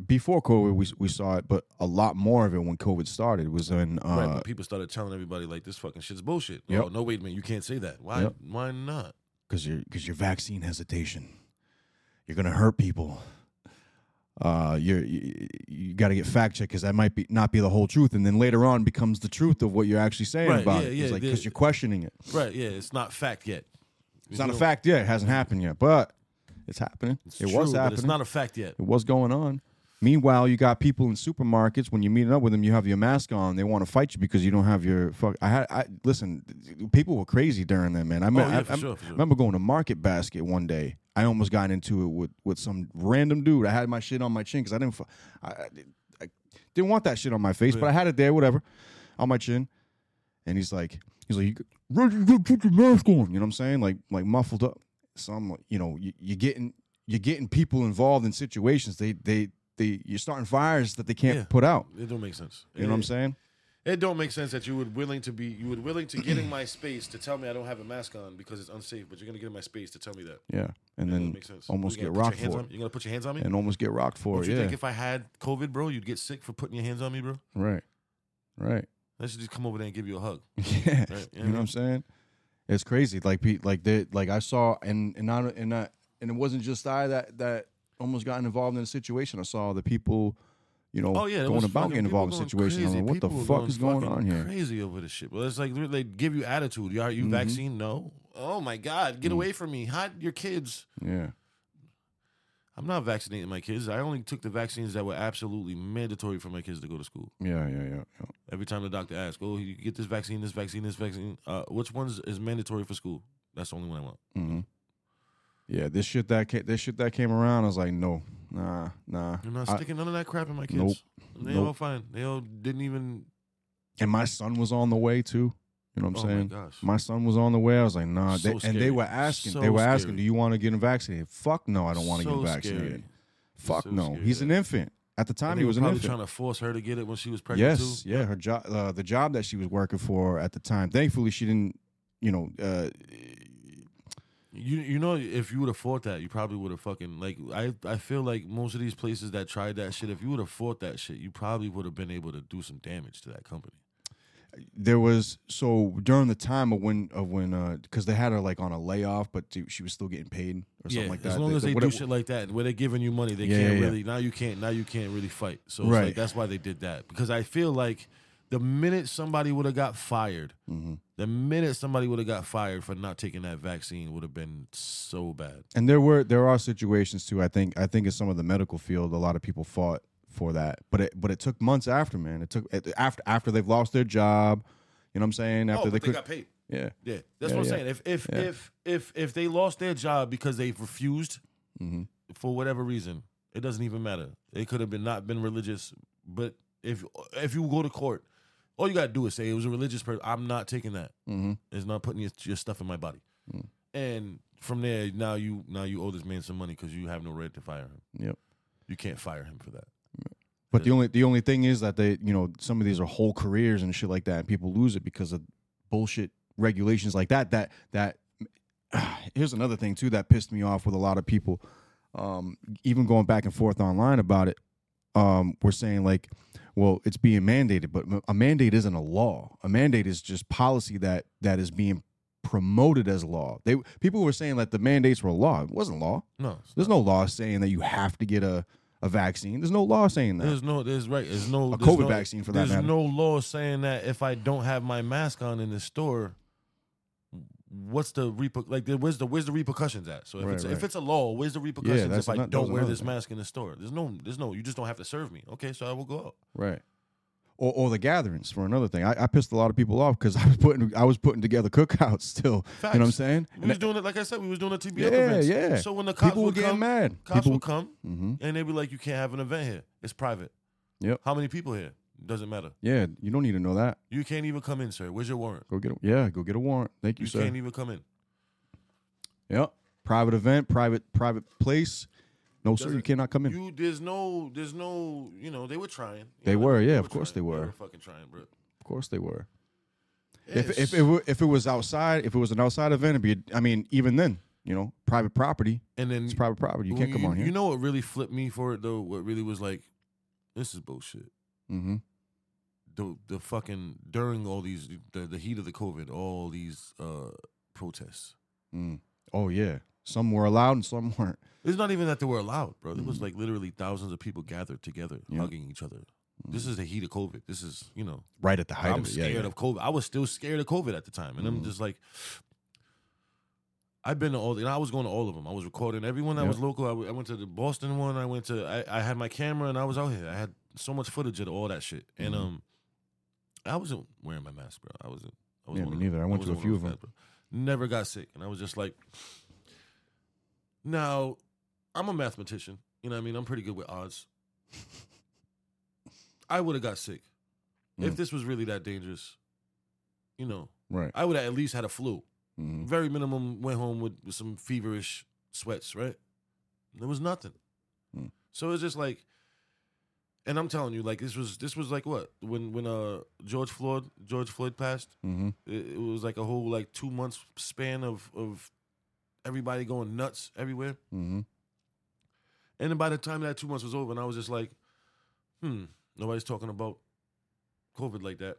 Speaker 10: before COVID we we saw it, but a lot more of it when COVID started was when uh
Speaker 11: right but people started telling everybody like this fucking shit's bullshit
Speaker 10: Yep.
Speaker 11: oh no wait a minute you can't say that why
Speaker 10: Yep.
Speaker 11: why not
Speaker 10: because your because your vaccine hesitation. You're gonna hurt people. Uh, you're, you you got to get fact checked because that might be not be the whole truth, and then later on becomes the truth of what you're actually saying
Speaker 11: Right,
Speaker 10: about
Speaker 11: yeah,
Speaker 10: it.
Speaker 11: yeah,
Speaker 10: it's like
Speaker 11: the-
Speaker 10: because you're questioning it.
Speaker 11: right yeah it's not fact yet
Speaker 10: It's not a fact yet. It hasn't happened yet, but it's happening.
Speaker 11: It's
Speaker 10: it was
Speaker 11: true, but
Speaker 10: happening.
Speaker 11: it's not a fact yet
Speaker 10: it was going on. Meanwhile, you got people in supermarkets. When you're meeting up with them, you have your mask on. They want to fight you because you don't have your fuck. I had. I listen. People were crazy during that, man. I, me-
Speaker 11: Oh, yeah,
Speaker 10: I-
Speaker 11: for
Speaker 10: I
Speaker 11: sure, for sure.
Speaker 10: remember going to Market Basket one day. I almost got into it with, with some random dude. I had my shit on my chin because I didn't. fu- I, I, I didn't want that shit on my face, but I had it there, whatever, on my chin. And he's like, he's like, you g- you put your mask on. You know what I'm saying? Like, like muffled up. So I'm like, you know, you, you're getting you're getting people involved in situations. They they they you're starting fires that they can't
Speaker 11: Yeah.
Speaker 10: put out.
Speaker 11: It don't make sense.
Speaker 10: You know what I'm
Speaker 11: It-
Speaker 10: saying?
Speaker 11: It don't make sense that you would willing to be you would willing to get in my space to tell me I don't have a mask on because it's unsafe, but you're gonna get in my space to tell me that.
Speaker 10: Yeah. And
Speaker 11: That
Speaker 10: then
Speaker 11: doesn't make sense.
Speaker 10: almost
Speaker 11: You
Speaker 10: get
Speaker 11: gonna put
Speaker 10: rocked
Speaker 11: your hands
Speaker 10: for
Speaker 11: on
Speaker 10: it.
Speaker 11: me? You gonna put your hands on me?
Speaker 10: And almost get rocked for
Speaker 11: Don't
Speaker 10: it.
Speaker 11: you
Speaker 10: Yeah.
Speaker 11: think if I had COVID, bro, you'd get sick for putting your hands on me, bro?
Speaker 10: Right. Right.
Speaker 11: I should just come over there and give you a hug.
Speaker 10: Yeah,
Speaker 11: Right? You know what I
Speaker 10: you know what I'm saying? It's crazy. Like pe- like they like I saw and and not and not and it wasn't just I that that almost got involved in a situation. I saw the people, you know,
Speaker 11: Oh yeah, there
Speaker 10: going
Speaker 11: was
Speaker 10: about
Speaker 11: fucking
Speaker 10: getting
Speaker 11: people
Speaker 10: involved in
Speaker 11: going
Speaker 10: situations. I'm
Speaker 11: crazy.
Speaker 10: like, what
Speaker 11: People
Speaker 10: the
Speaker 11: were
Speaker 10: fuck is going
Speaker 11: fucking
Speaker 10: on here?
Speaker 11: Crazy over this shit. Well, it's like they give you attitude. You- Are you
Speaker 10: Mhm.
Speaker 11: vaccine? No. Oh my god, get
Speaker 10: Mm.
Speaker 11: away from me! Hide your kids.
Speaker 10: Yeah,
Speaker 11: I'm not vaccinating my kids. I only took the vaccines that were absolutely mandatory for my kids to go to school.
Speaker 10: yeah, yeah, yeah. yeah.
Speaker 11: Every time the doctor asks, "Oh, you get this vaccine, this vaccine, this vaccine. Uh, which ones is mandatory for school?" That's the only one I want.
Speaker 10: hmm Yeah, this shit that came, this shit that came around, I was like, no, nah, nah.
Speaker 11: I'm not
Speaker 10: I-
Speaker 11: sticking none of that crap in my kids.
Speaker 10: Nope.
Speaker 11: They
Speaker 10: Nope.
Speaker 11: all fine. They all didn't even.
Speaker 10: and my son was on the way too. You know what I'm
Speaker 11: Oh my
Speaker 10: saying?
Speaker 11: gosh.
Speaker 10: son was on the way. I was like, nah.
Speaker 11: So
Speaker 10: they- and they
Speaker 11: scary.
Speaker 10: were asking,
Speaker 11: So
Speaker 10: they were asking,
Speaker 11: scary.
Speaker 10: do you want to get him vaccinated? Fuck no, I don't want to
Speaker 11: So
Speaker 10: get vaccinated.
Speaker 11: scary.
Speaker 10: Fuck
Speaker 11: So
Speaker 10: no.
Speaker 11: scary,
Speaker 10: He's an infant. At the time,
Speaker 11: And
Speaker 10: he
Speaker 11: they
Speaker 10: was
Speaker 11: were
Speaker 10: an
Speaker 11: probably
Speaker 10: infant.
Speaker 11: trying to force her to get it when she was pregnant.
Speaker 10: yes,
Speaker 11: too.
Speaker 10: yeah. Her job, uh, the job that she was working for at the time. Thankfully, she didn't. You know, uh,
Speaker 11: You you know if you would have fought that, you probably would have fucking like I I feel like most of these places that tried that shit, if you would have fought that shit, you probably would have been able to do some damage to that company.
Speaker 10: there was so during the time of when of when uh because they had her like on a layoff, but she- she was still getting paid or something like that.
Speaker 11: As long
Speaker 10: The-
Speaker 11: as
Speaker 10: the-
Speaker 11: they
Speaker 10: what
Speaker 11: do
Speaker 10: it-
Speaker 11: shit like that, where they're giving you money, they
Speaker 10: Yeah,
Speaker 11: can't
Speaker 10: yeah, yeah.
Speaker 11: really now you can't now you can't really fight. So it's
Speaker 10: Right.
Speaker 11: like that's why they did that because I feel like the minute somebody would have got fired,
Speaker 10: Mm-hmm.
Speaker 11: the minute somebody would have got fired for not taking that vaccine would have been so bad.
Speaker 10: And there were there are situations too. I think I think in some of the medical field, a lot of people fought for that, but it but it took months after, man. It took it- after after they've lost their job. You know what I'm saying? After
Speaker 11: oh, but they
Speaker 10: could-
Speaker 11: got paid.
Speaker 10: Yeah,
Speaker 11: Yeah, that's what
Speaker 10: Yeah,
Speaker 11: I'm
Speaker 10: yeah.
Speaker 11: saying. If if
Speaker 10: Yeah.
Speaker 11: if if if they lost their job because they refused
Speaker 10: Mhm.
Speaker 11: for whatever reason, it doesn't even matter. It could have been not been religious, but if if you go to court, all you gotta do is say it was a religious person. I'm not taking that.
Speaker 10: Mhm.
Speaker 11: It's not putting your, your stuff in my body.
Speaker 10: Mm.
Speaker 11: And from there, now you now you owe this man some money because you have no right to fire him.
Speaker 10: Yep.
Speaker 11: You can't fire him for that.
Speaker 10: But the only the only thing is that they you know some of these are whole careers and shit like that, and people lose it because of bullshit regulations like that. That that here's another thing too that pissed me off with a lot of people. Um, even going back and forth online about it, um, we're saying like, well, it's being mandated, but a mandate isn't a law. A mandate is just policy that that is being promoted as law. They people were saying that the mandates were law. It wasn't law.
Speaker 11: No,
Speaker 10: There's no law saying that you have to get a a vaccine. There's no law saying that.
Speaker 11: There's no, there's right, there's no
Speaker 10: A
Speaker 11: there's
Speaker 10: COVID
Speaker 11: no-
Speaker 10: vaccine for that
Speaker 11: There's
Speaker 10: matter.
Speaker 11: no law saying that if I don't have my mask on in the store, what's the reper like? there- Where's the where's the repercussions at? So if
Speaker 10: Right,
Speaker 11: it's if
Speaker 10: right.
Speaker 11: it's a law, where's the repercussions
Speaker 10: that's
Speaker 11: if I
Speaker 10: ano- that was
Speaker 11: don't wear
Speaker 10: another
Speaker 11: this
Speaker 10: thing.
Speaker 11: mask in the store? There's no, there's no. You just don't have to serve me. Okay, so I will go out.
Speaker 10: Right. Or, or the gatherings for another thing. I, I pissed a lot of people off because I was putting I was putting together cookouts still. You know what I'm
Speaker 11: Facts.
Speaker 10: saying?
Speaker 11: We was doing it like I said. We was doing a TBL
Speaker 10: Yeah,
Speaker 11: events.
Speaker 10: yeah.
Speaker 11: So when the cops
Speaker 10: People were
Speaker 11: would
Speaker 10: getting
Speaker 11: come,
Speaker 10: mad.
Speaker 11: cops
Speaker 10: People-
Speaker 11: would come,
Speaker 10: Mhm.
Speaker 11: and they'd be like, "You can't have an event here. It's private.
Speaker 10: Yep.
Speaker 11: How many people here? Doesn't matter.
Speaker 10: Yeah, you don't need to know that.
Speaker 11: You can't even come in, sir. Where's your warrant?
Speaker 10: Go get a, yeah, go get a warrant. Thank you,
Speaker 11: You
Speaker 10: sir.
Speaker 11: can't e- even come in.
Speaker 10: yep. Private event, private private place. No, sir, you
Speaker 11: Doesn't-
Speaker 10: cannot come in.
Speaker 11: You there's no there's no you know they were trying. You
Speaker 10: They
Speaker 11: know,
Speaker 10: were, yeah, of course
Speaker 11: trying.
Speaker 10: they were.
Speaker 11: fucking trying, bro.
Speaker 10: of course they were.
Speaker 11: It's-
Speaker 10: If if it were, if it was outside, if it was an outside event, it'd be I mean, even then, you know, private property.
Speaker 11: And then
Speaker 10: it's private property. You can't come on here.
Speaker 11: You know what really flipped me for it though? What really was like, this is bullshit.
Speaker 10: mm-hmm.
Speaker 11: The the fucking during all these the, the heat of the COVID, all these uh protests.
Speaker 10: Mm. Oh yeah. Some were allowed and some weren't.
Speaker 11: It's not even that they were allowed, bro. There was like literally thousands of people gathered together,
Speaker 10: Mm. Yeah. Mm.
Speaker 11: hugging each other. This is the heat of COVID. This is you know
Speaker 10: Right at the height
Speaker 11: I'm
Speaker 10: of it. Yeah, Mm-hmm.
Speaker 11: scared
Speaker 10: yeah.
Speaker 11: of COVID. I was still scared of COVID at the time, and I'm just like, I've been to all, and I was going to all of them. I was recording everyone that
Speaker 10: Yep.
Speaker 11: was local. I, w- I went to the Boston one. I went to, I, I had my camera and I was out here. I had so much footage of all that shit. And
Speaker 10: Mhm.
Speaker 11: um, I wasn't wearing my mask, bro. I wasn't. I was
Speaker 10: Yeah, me neither. I went to a few of them.
Speaker 11: Never got sick, and I was just like, now I'm a mathematician. You know what I mean? I'm pretty good with odds. I would have got sick if
Speaker 10: Mm.
Speaker 11: this was really that dangerous. You know,
Speaker 10: Right.
Speaker 11: I would have at least had a flu.
Speaker 10: Mhm.
Speaker 11: Very minimum went home with, with some feverish sweats, right? There was nothing.
Speaker 10: Mm.
Speaker 11: So it's just like and I'm telling you, like this was this was like what? When when uh George Floyd George Floyd passed,
Speaker 10: Mhm.
Speaker 11: it, it was like a whole like two months span of of everybody going nuts everywhere.
Speaker 10: Mm-hmm.
Speaker 11: And then by the time that two months was over, and I was just like, hmm, nobody's talking about COVID like that.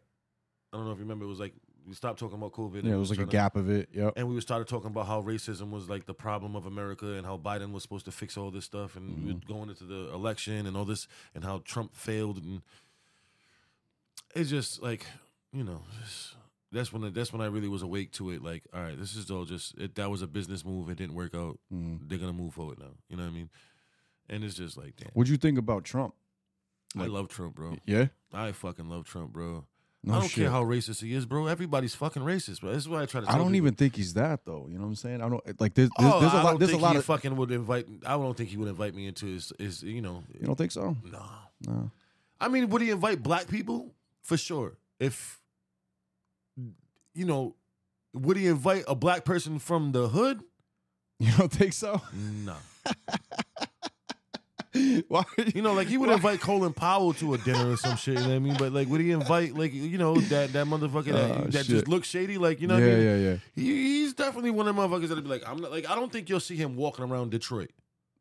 Speaker 11: I don't know if you remember, it was like we stopped talking about COVID. and
Speaker 10: Yeah,
Speaker 11: we
Speaker 10: it was
Speaker 11: was
Speaker 10: like a
Speaker 11: tryna-
Speaker 10: gap of it. Yep.
Speaker 11: and we started talking about how racism was like the problem of America and how Biden was supposed to fix all this stuff and
Speaker 10: Mm-hmm.
Speaker 11: we were going into the election and all this and how Trump failed and it's just like you know just- that's when that's when I really was awake to it like all right this is all just it, that was a business move it didn't work out
Speaker 10: Mm.
Speaker 11: they're gonna move forward now you know what I mean and it's just like damn
Speaker 10: What'd you think about Trump?
Speaker 11: I love Trump bro
Speaker 10: Yeah?
Speaker 11: I fucking love Trump bro
Speaker 10: No
Speaker 11: I don't
Speaker 10: shit.
Speaker 11: care how racist he is bro everybody's fucking racist bro this is what I try to
Speaker 10: I
Speaker 11: tell
Speaker 10: don't
Speaker 11: people.
Speaker 10: even think he's that though. You know what I'm saying? I don't eh, like. There's there's,
Speaker 11: oh,
Speaker 10: there's a
Speaker 11: I
Speaker 10: lot.
Speaker 11: Don't
Speaker 10: There's a
Speaker 11: think
Speaker 10: lot
Speaker 11: he
Speaker 10: of.
Speaker 11: fucking would invite. I don't think he would invite me into his. Is you know?
Speaker 10: You don't think so?
Speaker 11: No.
Speaker 10: No.
Speaker 11: I mean, would he invite black people for sure? If you know, would he invite a black person from the hood?
Speaker 10: You don't think so?
Speaker 11: No.
Speaker 10: Why?
Speaker 11: You know, like he would invite Colin Powell to a dinner or some shit. You know what I mean? But like, would he invite like you know that that motherfucker that,
Speaker 10: Oh,
Speaker 11: that just
Speaker 10: shit.
Speaker 11: looks shady? Like you know?
Speaker 10: yeah,
Speaker 11: what I mean?
Speaker 10: yeah, yeah.
Speaker 11: He, he's definitely one of the motherfuckers that'd be like, I'm not like I don't think you'll see him walking around Detroit.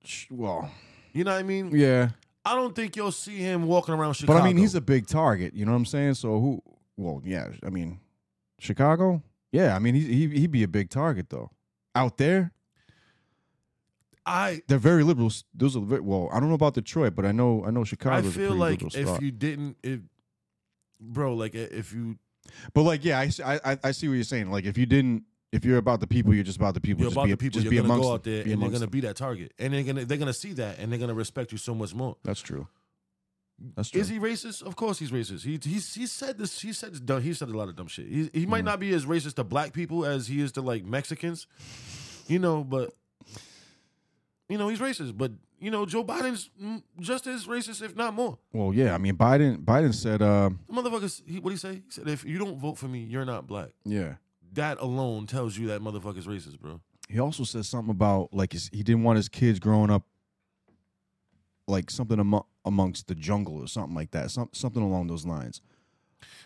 Speaker 10: Sh- Well,
Speaker 11: You know what I mean?
Speaker 10: yeah.
Speaker 11: I don't think you'll see him walking around
Speaker 10: But
Speaker 11: Chicago.
Speaker 10: I mean, he's a big target. You know what I'm saying? So who? Well, yeah. I mean, Chicago. Yeah. I mean, he he he'd be a big target though. Out there,
Speaker 11: I
Speaker 10: they're very liberals. Those are ve- well. I don't know about Detroit, but I know I know
Speaker 11: I
Speaker 10: Chicago.
Speaker 11: feel like if
Speaker 10: spot.
Speaker 11: you didn't, if bro, like i- if you
Speaker 10: But like, yeah, I, s- I- I- I see what you're saying. Like, if you didn't, if you're about the people, you're just about the people.
Speaker 11: you're
Speaker 10: just
Speaker 11: about
Speaker 10: be,
Speaker 11: the people,
Speaker 10: just
Speaker 11: you're
Speaker 10: be
Speaker 11: gonna
Speaker 10: amongst
Speaker 11: go
Speaker 10: them.
Speaker 11: out there
Speaker 10: Be
Speaker 11: and they're
Speaker 10: amongst
Speaker 11: gonna
Speaker 10: them.
Speaker 11: be that target, and they're gonna they're gonna see that, and they're gonna respect you so much more.
Speaker 10: That's true. That's true.
Speaker 11: Is he racist? Of course he's racist. He he's, he said this. He said dumb, he said a lot of dumb shit. He, he might not be as racist to black people as he is to like Mexicans, you know. But you know he's racist. But you know Joe Biden's mm, just as racist, if not more.
Speaker 10: Well, yeah. I mean, Biden. Biden said, um,
Speaker 11: The motherfuckers. He, what he say? He said if you don't vote for me, you're not black.
Speaker 10: yeah.
Speaker 11: That alone tells you that motherfucker's racist, bro.
Speaker 10: He also said something about like his, he didn't want his kids growing up like something amo- amongst the jungle or something like that. Some, something along those lines.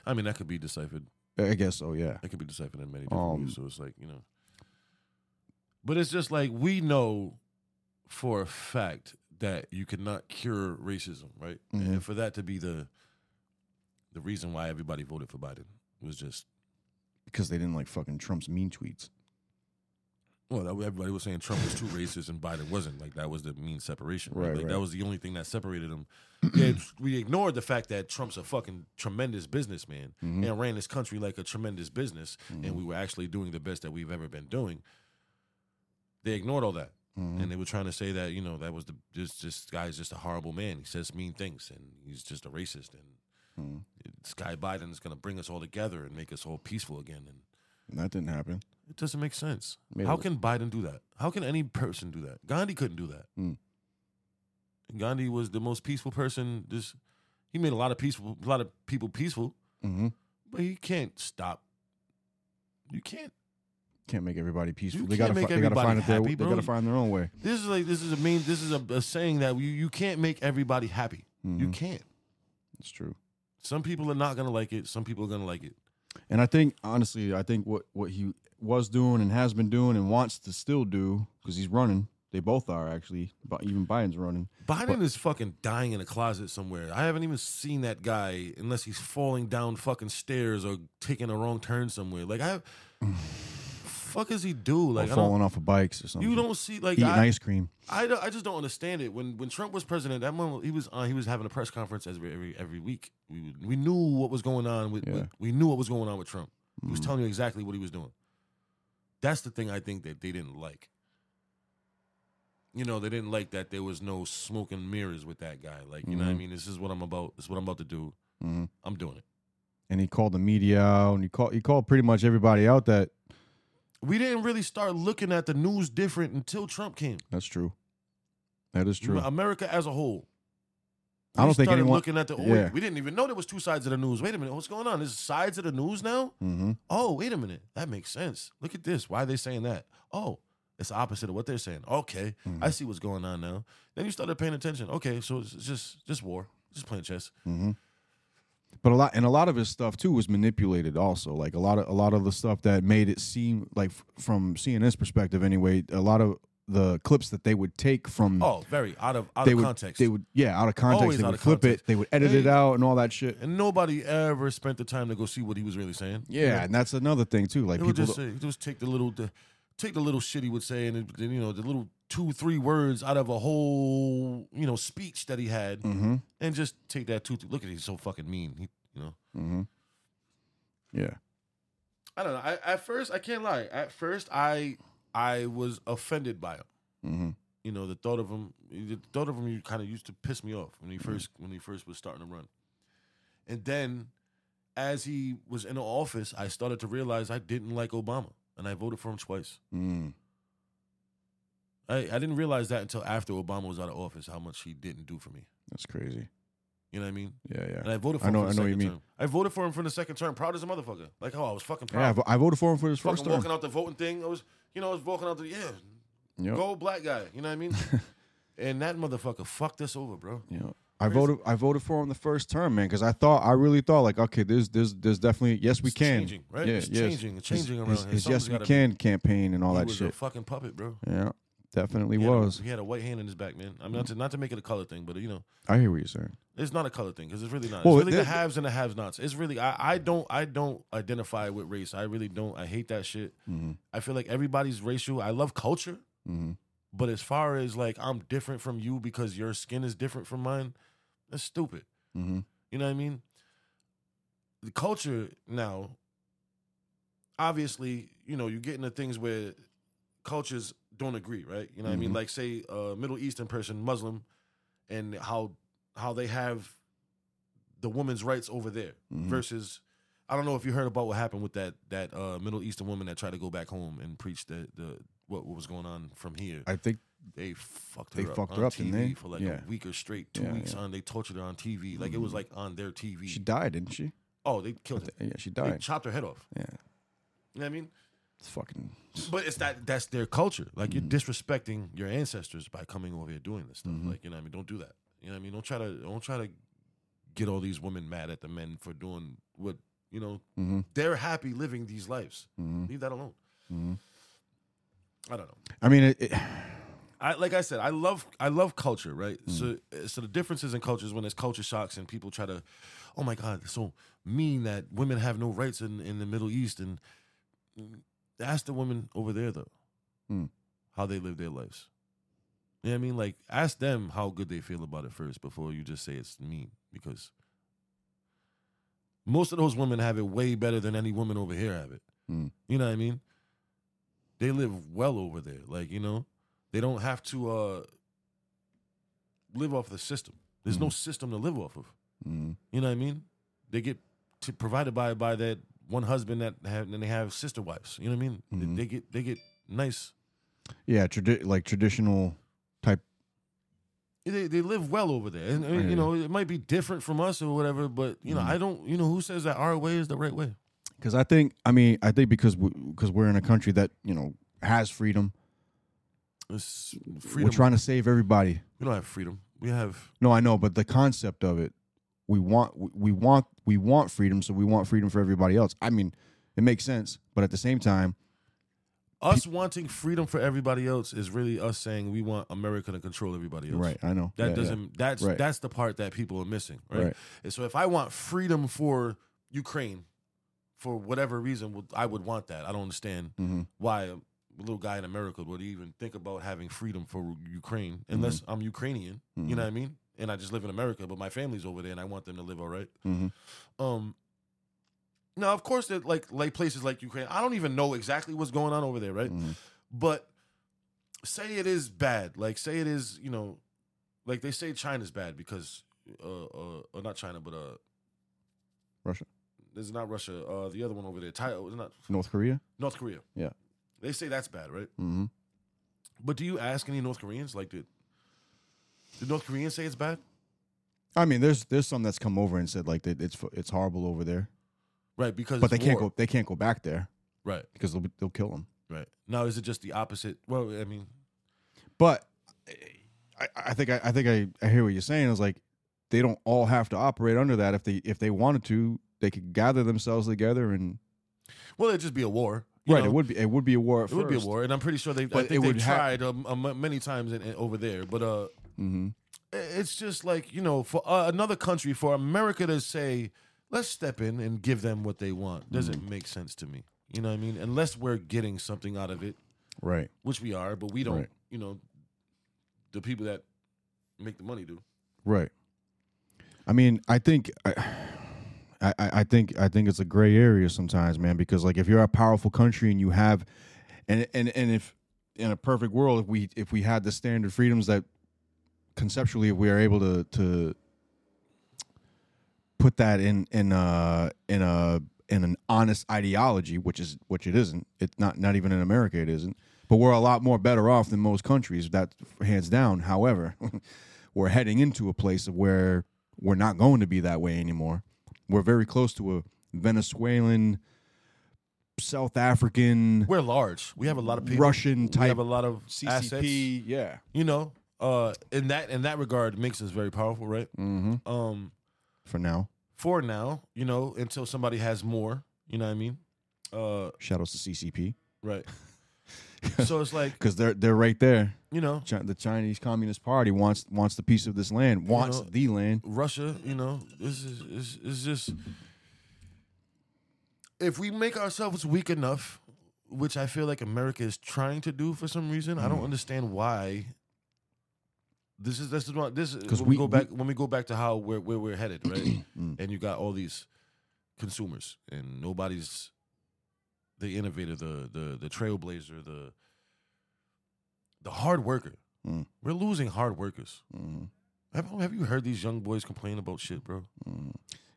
Speaker 11: I mean, that could be deciphered.
Speaker 10: I guess so. Yeah.
Speaker 11: That could be deciphered in many different
Speaker 10: Um,
Speaker 11: ways. So it's like you know, but it's just like we know for a fact that you cannot cure racism, right? And for that to be the the reason why everybody voted for Biden was just
Speaker 10: Because they didn't like fucking Trump's mean tweets.
Speaker 11: well, that, everybody was saying Trump was too racist and Biden wasn't. Like that was the mean separation, right?
Speaker 10: Right,
Speaker 11: like that
Speaker 10: right.
Speaker 11: was the only thing that separated them. yeah, we ignored the fact that Trump's a fucking tremendous businessman
Speaker 10: Mhm.
Speaker 11: and ran this country like a tremendous business, and
Speaker 10: Mm-hmm.
Speaker 11: we were actually doing the best that we've ever been doing. They ignored all that,
Speaker 10: Mm-hmm.
Speaker 11: and they were trying to say that you know that was the this this guy's just a horrible man. He says mean things, and he's just a racist.
Speaker 10: Mm-hmm.
Speaker 11: And this guy Biden is going to bring us all together and make us all peaceful again. And
Speaker 10: And that didn't happen.
Speaker 11: it doesn't make sense.
Speaker 10: Made
Speaker 11: How
Speaker 10: it-
Speaker 11: can Biden do that? How can any person do that? Gandhi couldn't do that.
Speaker 10: Mm.
Speaker 11: Gandhi was the most peaceful person. Just he made a lot of peaceful, a lot of people peaceful,
Speaker 10: hmm
Speaker 11: but he can't stop. You can't.
Speaker 10: Can't make everybody peaceful.
Speaker 11: You
Speaker 10: they
Speaker 11: can't
Speaker 10: gotta,
Speaker 11: make
Speaker 10: fi- they gotta
Speaker 11: everybody
Speaker 10: find it their.
Speaker 11: happy,
Speaker 10: They
Speaker 11: bro.
Speaker 10: gotta find their own way.
Speaker 11: This is like this is a mean. This is a, a saying that you you can't make everybody happy. You
Speaker 10: Mhm.
Speaker 11: can't.
Speaker 10: It's true.
Speaker 11: Some people are not gonna like it. Some people are gonna like it.
Speaker 10: And I think honestly, I think what what he was doing and has been doing and wants to still do because he's running. They both are actually, but even Biden's running.
Speaker 11: Biden is fucking dying in a closet somewhere. I haven't even seen that guy unless he's falling down fucking stairs or taking a wrong turn somewhere. Like I, fuck is he do? Like
Speaker 10: or
Speaker 11: I don't-
Speaker 10: falling off of bikes or something.
Speaker 11: you don't see like
Speaker 10: eating
Speaker 11: I,
Speaker 10: ice cream.
Speaker 11: I, don't- I just don't understand it. When when Trump was president, that moment he was on, he was having a press conference every every, every week. We would- we knew what was going on with, with-
Speaker 10: Yeah. Mm-hmm.
Speaker 11: we knew what was going on with Trump. He was telling you exactly what he was doing. That's the thing I think that they didn't like. You know, they didn't like that there was no smoke and mirrors with that guy. Like, you know what I
Speaker 10: Mhm.
Speaker 11: mean? This is what I'm about. This is what I'm about to do.
Speaker 10: Mhm.
Speaker 11: I'm doing it.
Speaker 10: And he called the media out, and he called he called pretty much everybody out. That
Speaker 11: We didn't really start looking at the news different until Trump came.
Speaker 10: that's true. That is true.
Speaker 11: America as a whole.
Speaker 10: I don't
Speaker 11: We
Speaker 10: think
Speaker 11: started
Speaker 10: anyone.
Speaker 11: looking at the. Oh, wait,
Speaker 10: yeah.
Speaker 11: we didn't even know there was two sides of the news. Wait a minute, what's going on? There's sides of the news now.
Speaker 10: Mm-hmm.
Speaker 11: Oh, wait a minute, that makes sense. Look at this. Why are they saying that? Oh, it's the opposite of what they're saying. Okay,
Speaker 10: Mm.
Speaker 11: I see what's going on now. Then you started paying attention. Okay, so it's just just war, just playing chess.
Speaker 10: hmm But a lot and a lot of his stuff too was manipulated. Also, like a lot of a lot of the stuff that made it seem like f- from CNN's perspective, anyway. A lot of the clips that they would take from
Speaker 11: Oh, very out of out
Speaker 10: Mm. they
Speaker 11: of
Speaker 10: would
Speaker 11: context.
Speaker 10: they would yeah out of context
Speaker 11: Always
Speaker 10: they
Speaker 11: out
Speaker 10: would
Speaker 11: of
Speaker 10: flip
Speaker 11: context.
Speaker 10: it they would edit it
Speaker 11: Hey.
Speaker 10: out and all that shit.
Speaker 11: and nobody ever spent the time to go see what he was really saying.
Speaker 10: Yeah, and that's another thing too. Like
Speaker 11: They would
Speaker 10: people
Speaker 11: just
Speaker 10: don't-
Speaker 11: say, just take the little, the, take the little shit he would say, and it- you know the little two, three words out of a whole, you know, speech that he had,
Speaker 10: Mhm.
Speaker 11: and just take that two. Look at it, he's so fucking mean. He, you know,
Speaker 10: Mhm. Yeah.
Speaker 11: I don't know. I, at first, I can't lie. At first, I, I was offended by him.
Speaker 10: Mm-hmm.
Speaker 11: You know, the thought of him, the thought of him, kind of used to piss me off when he first, when he first was starting to run, and then. As he was in the office, I started to realize I didn't like Obama, and I voted for him twice.
Speaker 10: Mm.
Speaker 11: I, I didn't realize that until after Obama was out of office how much he didn't do for me.
Speaker 10: That's crazy.
Speaker 11: You know what I mean?
Speaker 10: Yeah, yeah.
Speaker 11: And I voted for
Speaker 10: I know-
Speaker 11: him. For the
Speaker 10: I
Speaker 11: second
Speaker 10: know what you mean.
Speaker 11: Term. I voted for him for the second term, proud as a motherfucker. Like, oh, I was fucking proud.
Speaker 10: Yeah, I vo- I voted for him for his
Speaker 11: fucking
Speaker 10: first term.
Speaker 11: walking out the voting thing. I was, you know, I was walking out the yeah,
Speaker 10: Yep.
Speaker 11: gold black guy. You know what I mean? and that motherfucker fucked us over, bro.
Speaker 10: Yeah. I voted. I voted for him the first term, man, because I thought I really thought like, okay, there's there's there's definitely yes we can.
Speaker 11: changing, right?
Speaker 10: Yeah,
Speaker 11: It's
Speaker 10: yes.
Speaker 11: changing. It's changing
Speaker 10: His-
Speaker 11: around
Speaker 10: his-
Speaker 11: here.
Speaker 10: his
Speaker 11: Something's
Speaker 10: yes we
Speaker 11: gotta be-
Speaker 10: can campaign and all
Speaker 11: He
Speaker 10: that
Speaker 11: was a
Speaker 10: shit.
Speaker 11: fucking puppet, bro.
Speaker 10: Yeah, definitely
Speaker 11: He had a-
Speaker 10: was.
Speaker 11: he had a white hand in his back, man. I'm not to, not to make it a color thing, but you know,
Speaker 10: I hear what you're saying.
Speaker 11: It's not a color thing because it's really not.
Speaker 10: Well,
Speaker 11: it's really
Speaker 10: there-
Speaker 11: the haves and the have-nots. It's really I, I don't I don't identify with race. I really don't. I hate that shit.
Speaker 10: Mhm.
Speaker 11: I feel like everybody's racial. I love culture,
Speaker 10: Mhm.
Speaker 11: but as far as like I'm different from you because your skin is different from mine, that's stupid.
Speaker 10: Mhm.
Speaker 11: You know what I mean? The culture now, obviously, you know, you get into things where cultures don't agree, right? You know what I mean?
Speaker 10: Mhm.
Speaker 11: Like say a Middle Eastern person, Muslim, and how how they have the woman's rights over there
Speaker 10: Mhm.
Speaker 11: versus I don't know if you heard about what happened with that that uh, Middle Eastern woman that tried to go back home and preach the the what, what was going on from here.
Speaker 10: I think
Speaker 11: they fucked her
Speaker 10: they
Speaker 11: up
Speaker 10: fucked
Speaker 11: on
Speaker 10: her up,
Speaker 11: TV
Speaker 10: didn't they?
Speaker 11: for like
Speaker 10: Yeah.
Speaker 11: a week or straight, two
Speaker 10: Yeah,
Speaker 11: weeks
Speaker 10: yeah. Mm-hmm.
Speaker 11: on. They tortured her on TV, like it was like on their TV.
Speaker 10: She died, didn't she?
Speaker 11: oh, they killed her.
Speaker 10: Yeah, she
Speaker 11: They
Speaker 10: died.
Speaker 11: chopped her head off.
Speaker 10: Yeah,
Speaker 11: You know what I mean?
Speaker 10: it's fucking.
Speaker 11: But it's
Speaker 10: Mm.
Speaker 11: that that's their culture. Like you're disrespecting your ancestors by coming over here doing this stuff.
Speaker 10: Mhm.
Speaker 11: Like you know, what I mean, don't do that. You know, what I mean, don't try to don't try to get all these women mad at the men for doing what you know.
Speaker 10: Mhm.
Speaker 11: They're happy living these lives.
Speaker 10: Mhm.
Speaker 11: Leave that alone.
Speaker 10: Mhm.
Speaker 11: I don't know.
Speaker 10: I mean, it, it,
Speaker 11: I like I said, I love I love culture, right? So so the differences in cultures when there's culture shocks and people try to, oh my god, it's so mean that women have no rights in, in the Middle East and ask the women over there though
Speaker 10: Mm.
Speaker 11: how they live their lives. You know what I mean? Like ask them how good they feel about it first before you just say it's mean because most of those women have it way better than any woman over here have it.
Speaker 10: Mm.
Speaker 11: You know what I mean? They live well over there. Like, you know, they don't have to uh live off the system. There's
Speaker 10: Hmm.
Speaker 11: no system to live off of.
Speaker 10: Mhm.
Speaker 11: You know what I mean? They get to provided by by that one husband that have and they have sister wives. You know what I mean? They-
Speaker 10: Mhm.
Speaker 11: They, get they get nice.
Speaker 10: yeah, tradi- like traditional type.
Speaker 11: They, they live well over there, and I mean,
Speaker 10: Yeah.
Speaker 11: you know it might be different from us or whatever. But you know,
Speaker 10: Mm-hmm.
Speaker 11: I don't. You know, who says that our way is the right way?
Speaker 10: Because I think, I mean, I think because because we're in a country that you know has freedom,
Speaker 11: It's
Speaker 10: we're
Speaker 11: freedom.
Speaker 10: trying to save everybody.
Speaker 11: we don't have freedom. We have
Speaker 10: No, I know, but the concept of it, we want, we- we want, we want freedom, so we want freedom for everybody else. I mean, it makes sense, but at the same time,
Speaker 11: us wanting freedom for everybody else is really us saying we want America to control everybody else.
Speaker 10: Right, I know.
Speaker 11: That
Speaker 10: Yeah,
Speaker 11: doesn't
Speaker 10: yeah.
Speaker 11: that's
Speaker 10: Right.
Speaker 11: that's the part that people are missing, right?
Speaker 10: Right.
Speaker 11: And so if I want freedom for Ukraine for whatever reason, would- I would want that. I don't understand
Speaker 10: Mhm.
Speaker 11: why a little guy in America would even think about having freedom for Ukraine
Speaker 10: Mm-hmm.
Speaker 11: unless I'm Ukrainian, you know what I mean?
Speaker 10: Mm-hmm.
Speaker 11: And I just live in America, but my family's over there and I want them to live all right.
Speaker 10: Mhm.
Speaker 11: Um No, Um, of course, they're like like places like Ukraine. I don't even know exactly what's going on over there,
Speaker 10: Mm-hmm.
Speaker 11: right? But say it is bad. Like say it is, you know, like they say China's bad because, uh, uh, or not China, but uh,
Speaker 10: Russia,
Speaker 11: there's not Russia. Uh, the other one over there, Thailand, not
Speaker 10: North Korea.
Speaker 11: North Korea.
Speaker 10: Yeah.
Speaker 11: They say that's bad, right?
Speaker 10: Mm-hmm.
Speaker 11: But do you ask any North Koreans? Like, did did North Koreans say it's bad?
Speaker 10: I mean, there's there's some that's come over and said like that it's it's horrible over there,
Speaker 11: Right, because
Speaker 10: but they
Speaker 11: it's
Speaker 10: can't
Speaker 11: war.
Speaker 10: go they can't go back there,
Speaker 11: Right.
Speaker 10: Because they'll be- they'll kill them.
Speaker 11: Right. Now is it just the opposite? Well, I mean,
Speaker 10: But I, I think I, I think I, I hear what you're saying. It's like they don't all have to operate under that. If they if they wanted to, they could gather themselves together and
Speaker 11: well, it'd just be a war. you
Speaker 10: right.
Speaker 11: know?
Speaker 10: It would be it would be a war. At
Speaker 11: It would be a
Speaker 10: first.
Speaker 11: war, and I'm pretty sure they. I
Speaker 10: But
Speaker 11: think
Speaker 10: it
Speaker 11: they
Speaker 10: would ha-
Speaker 11: tried um, um, many times in, in- over there, but uh,
Speaker 10: Mhm.
Speaker 11: i- it's just like you know, for uh, another country, for America to say, "Let's step in and give them what they want," doesn't
Speaker 10: Mm-hmm.
Speaker 11: make sense to me. You know what I mean? Unless we're getting something out of it,
Speaker 10: Right.
Speaker 11: which we are, but we don't.
Speaker 10: Right.
Speaker 11: You know, the people that make the money do.
Speaker 10: Right. I mean, I think I, I, I think I think it's a gray area sometimes, man. Because like, if you're a powerful country and you have, and and and if in a perfect world, if we if we had the standard freedoms that conceptually we are able to to put that in in uh in a in an honest ideology, which is which it isn't. It's not not even in America. It isn't. But we're a lot more better off than most countries. That hands down. However, we're heading into a place of where we're not going to be that way anymore. We're very close to a Venezuelan, South African,
Speaker 11: We're large. We have a lot of people.
Speaker 10: Russian
Speaker 11: We
Speaker 10: type
Speaker 11: have a lot of
Speaker 10: CCP,
Speaker 11: assets.
Speaker 10: yeah.
Speaker 11: You know, uh, in that in that regard, makes us very powerful, right?
Speaker 10: Mhm.
Speaker 11: Um,
Speaker 10: for now.
Speaker 11: for now, you know, until somebody has more. You know what I mean? Uh,
Speaker 10: Shout outs to CCP
Speaker 11: right. so it's like
Speaker 10: because they're they're right there.
Speaker 11: You know.
Speaker 10: Chi- the Chinese Communist Party wants wants the piece of this land, wants
Speaker 11: know,
Speaker 10: the land.
Speaker 11: Russia. You know, this is is is just if we make ourselves weak enough, which I feel like America is trying to do for some reason. I don't understand why. This is this is what this because we,
Speaker 10: we-
Speaker 11: go
Speaker 10: we-
Speaker 11: back when we go back to how we're where we're headed, right? and you got all these consumers, and nobody's the innovator, the the the trailblazer, the the hard worker. We're losing hard workers. Have, oh, have you heard these young boys complain about shit, bro?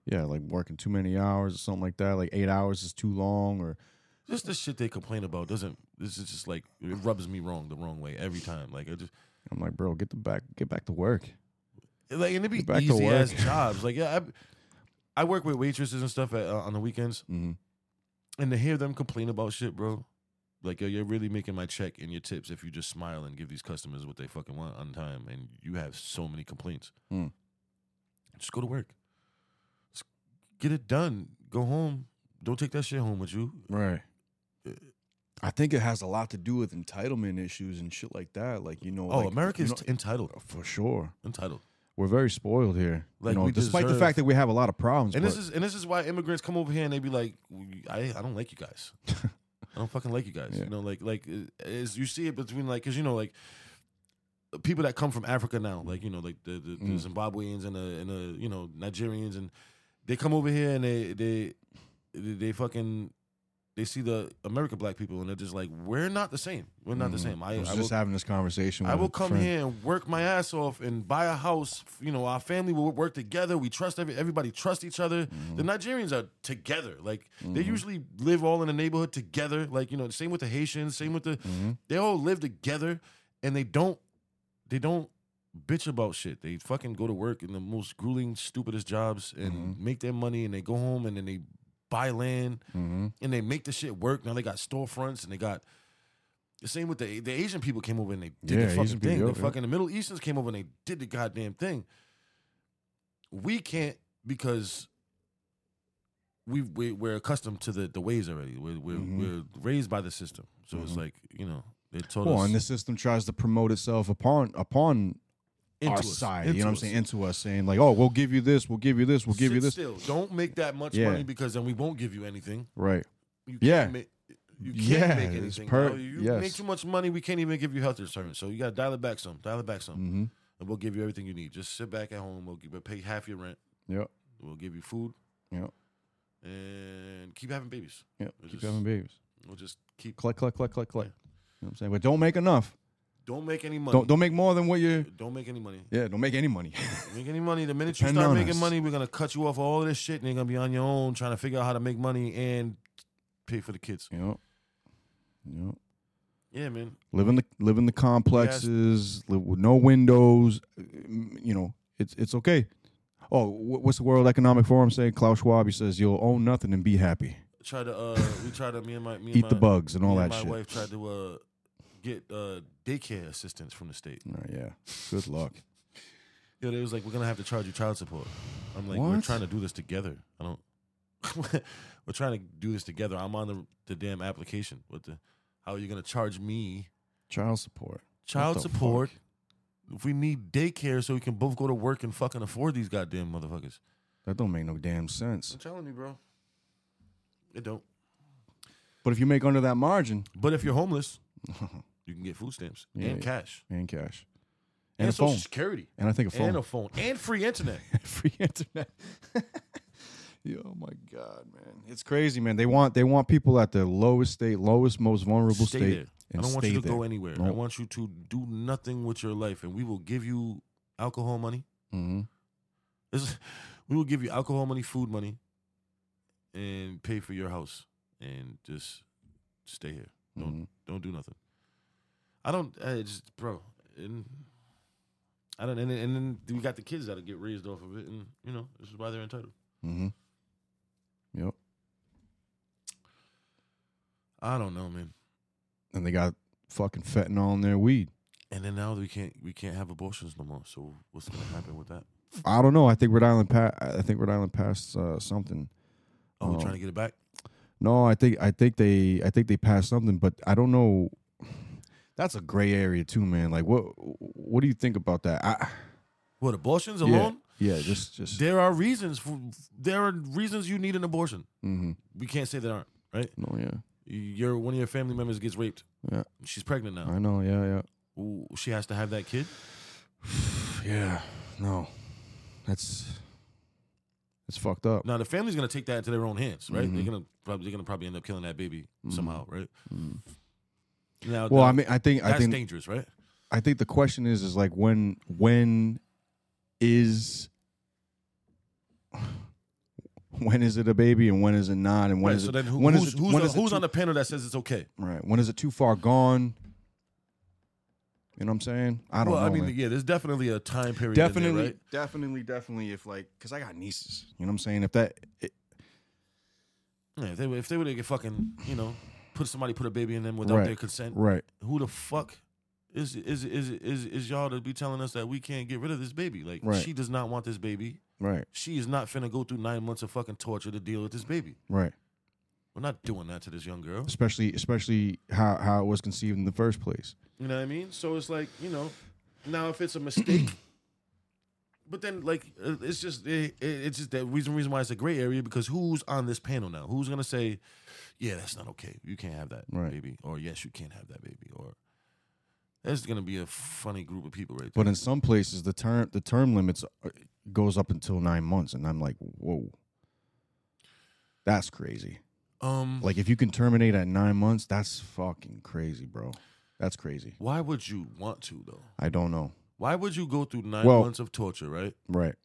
Speaker 10: Yeah, like working too many hours or something like that. Like eight hours is too long, or
Speaker 11: Just the shit they complain about doesn't. This is just like it rubs me wrong the wrong way every time. Like I just
Speaker 10: I'm like, bro, get the back, get back to work.
Speaker 11: like and it be
Speaker 10: Get back to
Speaker 11: easy ass
Speaker 10: work.
Speaker 11: jobs. Like yeah, I, I work with waitresses and stuff at, uh, on the weekends,
Speaker 10: Mm-hmm.
Speaker 11: and to hear them complain about shit, bro. Like yo, you're really making my check and your tips if you just smile and give these customers what they fucking want on time, and you have so many complaints.
Speaker 10: Mm.
Speaker 11: Just go to work. Just get it done. Go home. Don't take that shit home with you.
Speaker 10: Right. I think it has a lot to do with entitlement issues and shit like that. Like you know,
Speaker 11: Oh,
Speaker 10: like,
Speaker 11: America
Speaker 10: you
Speaker 11: is
Speaker 10: know,
Speaker 11: t- entitled.
Speaker 10: for sure.
Speaker 11: oh, Entitled.
Speaker 10: We're very spoiled here.
Speaker 11: Like,
Speaker 10: you know,
Speaker 11: we
Speaker 10: despite the
Speaker 11: deserve-
Speaker 10: fact that we have a lot of problems.
Speaker 11: And this
Speaker 10: but-
Speaker 11: is and this is why immigrants come over here and they be like, "We- I, I don't like you guys. I don't fucking like you guys. You know, like like uh, is you see it between like because you know like people that come from Africa now, like you know like the the, the
Speaker 10: Mm.
Speaker 11: Zimbabweans and the and the you know Nigerians and they come over here and they they they, they fucking. They see the American black people and they're just like, we're not the same. We're not the
Speaker 10: Mhm.
Speaker 11: same. I,
Speaker 10: I was
Speaker 11: I
Speaker 10: just
Speaker 11: will-
Speaker 10: having this conversation.
Speaker 11: I
Speaker 10: with a
Speaker 11: will come
Speaker 10: friend.
Speaker 11: here and work my ass off and buy a house. You know, our family will work together. We trust every everybody trust each other.
Speaker 10: Mm-hmm.
Speaker 11: The Nigerians are together. Like they
Speaker 10: Mhm.
Speaker 11: usually live all in a neighborhood together. Like you know, same with the Haitians. Same with the
Speaker 10: Mm-hmm.
Speaker 11: they all live together, and they don't they don't bitch about shit. They fucking go to work in the most grueling, stupidest jobs and
Speaker 10: Mm-hmm.
Speaker 11: make their money, and they go home and then they buy land
Speaker 10: Mhm.
Speaker 11: and they make the shit work. Now they got storefronts and they got the same with the the Asian people came over and they did
Speaker 10: Yeah,
Speaker 11: the fucking
Speaker 10: Asian people,
Speaker 11: thing.
Speaker 10: yeah,
Speaker 11: the
Speaker 10: yeah.
Speaker 11: fucking the Middle Easterns came over and they did the goddamn thing. We can't because we, we we're accustomed to the, the ways already. We're we're,
Speaker 10: Mm-hmm.
Speaker 11: we're raised by the system, so it's like you know they told
Speaker 10: Well,
Speaker 11: us.
Speaker 10: and the system tries to promote itself upon upon
Speaker 11: Into
Speaker 10: our
Speaker 11: us.
Speaker 10: side. you
Speaker 11: Into
Speaker 10: know what I'm
Speaker 11: us.
Speaker 10: saying? Into us, saying like, "Oh, we'll give you this, we'll give you this, we'll give
Speaker 11: Sit
Speaker 10: you this."
Speaker 11: Still, don't make that much
Speaker 10: Yeah.
Speaker 11: money because then we won't give you anything.
Speaker 10: Right.
Speaker 11: You can't
Speaker 10: yeah.
Speaker 11: make, you can't
Speaker 10: Yeah,
Speaker 11: make
Speaker 10: it's
Speaker 11: anything.
Speaker 10: per-
Speaker 11: bro. you
Speaker 10: yes.
Speaker 11: make too much money, we can't even give you health insurance. So you got to dial it back some. Dial it back some,
Speaker 10: Mhm.
Speaker 11: and we'll give you everything you need. Just sit back at home. We'll, give, we'll pay half your rent.
Speaker 10: Yep.
Speaker 11: We'll give you food.
Speaker 10: Yep.
Speaker 11: and keep having babies.
Speaker 10: Yep.
Speaker 11: We'll
Speaker 10: keep
Speaker 11: just-
Speaker 10: having babies.
Speaker 11: We'll just keep
Speaker 10: Collect, collect, collect, collect, collect. You know what I'm saying? But don't make enough.
Speaker 11: Don't make any money.
Speaker 10: Don't don't make more than what you.
Speaker 11: Don't make any money.
Speaker 10: Yeah, don't make any money.
Speaker 11: Don't make any money. The minute
Speaker 10: Depend
Speaker 11: you start
Speaker 10: on
Speaker 11: making
Speaker 10: us.
Speaker 11: money, we're gonna cut you off all of this shit, and you're gonna be on your own trying to figure out how to make money and pay for the kids.
Speaker 10: Yep. Yep.
Speaker 11: Yeah, man.
Speaker 10: Live in the live in the complexes. Live with no windows. mm, You know, it's it's okay. Oh, wh- what's the World Economic Forum saying? Klaus Schwab. He says you'll own nothing and be happy.
Speaker 11: Try to uh, we tried to me and my me and
Speaker 10: Eat the
Speaker 11: my-
Speaker 10: bugs and all
Speaker 11: me
Speaker 10: that
Speaker 11: my
Speaker 10: shit.
Speaker 11: My wife tried to uh, get uh, daycare assistance from the state.
Speaker 10: Oh, yeah. Good luck.
Speaker 11: Yeah, they was like, we're gonna have to charge you child support. I'm like, we're
Speaker 10: What?
Speaker 11: trying to do this together. I don't. we're trying to do this together. I'm on the the damn application. What the? How are you gonna charge me
Speaker 10: Child support.
Speaker 11: child
Speaker 10: What the
Speaker 11: support? If we need daycare so we can both go to work and fucking afford these goddamn motherfuckers.
Speaker 10: That don't make no damn sense.
Speaker 11: I'm telling you, bro. It don't.
Speaker 10: But if you make under that margin,
Speaker 11: But if you're homeless, you can get food stamps
Speaker 10: Yeah,
Speaker 11: and
Speaker 10: yeah.
Speaker 11: cash
Speaker 10: and cash,
Speaker 11: and,
Speaker 10: a
Speaker 11: social
Speaker 10: phone,
Speaker 11: security,
Speaker 10: and I think a phone,
Speaker 11: and a phone and free internet.
Speaker 10: free internet. oh my god, man, it's crazy, man. They want they want people at the lowest state, lowest, most vulnerable
Speaker 11: Stay
Speaker 10: state.
Speaker 11: there.
Speaker 10: and
Speaker 11: I don't want
Speaker 10: stay
Speaker 11: you to
Speaker 10: there.
Speaker 11: go anywhere. I
Speaker 10: Nope.
Speaker 11: want you to do nothing with your life, and we will give you alcohol money.
Speaker 10: Mhm.
Speaker 11: This- we will give you alcohol money, food money, and pay for your house, and just stay here. Don't don't do nothing. I don't. I just bro. And I don't. And, then- and then we got the kids that'll get raised off of it, and you know this is why they're entitled.
Speaker 10: Mhm. Yep.
Speaker 11: I don't know, man.
Speaker 10: And they got fucking fentanyl in their weed.
Speaker 11: And then now we can't we can't have abortions no more. So what's gonna happen with that?
Speaker 10: I don't know. I think Rhode Island. Pa- I think Rhode Island passed uh, something.
Speaker 11: Oh, we're
Speaker 10: Um,
Speaker 11: trying to get it back.
Speaker 10: No, I think I think they I think they passed something, but I don't know. That's a gray area too, man. Like, what what do you think about that? I,
Speaker 11: What abortions
Speaker 10: yeah,
Speaker 11: alone?
Speaker 10: yeah, just just
Speaker 11: There are reasons for there are reasons you need an abortion.
Speaker 10: Mhm.
Speaker 11: We can't say there aren't, right?
Speaker 10: no, yeah,
Speaker 11: Your one of your family members gets raped.
Speaker 10: yeah.
Speaker 11: She's pregnant now.
Speaker 10: I know, yeah, yeah,
Speaker 11: Ooh, She has to have that kid.
Speaker 10: yeah. No, that's that's fucked up.
Speaker 11: Now the family's gonna take that into their own hands, right? They're
Speaker 10: Mhm.
Speaker 11: gonna probably they're gonna probably end up killing that baby somehow, right? Now,
Speaker 10: Mm-hmm. Well,
Speaker 11: now,
Speaker 10: I mean, I think
Speaker 11: that's
Speaker 10: I think
Speaker 11: dangerous, right?
Speaker 10: I think the question is is like when when is when is it a baby and when is it not and when
Speaker 11: right.
Speaker 10: is
Speaker 11: so
Speaker 10: it
Speaker 11: then who,
Speaker 10: when is
Speaker 11: who's,
Speaker 10: it,
Speaker 11: who's, on,
Speaker 10: when is it
Speaker 11: who's
Speaker 10: too-
Speaker 11: on the panel that says it's okay?
Speaker 10: Right. When is it too far gone? You know what I'm saying? I don't
Speaker 11: well,
Speaker 10: know.
Speaker 11: I mean,
Speaker 10: man.
Speaker 11: yeah, there's definitely a time period. in there,
Speaker 10: definitely,
Speaker 11: right?
Speaker 10: definitely, definitely. If like, cause I got nieces. You know what I'm saying? If that, it,
Speaker 11: Yeah, if they were- if they would have fucking you know put somebody put a baby in them without
Speaker 10: Right,
Speaker 11: their consent,
Speaker 10: right.
Speaker 11: Who the fuck is is is is is y'all to be telling us that we can't get rid of this baby? Like
Speaker 10: Right.
Speaker 11: she does not want this baby.
Speaker 10: right,
Speaker 11: She is not finna go through nine months of fucking torture to deal with this baby.
Speaker 10: right.
Speaker 11: We're not doing that to this young girl.
Speaker 10: Especially, especially how how it was conceived in the first place.
Speaker 11: You know what I mean? So it's like you know, now if it's a mistake. But then, like, uh, it's just it, it- it's just the reason reason why it's a gray area because who's on this panel now? Who's gonna say, yeah, that's not okay. You can't have that
Speaker 10: Right.
Speaker 11: baby, or yes, you can't have that baby, or there's gonna be a funny group of people right there.
Speaker 10: But in some places, the term the term limits uh, goes up until nine months, and I'm like, whoa, that's crazy.
Speaker 11: um,
Speaker 10: Like, if you can terminate at nine months, that's fucking crazy, bro. That's crazy.
Speaker 11: why would you want to though?
Speaker 10: I don't know.
Speaker 11: Why would you go through nine
Speaker 10: Well-
Speaker 11: months of torture, right,
Speaker 10: Right.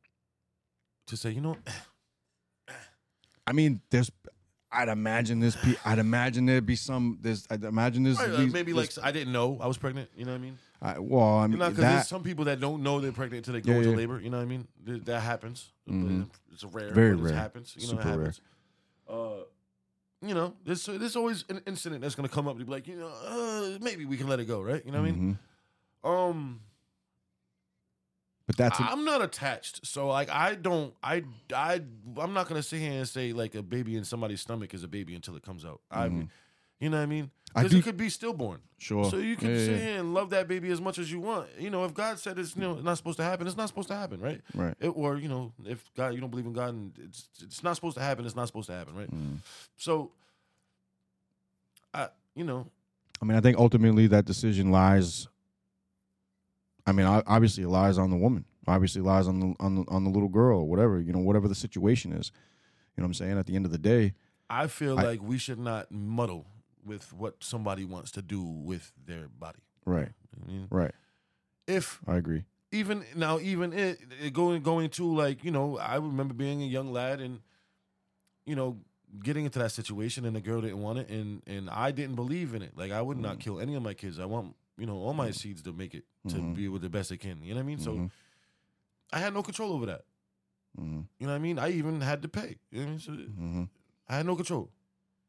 Speaker 11: to say you know?
Speaker 10: I mean, there's. I'd imagine this. Pe- I'd imagine there'd be some. There's. I'd imagine this.
Speaker 11: Right, uh, maybe like I didn't know I was pregnant. You know what I mean?
Speaker 10: I, well, I
Speaker 11: You
Speaker 10: mean
Speaker 11: know, 'cause there's
Speaker 10: that.
Speaker 11: some people that don't know they're pregnant until they go
Speaker 10: Yeah,
Speaker 11: into
Speaker 10: yeah.
Speaker 11: labor. You know what I mean? Th- That happens.
Speaker 10: Mhm.
Speaker 11: It's rare.
Speaker 10: Very
Speaker 11: but It
Speaker 10: rare.
Speaker 11: happens. You know, it
Speaker 10: Super rare.
Speaker 11: happens. Uh, you know, there's there's always an incident that's gonna come up to be like, you know, uh, maybe we can let it go, right? You know what
Speaker 10: Mhm.
Speaker 11: I mean? Um,
Speaker 10: But that's. A,
Speaker 11: I'm not attached, so like I don't, I, I, I'm not gonna sit here and say like a baby in somebody's stomach is a baby until it comes out. I, you know what I mean?
Speaker 10: Mm-hmm. I
Speaker 11: Because
Speaker 10: do-
Speaker 11: it could be stillborn.
Speaker 10: Sure.
Speaker 11: So you can
Speaker 10: Yeah, yeah,
Speaker 11: sit
Speaker 10: yeah.
Speaker 11: here and love that baby as much as you want. You know, if God said it's you know not supposed to happen, it's not supposed to happen, right?
Speaker 10: Right.
Speaker 11: It, or you know, if God, you don't believe in God, and it's it's not supposed to happen, it's not supposed to happen, right?
Speaker 10: Mm.
Speaker 11: So, I, you know,
Speaker 10: I mean, I think ultimately that decision lies. I mean, ob- obviously it lies on the woman. Obviously it lies on the on the on the little girl, or whatever you know, whatever the situation is. You know what I'm saying? At the end of the day,
Speaker 11: I feel
Speaker 10: I-
Speaker 11: like we should not muddle with what somebody wants to do with their body.
Speaker 10: right, right.
Speaker 11: If
Speaker 10: I agree.
Speaker 11: even now, even it, it going going to like you know, I remember being a young lad and you know getting into that situation, and the girl didn't want it, and and I didn't believe in it. Like I would not kill any of my kids. I want you know all my seeds to make it to
Speaker 10: Mhm.
Speaker 11: be with the best they can. You know what I mean? So
Speaker 10: Mhm.
Speaker 11: I had no control over that.
Speaker 10: Mhm.
Speaker 11: You know what I mean? I even had to pay. You know what I mean? So
Speaker 10: Mhm.
Speaker 11: I had no control.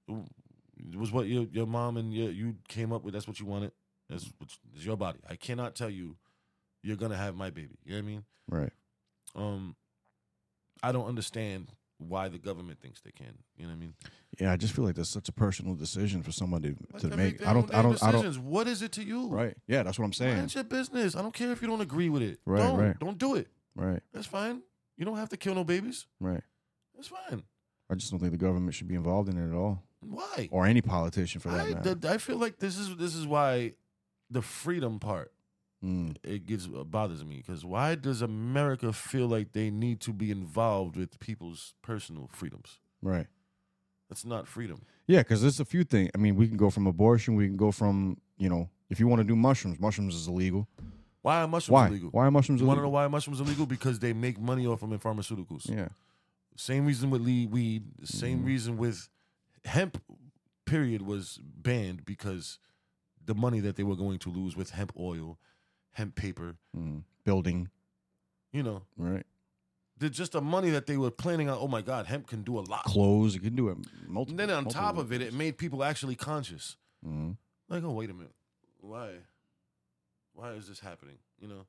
Speaker 11: It was what your your mom and your, you came up with. That's what you wanted. That's what's it's your body. I cannot tell you you're gonna have my baby. You know what I mean?
Speaker 10: Right.
Speaker 11: Um, I don't understand why the government thinks they can. You know what I mean?
Speaker 10: Yeah, I just feel like that's such a personal decision for somebody to
Speaker 11: They
Speaker 10: make.
Speaker 11: their
Speaker 10: I
Speaker 11: own
Speaker 10: don't. I
Speaker 11: damn
Speaker 10: don't. I
Speaker 11: decisions.
Speaker 10: don't.
Speaker 11: What is it to you?
Speaker 10: Right. Yeah, that's what I'm saying.
Speaker 11: Mind your business. I don't care if you don't agree with it.
Speaker 10: Right,
Speaker 11: Don't.
Speaker 10: right.
Speaker 11: Don't do it.
Speaker 10: Right.
Speaker 11: That's fine. You don't have to kill no babies.
Speaker 10: Right.
Speaker 11: That's fine.
Speaker 10: I just don't think the government should be involved in it at all.
Speaker 11: Why?
Speaker 10: Or any politician for that
Speaker 11: I,
Speaker 10: matter.
Speaker 11: th- I feel like this is this is why the freedom part
Speaker 10: Mm.
Speaker 11: it gets bothers me because why does America feel like they need to be involved with people's personal freedoms?
Speaker 10: Right.
Speaker 11: That's not freedom.
Speaker 10: Yeah, because there's a few things. I mean, we can go from abortion. We can go from you know, if you want to do mushrooms, mushrooms is illegal.
Speaker 11: Why are mushrooms
Speaker 10: Why?
Speaker 11: illegal?
Speaker 10: Why are mushrooms
Speaker 11: You want to know
Speaker 10: illegal?
Speaker 11: why mushrooms illegal? Because they make money off them in pharmaceuticals.
Speaker 10: Yeah. Mm.
Speaker 11: Same reason with lead, weed. Same reason with hemp. Period was banned because the money that they were going to lose with hemp oil, hemp paper,
Speaker 10: Mm. Building.
Speaker 11: you know,
Speaker 10: Right.
Speaker 11: the, just the money that they were planning on. Oh my God, hemp can do a lot.
Speaker 10: Clothes. You can do it. Multiple.
Speaker 11: And then on
Speaker 10: multiple
Speaker 11: top
Speaker 10: ways.
Speaker 11: of it, it made people actually conscious.
Speaker 10: Mhm.
Speaker 11: Like, oh wait a minute, why, why is this happening? You know,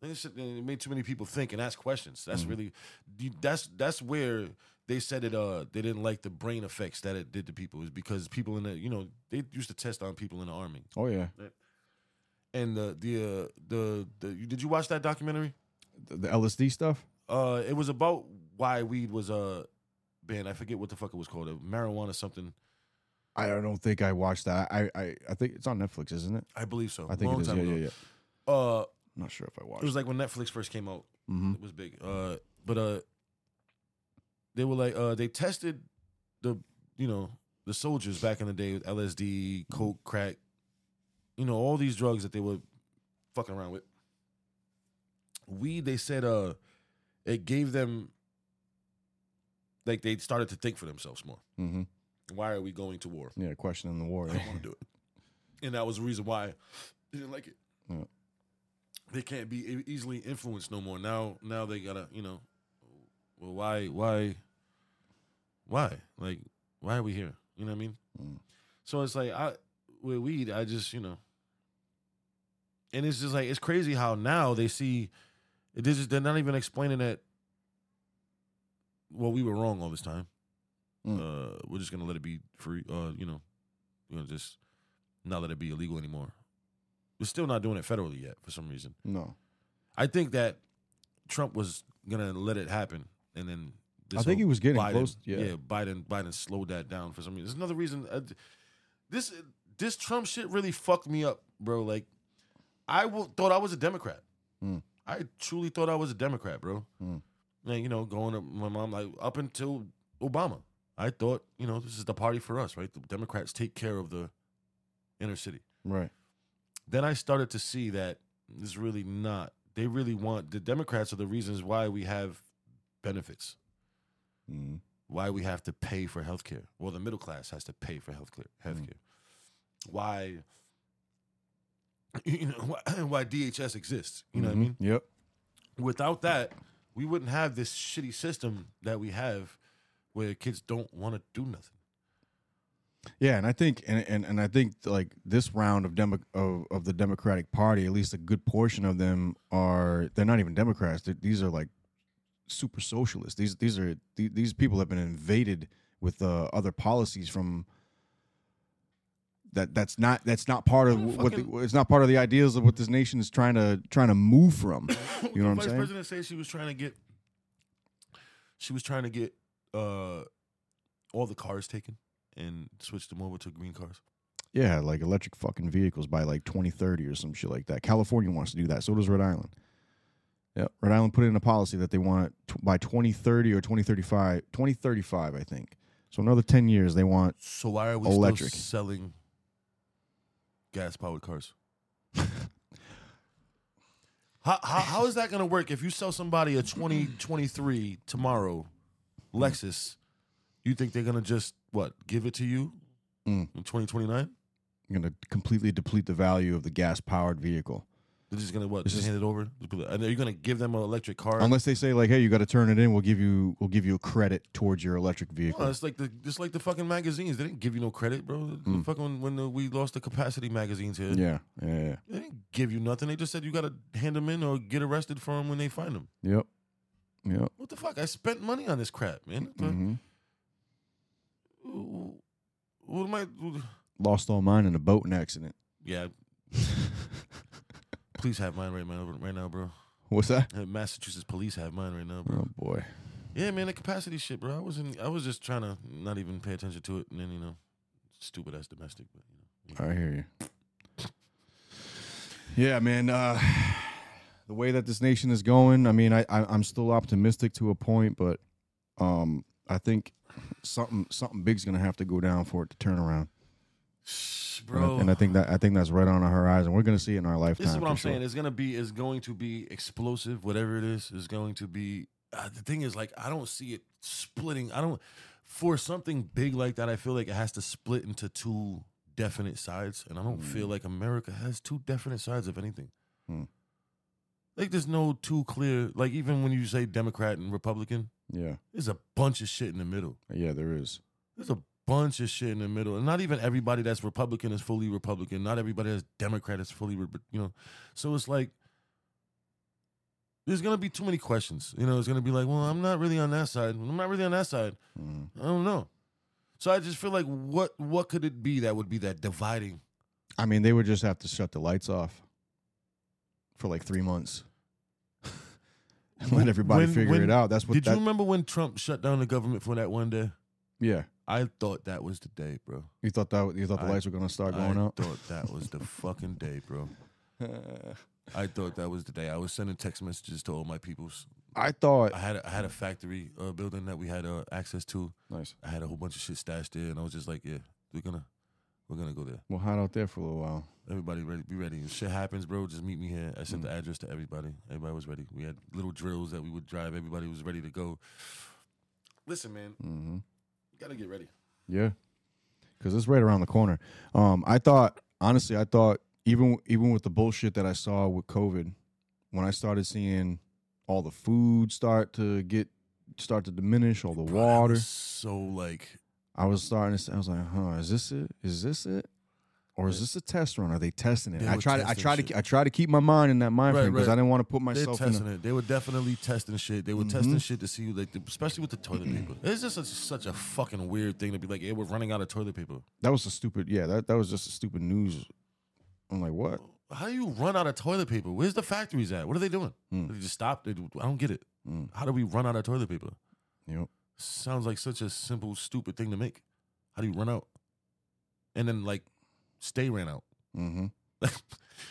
Speaker 11: Like it should- it made too many people think and ask questions. That's
Speaker 10: Mhm.
Speaker 11: really, you- that's that's where they said it. Uh, they didn't like the brain effects that it did to people is because people in the, you know, they used to test on people in the army.
Speaker 10: Oh yeah.
Speaker 11: And the the uh, the, the you- did you watch that documentary?
Speaker 10: The, the LSD stuff.
Speaker 11: Uh, it was about why weed was uh banned. I forget what the fuck it was called. Uh, Marijuana something.
Speaker 10: I don't think I watched that. I I, I think it's on Netflix, isn't it?
Speaker 11: I believe so.
Speaker 10: I think
Speaker 11: Long
Speaker 10: it is.
Speaker 11: time
Speaker 10: Yeah,
Speaker 11: ago.
Speaker 10: yeah, yeah.
Speaker 11: Uh,
Speaker 10: Not sure if I watched.
Speaker 11: It was like when Netflix first came out.
Speaker 10: Mhm.
Speaker 11: It was big. Uh, but uh, they were like uh, they tested the you know the soldiers back in the day with LSD, coke, crack, you know all these drugs that they were fucking around with. Weed, they said, uh, it gave them like they started to think for themselves more.
Speaker 10: Mm-hmm.
Speaker 11: Why are we going to war?
Speaker 10: Yeah, questioning the war.
Speaker 11: I don't want to do it, and that was the reason why they didn't like it.
Speaker 10: Yeah.
Speaker 11: they can't be e- easily influenced no more. Now, now they gotta, you know, well, why, why, why? Like, why are we here? You know what I mean? So it's like I with weed, I just you know, and it's just like it's crazy how now they see this is they're not even explaining that. Well, we were wrong all this time. Uh, we're just gonna let it be free. Uh, you know, you know, just not let it be illegal anymore. We're still not doing it federally yet for some reason.
Speaker 10: No.
Speaker 11: I think that Trump was gonna let it happen, and then
Speaker 10: I think
Speaker 11: whole
Speaker 10: he was getting
Speaker 11: Biden-
Speaker 10: close, yeah.
Speaker 11: Biden, Biden slowed that down for some reason. There's another reason. Uh, this this Trump shit really fucked me up, bro. Like, I w- thought I was a Democrat.
Speaker 10: Mm.
Speaker 11: I truly thought I was a Democrat, bro.
Speaker 10: Mm.
Speaker 11: Like, you know, going to my mom, like up until Obama, I thought, you know, this is the party for us, right? The Democrats take care of the inner city
Speaker 10: Right.
Speaker 11: then I started to see that it's really not. They really want the Democrats are the reasons why we have benefits,
Speaker 10: Mhm.
Speaker 11: why we have to pay for healthcare. Well, the middle class has to pay for healthcare. Healthcare. Why? You know why, why DHS exists. You know what I
Speaker 10: Mhm.
Speaker 11: mean?
Speaker 10: Yep.
Speaker 11: Without that, we wouldn't have this shitty system that we have, where kids don't want to do nothing.
Speaker 10: Yeah, and I think and, and, and I think like this round of demo of, of the Democratic Party, at least a good portion of them are they're not even Democrats. they these are like super socialists. These these are the- these people have been invaded with uh, other policies from that that's not that's not part of what, the, it's not part of the ideals of what this nation is trying to trying to move from. You
Speaker 11: the
Speaker 10: know what I'm
Speaker 11: vice
Speaker 10: saying?
Speaker 11: president said she was trying to get she was trying to get uh all the cars taken and switch them over to green cars.
Speaker 10: Yeah, like electric fucking vehicles by like 2030 or some shit like that. California wants to do that. So does Rhode Island. Yep. Rhode Island put in a policy that they want tw- by 2030 or 2035, 2035, I think. So another 10 years, they want
Speaker 11: So why are we
Speaker 10: electric.
Speaker 11: still selling gas powered cars? how, how how is that going to work if you sell somebody a 2023 tomorrow Lexus? You think they're going to just what? Give it to you
Speaker 10: Mm.
Speaker 11: in 2029?
Speaker 10: You're going to completely deplete the value of the gas powered vehicle.
Speaker 11: They're just going to what?
Speaker 10: This
Speaker 11: Just
Speaker 10: is-
Speaker 11: hand it over? Just be like, Are you going to give them an electric car?
Speaker 10: Unless they say like, "Hey, you got to turn it in. We'll give you we'll give you a credit towards your electric vehicle."
Speaker 11: No, it's like the it's like the fucking magazines. They didn't give you no credit, bro. The
Speaker 10: Mm.
Speaker 11: fucking when the, we lost the capacity magazines here.
Speaker 10: yeah, yeah, yeah.
Speaker 11: They didn't give you nothing. They just said you gotta hand them in or get arrested for them when they find them.
Speaker 10: Yep. Yep.
Speaker 11: What the fuck? I spent money on this crap, man.
Speaker 10: Mhm.
Speaker 11: What am I?
Speaker 10: Lost all mine in a boat in an accident.
Speaker 11: Yeah. Please have mine right now, right now, bro.
Speaker 10: What's that?
Speaker 11: Uh, Massachusetts police have mine right now, bro.
Speaker 10: Oh boy.
Speaker 11: Yeah, man, the capacity shit, bro. I wasn't. I was just trying to not even pay attention to it, and then you know, stupid ass domestic. But
Speaker 10: I hear you. Yeah, man. Uh, the way that this nation is going, I mean, I, I I'm still optimistic to a point, but um, I think something something big's gonna have to go down for it to turn around. And I-
Speaker 11: Bro.
Speaker 10: and I think that I think that's right on the horizon. We're gonna see it in our lifetime.
Speaker 11: This is what
Speaker 10: for
Speaker 11: I'm
Speaker 10: sure.
Speaker 11: saying. It's gonna be. It's going to be explosive. Whatever it is, is going to be. Uh, the thing is, like, I don't see it splitting. I don't. For something big like that, I feel like it has to split into two definite sides, and I don't feel like America has two definite sides of anything.
Speaker 10: Hmm.
Speaker 11: Like, there's no two clear. Like, even when you say Democrat and Republican,
Speaker 10: Yeah,
Speaker 11: there's a bunch of shit in the middle.
Speaker 10: yeah, there is.
Speaker 11: There's a bunch of shit in the middle, and not even everybody that's Republican is fully Republican. Not everybody that's Democrat is fully, re- you know. So it's like there's gonna be too many questions. You know, it's gonna be like, well, I'm not really on that side. I'm not really on that side.
Speaker 10: Mm-hmm.
Speaker 11: I don't know. So I just feel like what what could it be that would be that dividing?
Speaker 10: I mean, they would just have to shut the lights off for like three months and let everybody
Speaker 11: When-
Speaker 10: figure
Speaker 11: when-
Speaker 10: it out. That's what.
Speaker 11: Did
Speaker 10: that,
Speaker 11: you remember when Trump shut down the government for that one day?
Speaker 10: Yeah,
Speaker 11: I thought that was the day, bro.
Speaker 10: you thought that you thought the
Speaker 11: I-
Speaker 10: lights were gonna start going
Speaker 11: I
Speaker 10: out.
Speaker 11: thought that was the fucking day, bro. I thought that was the day. I was sending text messages to all my peoples.
Speaker 10: I thought
Speaker 11: I had a, I had a factory uh, building that we had uh, access to.
Speaker 10: Nice.
Speaker 11: I had a whole bunch of shit stashed there, and I was just like, yeah, we're gonna we're gonna go there.
Speaker 10: we'll hide out there for a little while.
Speaker 11: Everybody ready? Be ready. If shit happens, bro. Just meet me here. I sent the
Speaker 10: Mm.
Speaker 11: address to everybody. Everybody was ready. We had little drills that we would drive. Everybody was ready to go. Listen, man,
Speaker 10: Mm-hmm.
Speaker 11: gotta get ready.
Speaker 10: Yeah, because it's right around the corner. Um, I thought honestly, I thought even even with the bullshit that I saw with COVID, when I started seeing all the food start to get start to diminish, all the
Speaker 11: Bro, that
Speaker 10: water.
Speaker 11: was So like,
Speaker 10: I was starting to. s- I was like, "Huh, is this it? Is this it? Or is this a test run? Are they testing it?"
Speaker 11: They
Speaker 10: I
Speaker 11: were
Speaker 10: tried. To, I
Speaker 11: testing
Speaker 10: tried to.
Speaker 11: shit.
Speaker 10: I tried to keep my mind in that mind frame because I didn't want to put
Speaker 11: They're
Speaker 10: myself in.
Speaker 11: testing
Speaker 10: A,
Speaker 11: it. They were definitely testing shit. They were
Speaker 10: Mhm.
Speaker 11: testing shit to see, like, especially with the toilet paper. It's just such, such a fucking weird thing to be like, "Hey, we're running out of toilet paper."
Speaker 10: that was a stupid. Yeah, that that was just a stupid news. I'm like, what?
Speaker 11: How do you run out of toilet paper? Where's the factories at? What are they doing?
Speaker 10: Mm.
Speaker 11: They just stopped. They, I don't get it. How do we run out of toilet paper?
Speaker 10: Yep.
Speaker 11: Sounds like such a simple, stupid thing to make. How do you run out? And then like, stay ran out.
Speaker 10: Mm-hmm.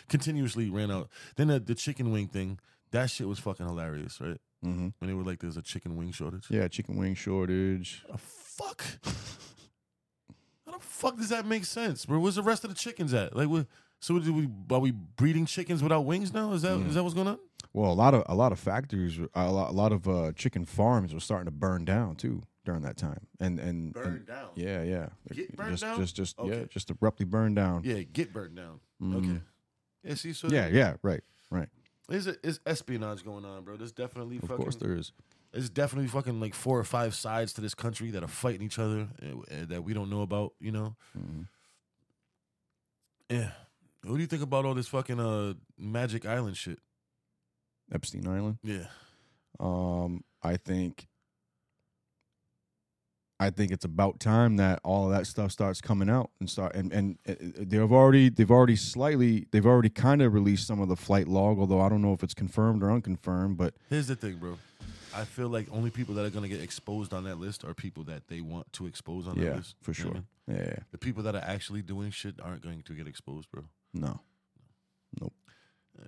Speaker 11: Continuously ran out. Then the, the chicken wing thing. That shit was fucking hilarious, right?
Speaker 10: Mhm.
Speaker 11: When they were like, "There's a chicken wing shortage."
Speaker 10: Yeah, chicken wing shortage.
Speaker 11: fuck? How the fuck does that make sense, bro? Where's the rest of the chickens at? Like, what, so do we are we breeding chickens without wings now? Is that is that what's going on?
Speaker 10: Well, a lot of a lot of factories, were- a lot, a lot of uh, chicken farms were starting to burn down too during that time. And and
Speaker 11: Burn
Speaker 10: and-
Speaker 11: down?
Speaker 10: Yeah, yeah.
Speaker 11: Get burned
Speaker 10: just,
Speaker 11: down?
Speaker 10: Just just yeah,
Speaker 11: Okay.
Speaker 10: just abruptly burned down.
Speaker 11: Yeah, get burned down.
Speaker 10: Mhm.
Speaker 11: Okay. Yeah, see, so
Speaker 10: Yeah, yeah, right, right.
Speaker 11: Is it is espionage going on, bro? There's definitely
Speaker 10: Of
Speaker 11: fucking,
Speaker 10: course there is.
Speaker 11: There's definitely fucking like four or five sides to this country that are fighting each other and, and that we don't know about. You know.
Speaker 10: Mm-hmm.
Speaker 11: Yeah. What do you think about all this fucking uh Magic Island shit?
Speaker 10: Epstein Island.
Speaker 11: Yeah.
Speaker 10: Um, I think I think it's about time that all of that stuff starts coming out and start and and uh, uh, they've already they've already slightly they've already kind of released some of the flight log, although I don't know if it's confirmed or unconfirmed, but
Speaker 11: Here's the thing, bro. I feel like only people that are gonna get exposed on that list are people that they want to expose on that
Speaker 10: yeah,
Speaker 11: list.
Speaker 10: for
Speaker 11: You know
Speaker 10: sure.
Speaker 11: what I mean?
Speaker 10: Yeah, yeah, yeah.
Speaker 11: The people that are actually doing shit aren't going to get exposed, bro.
Speaker 10: No.
Speaker 11: Uh,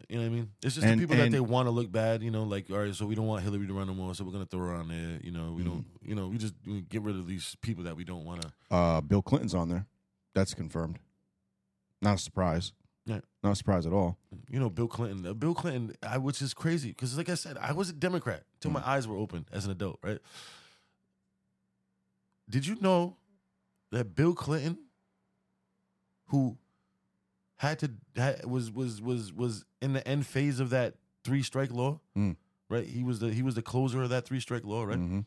Speaker 11: You know what I mean? It's just
Speaker 10: And-
Speaker 11: the people that
Speaker 10: and-
Speaker 11: they want to look bad. You know, like all right, so we don't want Hillary to run no more, so we're gonna throw her on there. You know, we
Speaker 10: Mm-hmm.
Speaker 11: don't. You know, we just we get rid of these people that we don't want to.
Speaker 10: Uh, Bill Clinton's on there. That's confirmed. Not a surprise.
Speaker 11: Yeah.
Speaker 10: Not a surprise at all.
Speaker 11: You know, Bill Clinton. uh, Bill Clinton, I, which is crazy because, like I said, I was a Democrat till my eyes were open as an adult. Right? Did you know that Bill Clinton, who had to had, was was was was in the end phase of that three strike law,
Speaker 10: Mm.
Speaker 11: right? He was the he was the closer of that three strike law, right?
Speaker 10: Mm-hmm.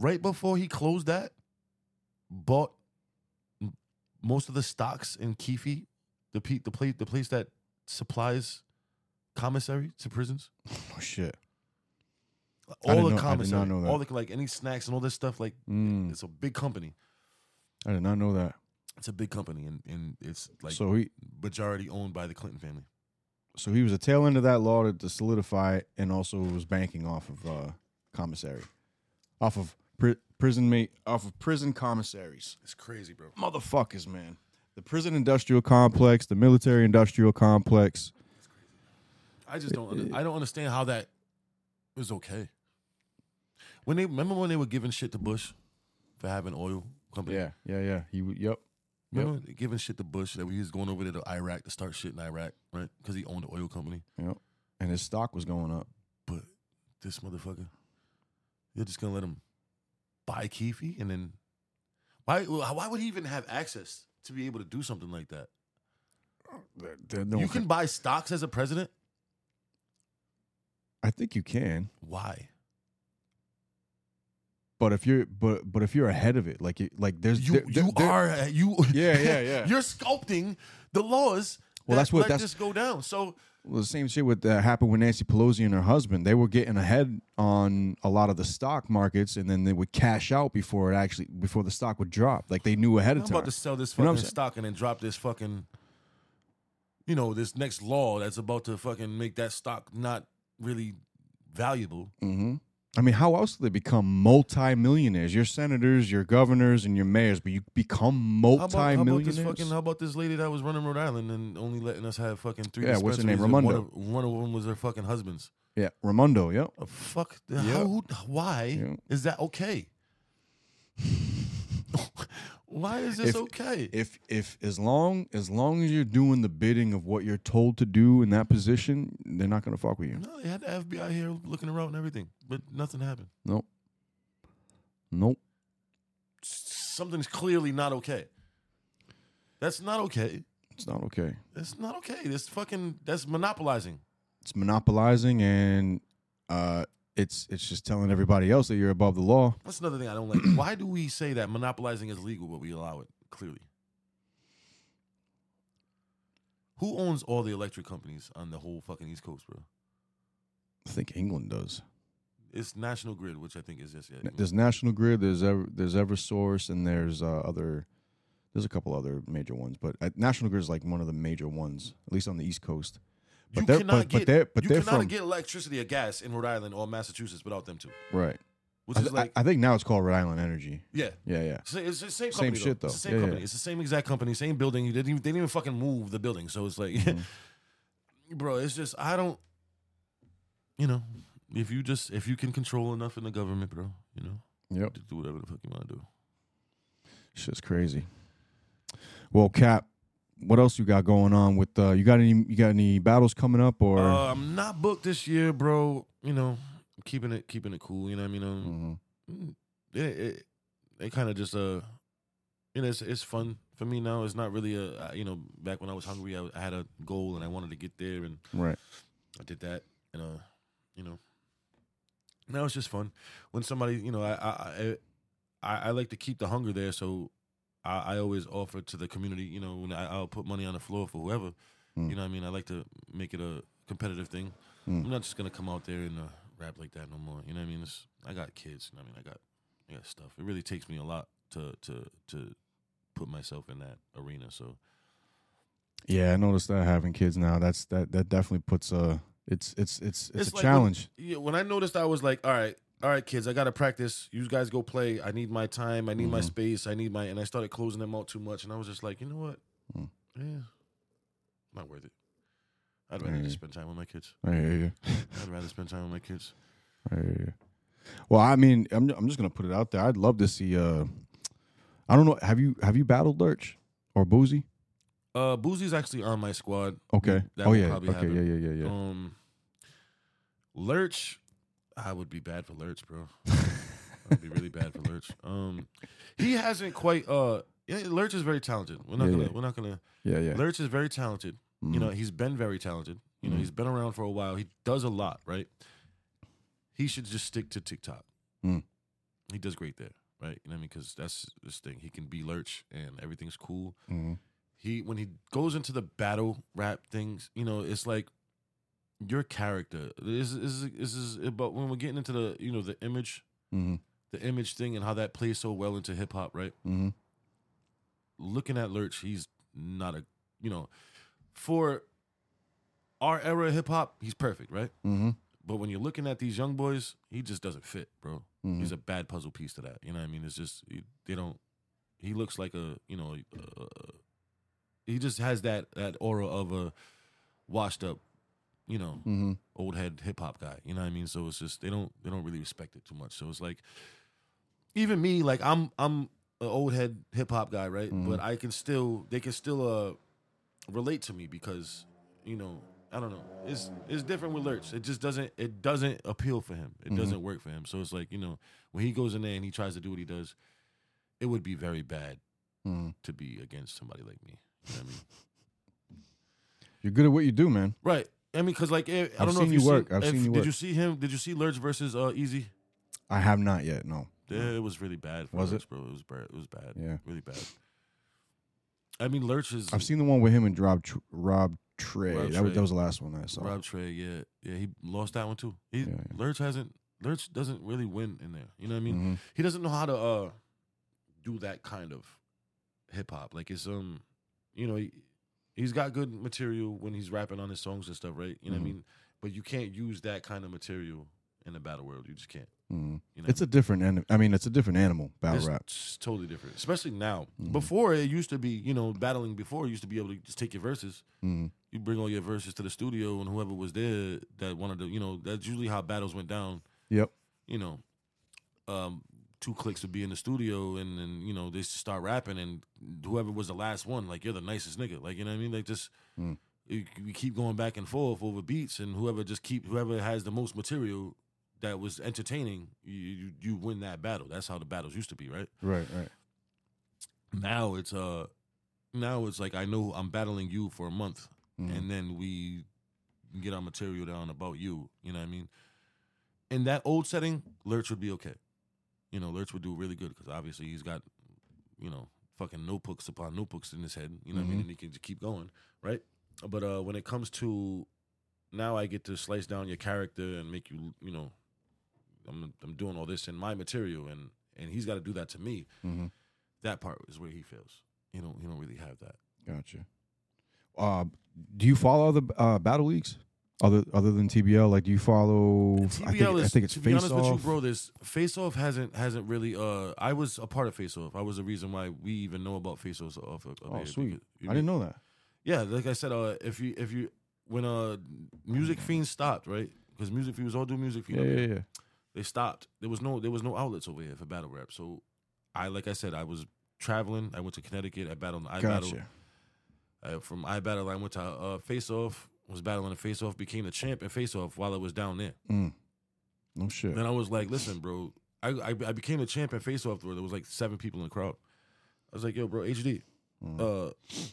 Speaker 11: Right before he closed that, bought m- most of the stocks in Keefe, the pe- the place the place that supplies commissary to prisons.
Speaker 10: Oh shit. I didn't
Speaker 11: All the
Speaker 10: know- I did not
Speaker 11: commissary,
Speaker 10: know that.
Speaker 11: all the like any snacks and all this stuff. Like
Speaker 10: Mm.
Speaker 11: it's a big company.
Speaker 10: I did not know that.
Speaker 11: It's a big company, and and it's like
Speaker 10: So he-
Speaker 11: majority owned by the Clinton family.
Speaker 10: So he was a tail end of that law to, to solidify it, and also was banking off of uh, commissary, off of pri- prison mate, off of prison commissaries.
Speaker 11: It's crazy, bro.
Speaker 10: Motherfuckers, man. The prison industrial complex, the military industrial complex.
Speaker 11: I just don't. Under, I don't understand how that was okay. When they remember when they were giving shit to Bush for having oil company.
Speaker 10: Yeah, yeah, yeah. He, w- yep. Yep.
Speaker 11: Remember they giving shit to Bush that we was going over there to Iraq to start shit in Iraq, right? Because he owned the oil company.
Speaker 10: Yep. And his stock was going up.
Speaker 11: But this motherfucker, you're just gonna let him buy Keefe and then why? Why would he even have access to be able to do something like that? you can buy stocks as a president.
Speaker 10: I think you can.
Speaker 11: Why?
Speaker 10: But if you're but but if you're ahead of it, like you like there's
Speaker 11: You
Speaker 10: there- there-
Speaker 11: you
Speaker 10: there-
Speaker 11: are you.
Speaker 10: Yeah, yeah, yeah.
Speaker 11: you're sculpting the laws.
Speaker 10: Well, that's
Speaker 11: that
Speaker 10: what-
Speaker 11: let
Speaker 10: that's-
Speaker 11: this go down. So
Speaker 10: Well, the same shit with that happened with Nancy Pelosi and her husband. They were getting ahead on a lot of the stock markets, and then they would cash out before it actually before the stock would drop. Like they knew ahead
Speaker 11: I'm
Speaker 10: of time.
Speaker 11: about to sell this
Speaker 10: You
Speaker 11: fucking
Speaker 10: know what I'm saying?
Speaker 11: stock and then drop this fucking, you know, this next law that's about to fucking make that stock not really valuable.
Speaker 10: hmm I mean, how else do they become multi-millionaires? Your senators, your governors, and your mayors, but you become
Speaker 11: How about, how about this
Speaker 10: multi-millionaires.
Speaker 11: fucking? How about this lady that was running Rhode Island and only letting us have fucking three?
Speaker 10: Yeah, what's her name?
Speaker 11: dispensaries and One
Speaker 10: Raimondo.
Speaker 11: of, one of them was her fucking husband's.
Speaker 10: yeah, Raimondo. Yep.
Speaker 11: Uh, fuck.
Speaker 10: Yeah.
Speaker 11: How, who- why
Speaker 10: Yeah.
Speaker 11: is that okay? why is this
Speaker 10: If-
Speaker 11: okay?
Speaker 10: If if as long as long as you're doing the bidding of what you're told to do in that position, they're not gonna fuck with you.
Speaker 11: No, they had the FBI here looking around and everything, but nothing happened.
Speaker 10: Nope. Nope.
Speaker 11: Something's clearly not okay. That's not okay.
Speaker 10: It's not okay.
Speaker 11: That's not okay. That's fucking. That's monopolizing.
Speaker 10: It's monopolizing and uh it's it's just telling everybody else that you're above the law.
Speaker 11: That's another thing I don't like. Why do we say that monopolizing is legal, but we allow it? Clearly. Who owns all the electric companies on the whole fucking East Coast, bro?
Speaker 10: I think England does.
Speaker 11: It's National Grid, which I think is just yeah.
Speaker 10: There's National Grid, there's Ever, there's EverSource and there's uh, other there's a couple other major ones, but uh, National Grid is like one of the major ones, at least on the East Coast. But
Speaker 11: you
Speaker 10: they're
Speaker 11: cannot
Speaker 10: but,
Speaker 11: get
Speaker 10: but they're but
Speaker 11: you
Speaker 10: they're
Speaker 11: cannot
Speaker 10: from
Speaker 11: get electricity or gas in Rhode Island or Massachusetts without them two.
Speaker 10: right.
Speaker 11: Which
Speaker 10: I,
Speaker 11: is
Speaker 10: thi- I-
Speaker 11: like-
Speaker 10: I think now it's called Rhode Island Energy.
Speaker 11: Yeah.
Speaker 10: Yeah, yeah.
Speaker 11: So it's the same
Speaker 10: Same
Speaker 11: company.
Speaker 10: shit, though.
Speaker 11: It's the same
Speaker 10: Yeah, yeah,
Speaker 11: company.
Speaker 10: yeah.
Speaker 11: It's the same exact company, same building. You didn't even, they didn't even fucking move the building. So it's like,
Speaker 10: Mm-hmm.
Speaker 11: bro, it's just I don't. You know, if you just if you can control enough in the government, bro, you know,
Speaker 10: Yep.
Speaker 11: do whatever the fuck you want to do.
Speaker 10: Shit's crazy. Well, Cap, what else you got going on with uh you got any you got any battles coming up or
Speaker 11: Uh, I'm not booked this year, bro. You know, I'm keeping it keeping it cool. You know what I mean? Um,
Speaker 10: Mm-hmm.
Speaker 11: it, it, it kind of just uh, you know, it's it's fun for me now. It's not really a uh, you know, back when I was hungry, I, I had a goal and I wanted to get there, and
Speaker 10: Right.
Speaker 11: I did that, and uh, you know, now it's just fun when somebody you know I I I, I- I like to keep the hunger there, so. I, I always offer to the community, you know, when I, I'll put money on the floor for whoever, you know what I mean? I like to make it a competitive thing.
Speaker 10: Mm.
Speaker 11: I'm not just gonna come out there and uh, rap like that no more. You know what I mean? It's, I got kids. You know what I mean? I got I got stuff. It really takes me a lot to to to put myself in that arena. So
Speaker 10: Yeah, I noticed that having kids now. That's that that definitely puts a it's it's it's it's, a
Speaker 11: like when-
Speaker 10: challenge.
Speaker 11: yeah, when I noticed, I was like, all right. All right, kids, I gotta practice. You guys go play. I need my time. I need my
Speaker 10: Mhm.
Speaker 11: space. I need my and I
Speaker 10: Mm.
Speaker 11: started closing them out too much, and I was just like, you know what? Yeah, not worth it. I'd rather
Speaker 10: Yeah.
Speaker 11: just spend time with my kids.
Speaker 10: I hear you.
Speaker 11: I'd rather spend time with my kids.
Speaker 10: I hear you. Well, I mean, I'm I'm just gonna put it out there. I'd love to see. Uh, I don't know. Have you have you battled Lurch or Boozy?
Speaker 11: Uh, Boozy's actually on my squad.
Speaker 10: Okay.
Speaker 11: Mm, That
Speaker 10: Oh,
Speaker 11: will
Speaker 10: yeah.
Speaker 11: probably
Speaker 10: Okay,
Speaker 11: happen.
Speaker 10: yeah, yeah, yeah, yeah.
Speaker 11: Um, Lurch, I would be bad for Lurch, bro. I'd be really bad for Lurch. Um, he hasn't quite. Uh, yeah, Lurch is very talented. We're not
Speaker 10: Yeah,
Speaker 11: gonna.
Speaker 10: yeah.
Speaker 11: We're not gonna.
Speaker 10: Yeah, yeah.
Speaker 11: Lurch is very talented. You know,
Speaker 10: Mhm.
Speaker 11: he's been very talented. You know,
Speaker 10: Mhm.
Speaker 11: he's been around for a while. He does a lot, right? He should just stick to TikTok.
Speaker 10: Mm.
Speaker 11: He does great there, right? You know what I mean? Because that's this thing. He can be Lurch, and everything's cool
Speaker 10: Mhm.
Speaker 11: he when he goes into the battle rap things, you know, it's like your character. This is this is about when we're getting into the you know the image,
Speaker 10: Mhm.
Speaker 11: the image thing, and how that plays so well into hip hop, right?
Speaker 10: Mhm.
Speaker 11: Looking at Lurch, he's not a you know for our era of hip hop, he's perfect, right?
Speaker 10: Mhm.
Speaker 11: But when you're looking at these young boys, he just doesn't fit, bro.
Speaker 10: Mhm.
Speaker 11: He's a bad puzzle piece to that. You know what I mean? It's just he- they don't. He looks like a you know, uh, he just has that that aura of a washed up, you know,
Speaker 10: Mhm.
Speaker 11: old head hip hop guy. You know what I mean? So it's just they don't they don't really respect it too much. So it's like even me, like I'm I'm an old head hip hop guy, right?
Speaker 10: Mhm.
Speaker 11: But I can still they can still uh relate to me because you know I don't know it's it's different with Lurch. It just doesn't it doesn't appeal for him. It
Speaker 10: Mhm.
Speaker 11: doesn't work for him. So it's like you know when he goes in there and he tries to do what he does, it would be very bad
Speaker 10: Mhm.
Speaker 11: to be against somebody like me. You know what I mean?
Speaker 10: You're good at what you do, man.
Speaker 11: Right. I mean, because like eh, I
Speaker 10: I've
Speaker 11: don't know
Speaker 10: seen
Speaker 11: if
Speaker 10: you
Speaker 11: you've
Speaker 10: work. I've
Speaker 11: if-
Speaker 10: seen you
Speaker 11: did
Speaker 10: work.
Speaker 11: you see him? Did you see Lurch versus uh, Easy?
Speaker 10: I have not yet. No.
Speaker 11: Yeah, it was really bad. For
Speaker 10: Was
Speaker 11: Lurch, bro? It was bad. It was bad.
Speaker 10: Yeah.
Speaker 11: really bad. I mean, Lurch is
Speaker 10: I've seen the one with him and Rob Tr- Rob Trey.
Speaker 11: Rob
Speaker 10: that, Was,
Speaker 11: Trey.
Speaker 10: that was the last one I saw.
Speaker 11: Rob Trey, yeah, yeah, he lost that one too. He Lurch hasn't Lurch doesn't really win in there. You know what I mean?
Speaker 10: Mhm.
Speaker 11: He doesn't know how to uh do that kind of hip hop. Like it's um, you know, he, he's got good material when he's rapping on his songs and stuff, right? You know
Speaker 10: Mhm.
Speaker 11: what I mean? But you can't use that kind of material in the battle world. You just can't.
Speaker 10: Mhm.
Speaker 11: You know
Speaker 10: It's a different. Anim- I mean, it's a different animal. Battle
Speaker 11: it's
Speaker 10: rap.
Speaker 11: t- totally different, especially now.
Speaker 10: Mhm.
Speaker 11: Before it used to be, you know, battling before you used to be able to just take your verses.
Speaker 10: Mhm.
Speaker 11: You bring all your verses to the studio, and whoever was there that wanted to, you know, that's usually how battles went down.
Speaker 10: Yep.
Speaker 11: You know, um, two clicks would be in the studio, and then you know they just start rapping, and whoever was the last one, like you're the nicest nigga, like you know what I mean, like just.
Speaker 10: Mm.
Speaker 11: you- We keep going back and forth over beats, and whoever just keep whoever has the most material that was entertaining, you you, you win that battle. That's how the battles used to be, right?
Speaker 10: Right. Right.
Speaker 11: now it's uh now it's like I know I'm battling you for a month
Speaker 10: Mhm.
Speaker 11: and then we get our material down about you, you know what I mean? In that old setting, Lurch would be okay. You know, Lurch would do really good because obviously he's got, you know, fucking notebooks upon notebooks in his head, you know what I mean?
Speaker 10: Mhm.
Speaker 11: And he can just keep going, right? But uh when it comes to now I get to slice down your character and make you, you know, I'm I'm doing all this in my material and and he's got to do that to me
Speaker 10: Mhm.
Speaker 11: that part is where he fails. You don't you don't really have that.
Speaker 10: Gotcha. Uh, do you follow other uh, battle leagues other other than TBL? Like, do you follow? I think, I think it's
Speaker 11: to be
Speaker 10: face
Speaker 11: honest with you,
Speaker 10: off.
Speaker 11: bro. This face off hasn't hasn't really. Uh, I was a part of face off. I was the reason why we even know about face off. Off of,
Speaker 10: Oh, sweet! I didn't know that.
Speaker 11: Yeah, like I said, uh, if you if you when uh music fiends stopped, right? Because music fiends all do music fiend.
Speaker 10: Yeah,
Speaker 11: up
Speaker 10: yeah,
Speaker 11: here.
Speaker 10: yeah.
Speaker 11: They stopped. There was no there was no outlets over here for battle rap. So, I like I said, I was traveling. I went to Connecticut. I battled. I battled.
Speaker 10: Gotcha.
Speaker 11: Uh, from I battle, I went to uh, Face Off. Was battling a Face Off. Became the champ in Face Off while I was down there.
Speaker 10: Mm. No shit.
Speaker 11: Then I was like, listen, bro, I, I, I became the champ at face off where there was like seven people in the crowd. I was like, yo, bro, HD,
Speaker 10: Mm-hmm.
Speaker 11: uh,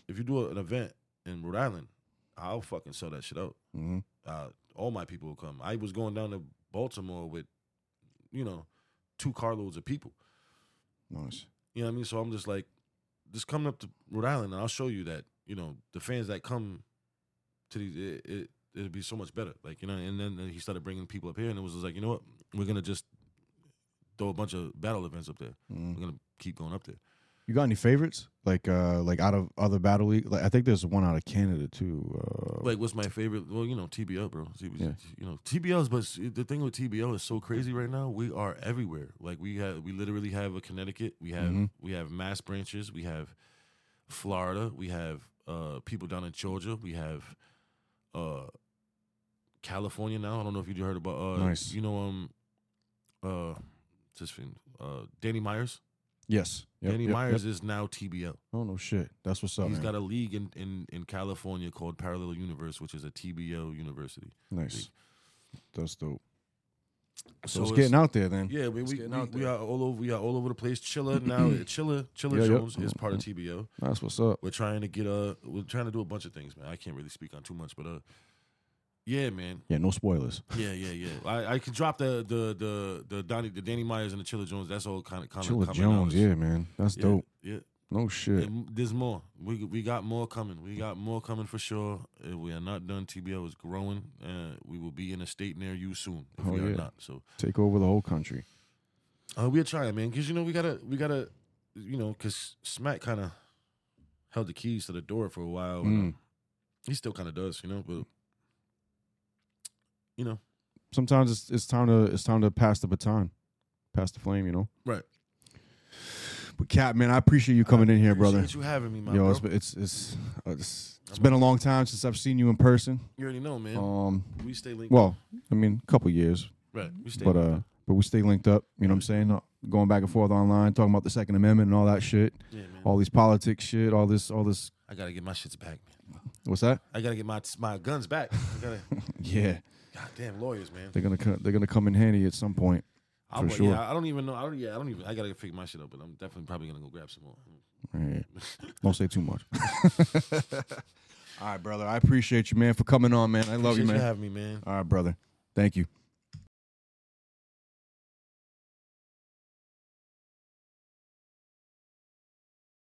Speaker 11: if you do an event in Rhode Island, I'll fucking sell that shit out.
Speaker 10: Mhm.
Speaker 11: Uh, all my people will come. I was going down to Baltimore with, you know, two carloads of people.
Speaker 10: Nice.
Speaker 11: You know what I mean? So I'm just like, just come up to Rhode Island and I'll show you that, you know, the fans that come to these, it, it, it'd be so much better. Like, you know, and then he started bringing people up here and it was just like, you know what? We're going to just throw a bunch of battle events up there.
Speaker 10: Mhm.
Speaker 11: We're going to keep going up there.
Speaker 10: You got any favorites? Like, uh, like out of other battle league? Like, I think there's one out of Canada too. Uh,
Speaker 11: Like, what's my favorite? Well, you know, TBL, bro. T-
Speaker 10: Yeah.
Speaker 11: You know, TBLs, but s- the thing with TBL is so crazy right now. We are everywhere. Like, we have, we literally have a Connecticut. We have,
Speaker 10: Mhm.
Speaker 11: we have mass branches. We have Florida. We have uh, people down in Georgia. We have uh California now. I don't know if you heard about uh
Speaker 10: Nice.
Speaker 11: you know um uh just fin- uh Danny Myers.
Speaker 10: Yes. Yep,
Speaker 11: Danny
Speaker 10: yep,
Speaker 11: Myers
Speaker 10: yep.
Speaker 11: is now TBL.
Speaker 10: Oh no shit. That's what's up.
Speaker 11: He's
Speaker 10: man.
Speaker 11: got a league in, in, in California called Parallel Universe, which is a TBL university.
Speaker 10: nice.
Speaker 11: league.
Speaker 10: That's dope. So,
Speaker 11: it's-
Speaker 10: it's getting out there then.
Speaker 11: Yeah, we,
Speaker 10: It's
Speaker 11: we,
Speaker 10: getting
Speaker 11: we-
Speaker 10: out
Speaker 11: we
Speaker 10: there.
Speaker 11: are all over we are all over the place. Chilla now Chilla Chilla
Speaker 10: Yeah, Mm-hmm. yep.
Speaker 11: Jones is part of TBO.
Speaker 10: That's what's up.
Speaker 11: We're trying to get uh we're trying to do a bunch of things, man. I can't really speak on too much, but uh yeah, man.
Speaker 10: Yeah, no spoilers.
Speaker 11: Yeah, yeah, yeah. I, I could drop the the the the Donnie the Danny Myers and the Chilla Jones. That's all kind of kind
Speaker 10: Chilla
Speaker 11: of
Speaker 10: Jones, yeah, man. That's
Speaker 11: Yeah,
Speaker 10: dope.
Speaker 11: yeah.
Speaker 10: No shit.
Speaker 11: And there's more. We we got more coming. We got more coming for sure. Uh, we are not done. TBO is growing. Uh, we will be in a state near you soon. If
Speaker 10: Oh
Speaker 11: we are
Speaker 10: yeah.
Speaker 11: not. So
Speaker 10: Take over the whole country.
Speaker 11: uh, we're trying, man. Because you know we gotta we gotta you know because Smack kind of held the keys to the door for a while. and, uh, he still kind of does, you know. But you know,
Speaker 10: Sometimes it's it's time to it's time to pass the baton. Pass the flame, you know?
Speaker 11: right.
Speaker 10: But Cap, man, I appreciate you coming in here, brother.
Speaker 11: appreciate you having me, my
Speaker 10: Yo,
Speaker 11: bro.
Speaker 10: it's been- it's it's uh, it's, it's been a long time since I've seen you in person.
Speaker 11: You already know, man.
Speaker 10: Um,
Speaker 11: We stay linked
Speaker 10: Well, I mean, a couple years.
Speaker 11: Right, we stay
Speaker 10: but
Speaker 11: linked
Speaker 10: uh, but we stay linked up. You know what I'm saying? Uh, Going back and forth online, talking about the Second Amendment and all that shit.
Speaker 11: Yeah, man.
Speaker 10: All these politics shit. All this. All this.
Speaker 11: I gotta get my shits back, man.
Speaker 10: What's that?
Speaker 11: I gotta get my my guns back. I gotta,
Speaker 10: Yeah.
Speaker 11: goddamn lawyers, man.
Speaker 10: They're gonna co- they're gonna come in handy at some point.
Speaker 11: I,
Speaker 10: for
Speaker 11: wa-
Speaker 10: sure.
Speaker 11: Yeah, I don't even know. I don't. Yeah, I don't even. I gotta figure my shit out, but I'm definitely probably gonna go grab some more.
Speaker 10: Yeah. Don't say too much. All right, brother. I appreciate you, man, for coming on, man. I love you,
Speaker 11: Appreciate you
Speaker 10: man.
Speaker 11: having me, man.
Speaker 10: All right, brother. Thank you.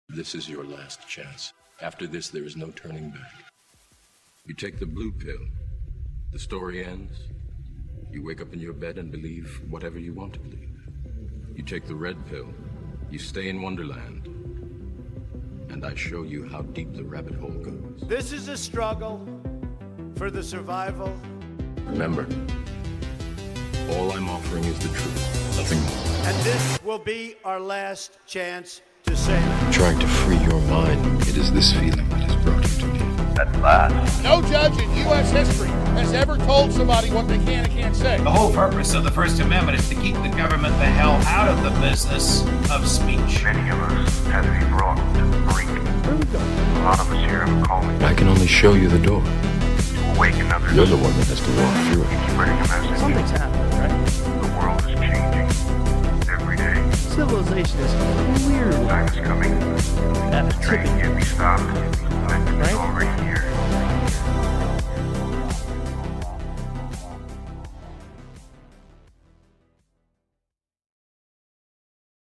Speaker 1: This is your last chance. After this, there is no turning back. You take the blue pill, the story ends. You wake up in your bed and believe whatever you want to believe. You take the red pill, you stay in Wonderland, and I show you how deep the rabbit hole goes.
Speaker 2: This is a struggle for the survival
Speaker 1: Remember, all I'm offering is the truth, nothing more.
Speaker 2: And this will be our last chance to save.
Speaker 1: Trying to free your mind, it is this feeling that has brought you to me. At last.
Speaker 3: No judge in U.S. history has ever told somebody what they can and can't say.
Speaker 4: The whole purpose of the First Amendment is to keep the government the hell out of the business of speech. Many of us have been brought to the brink. A lot of us here have called
Speaker 1: I can only show you the door. You're the one that has to walk through it.
Speaker 6: Something's happening, right? The world is changing every day. Civilization is weird. Time is coming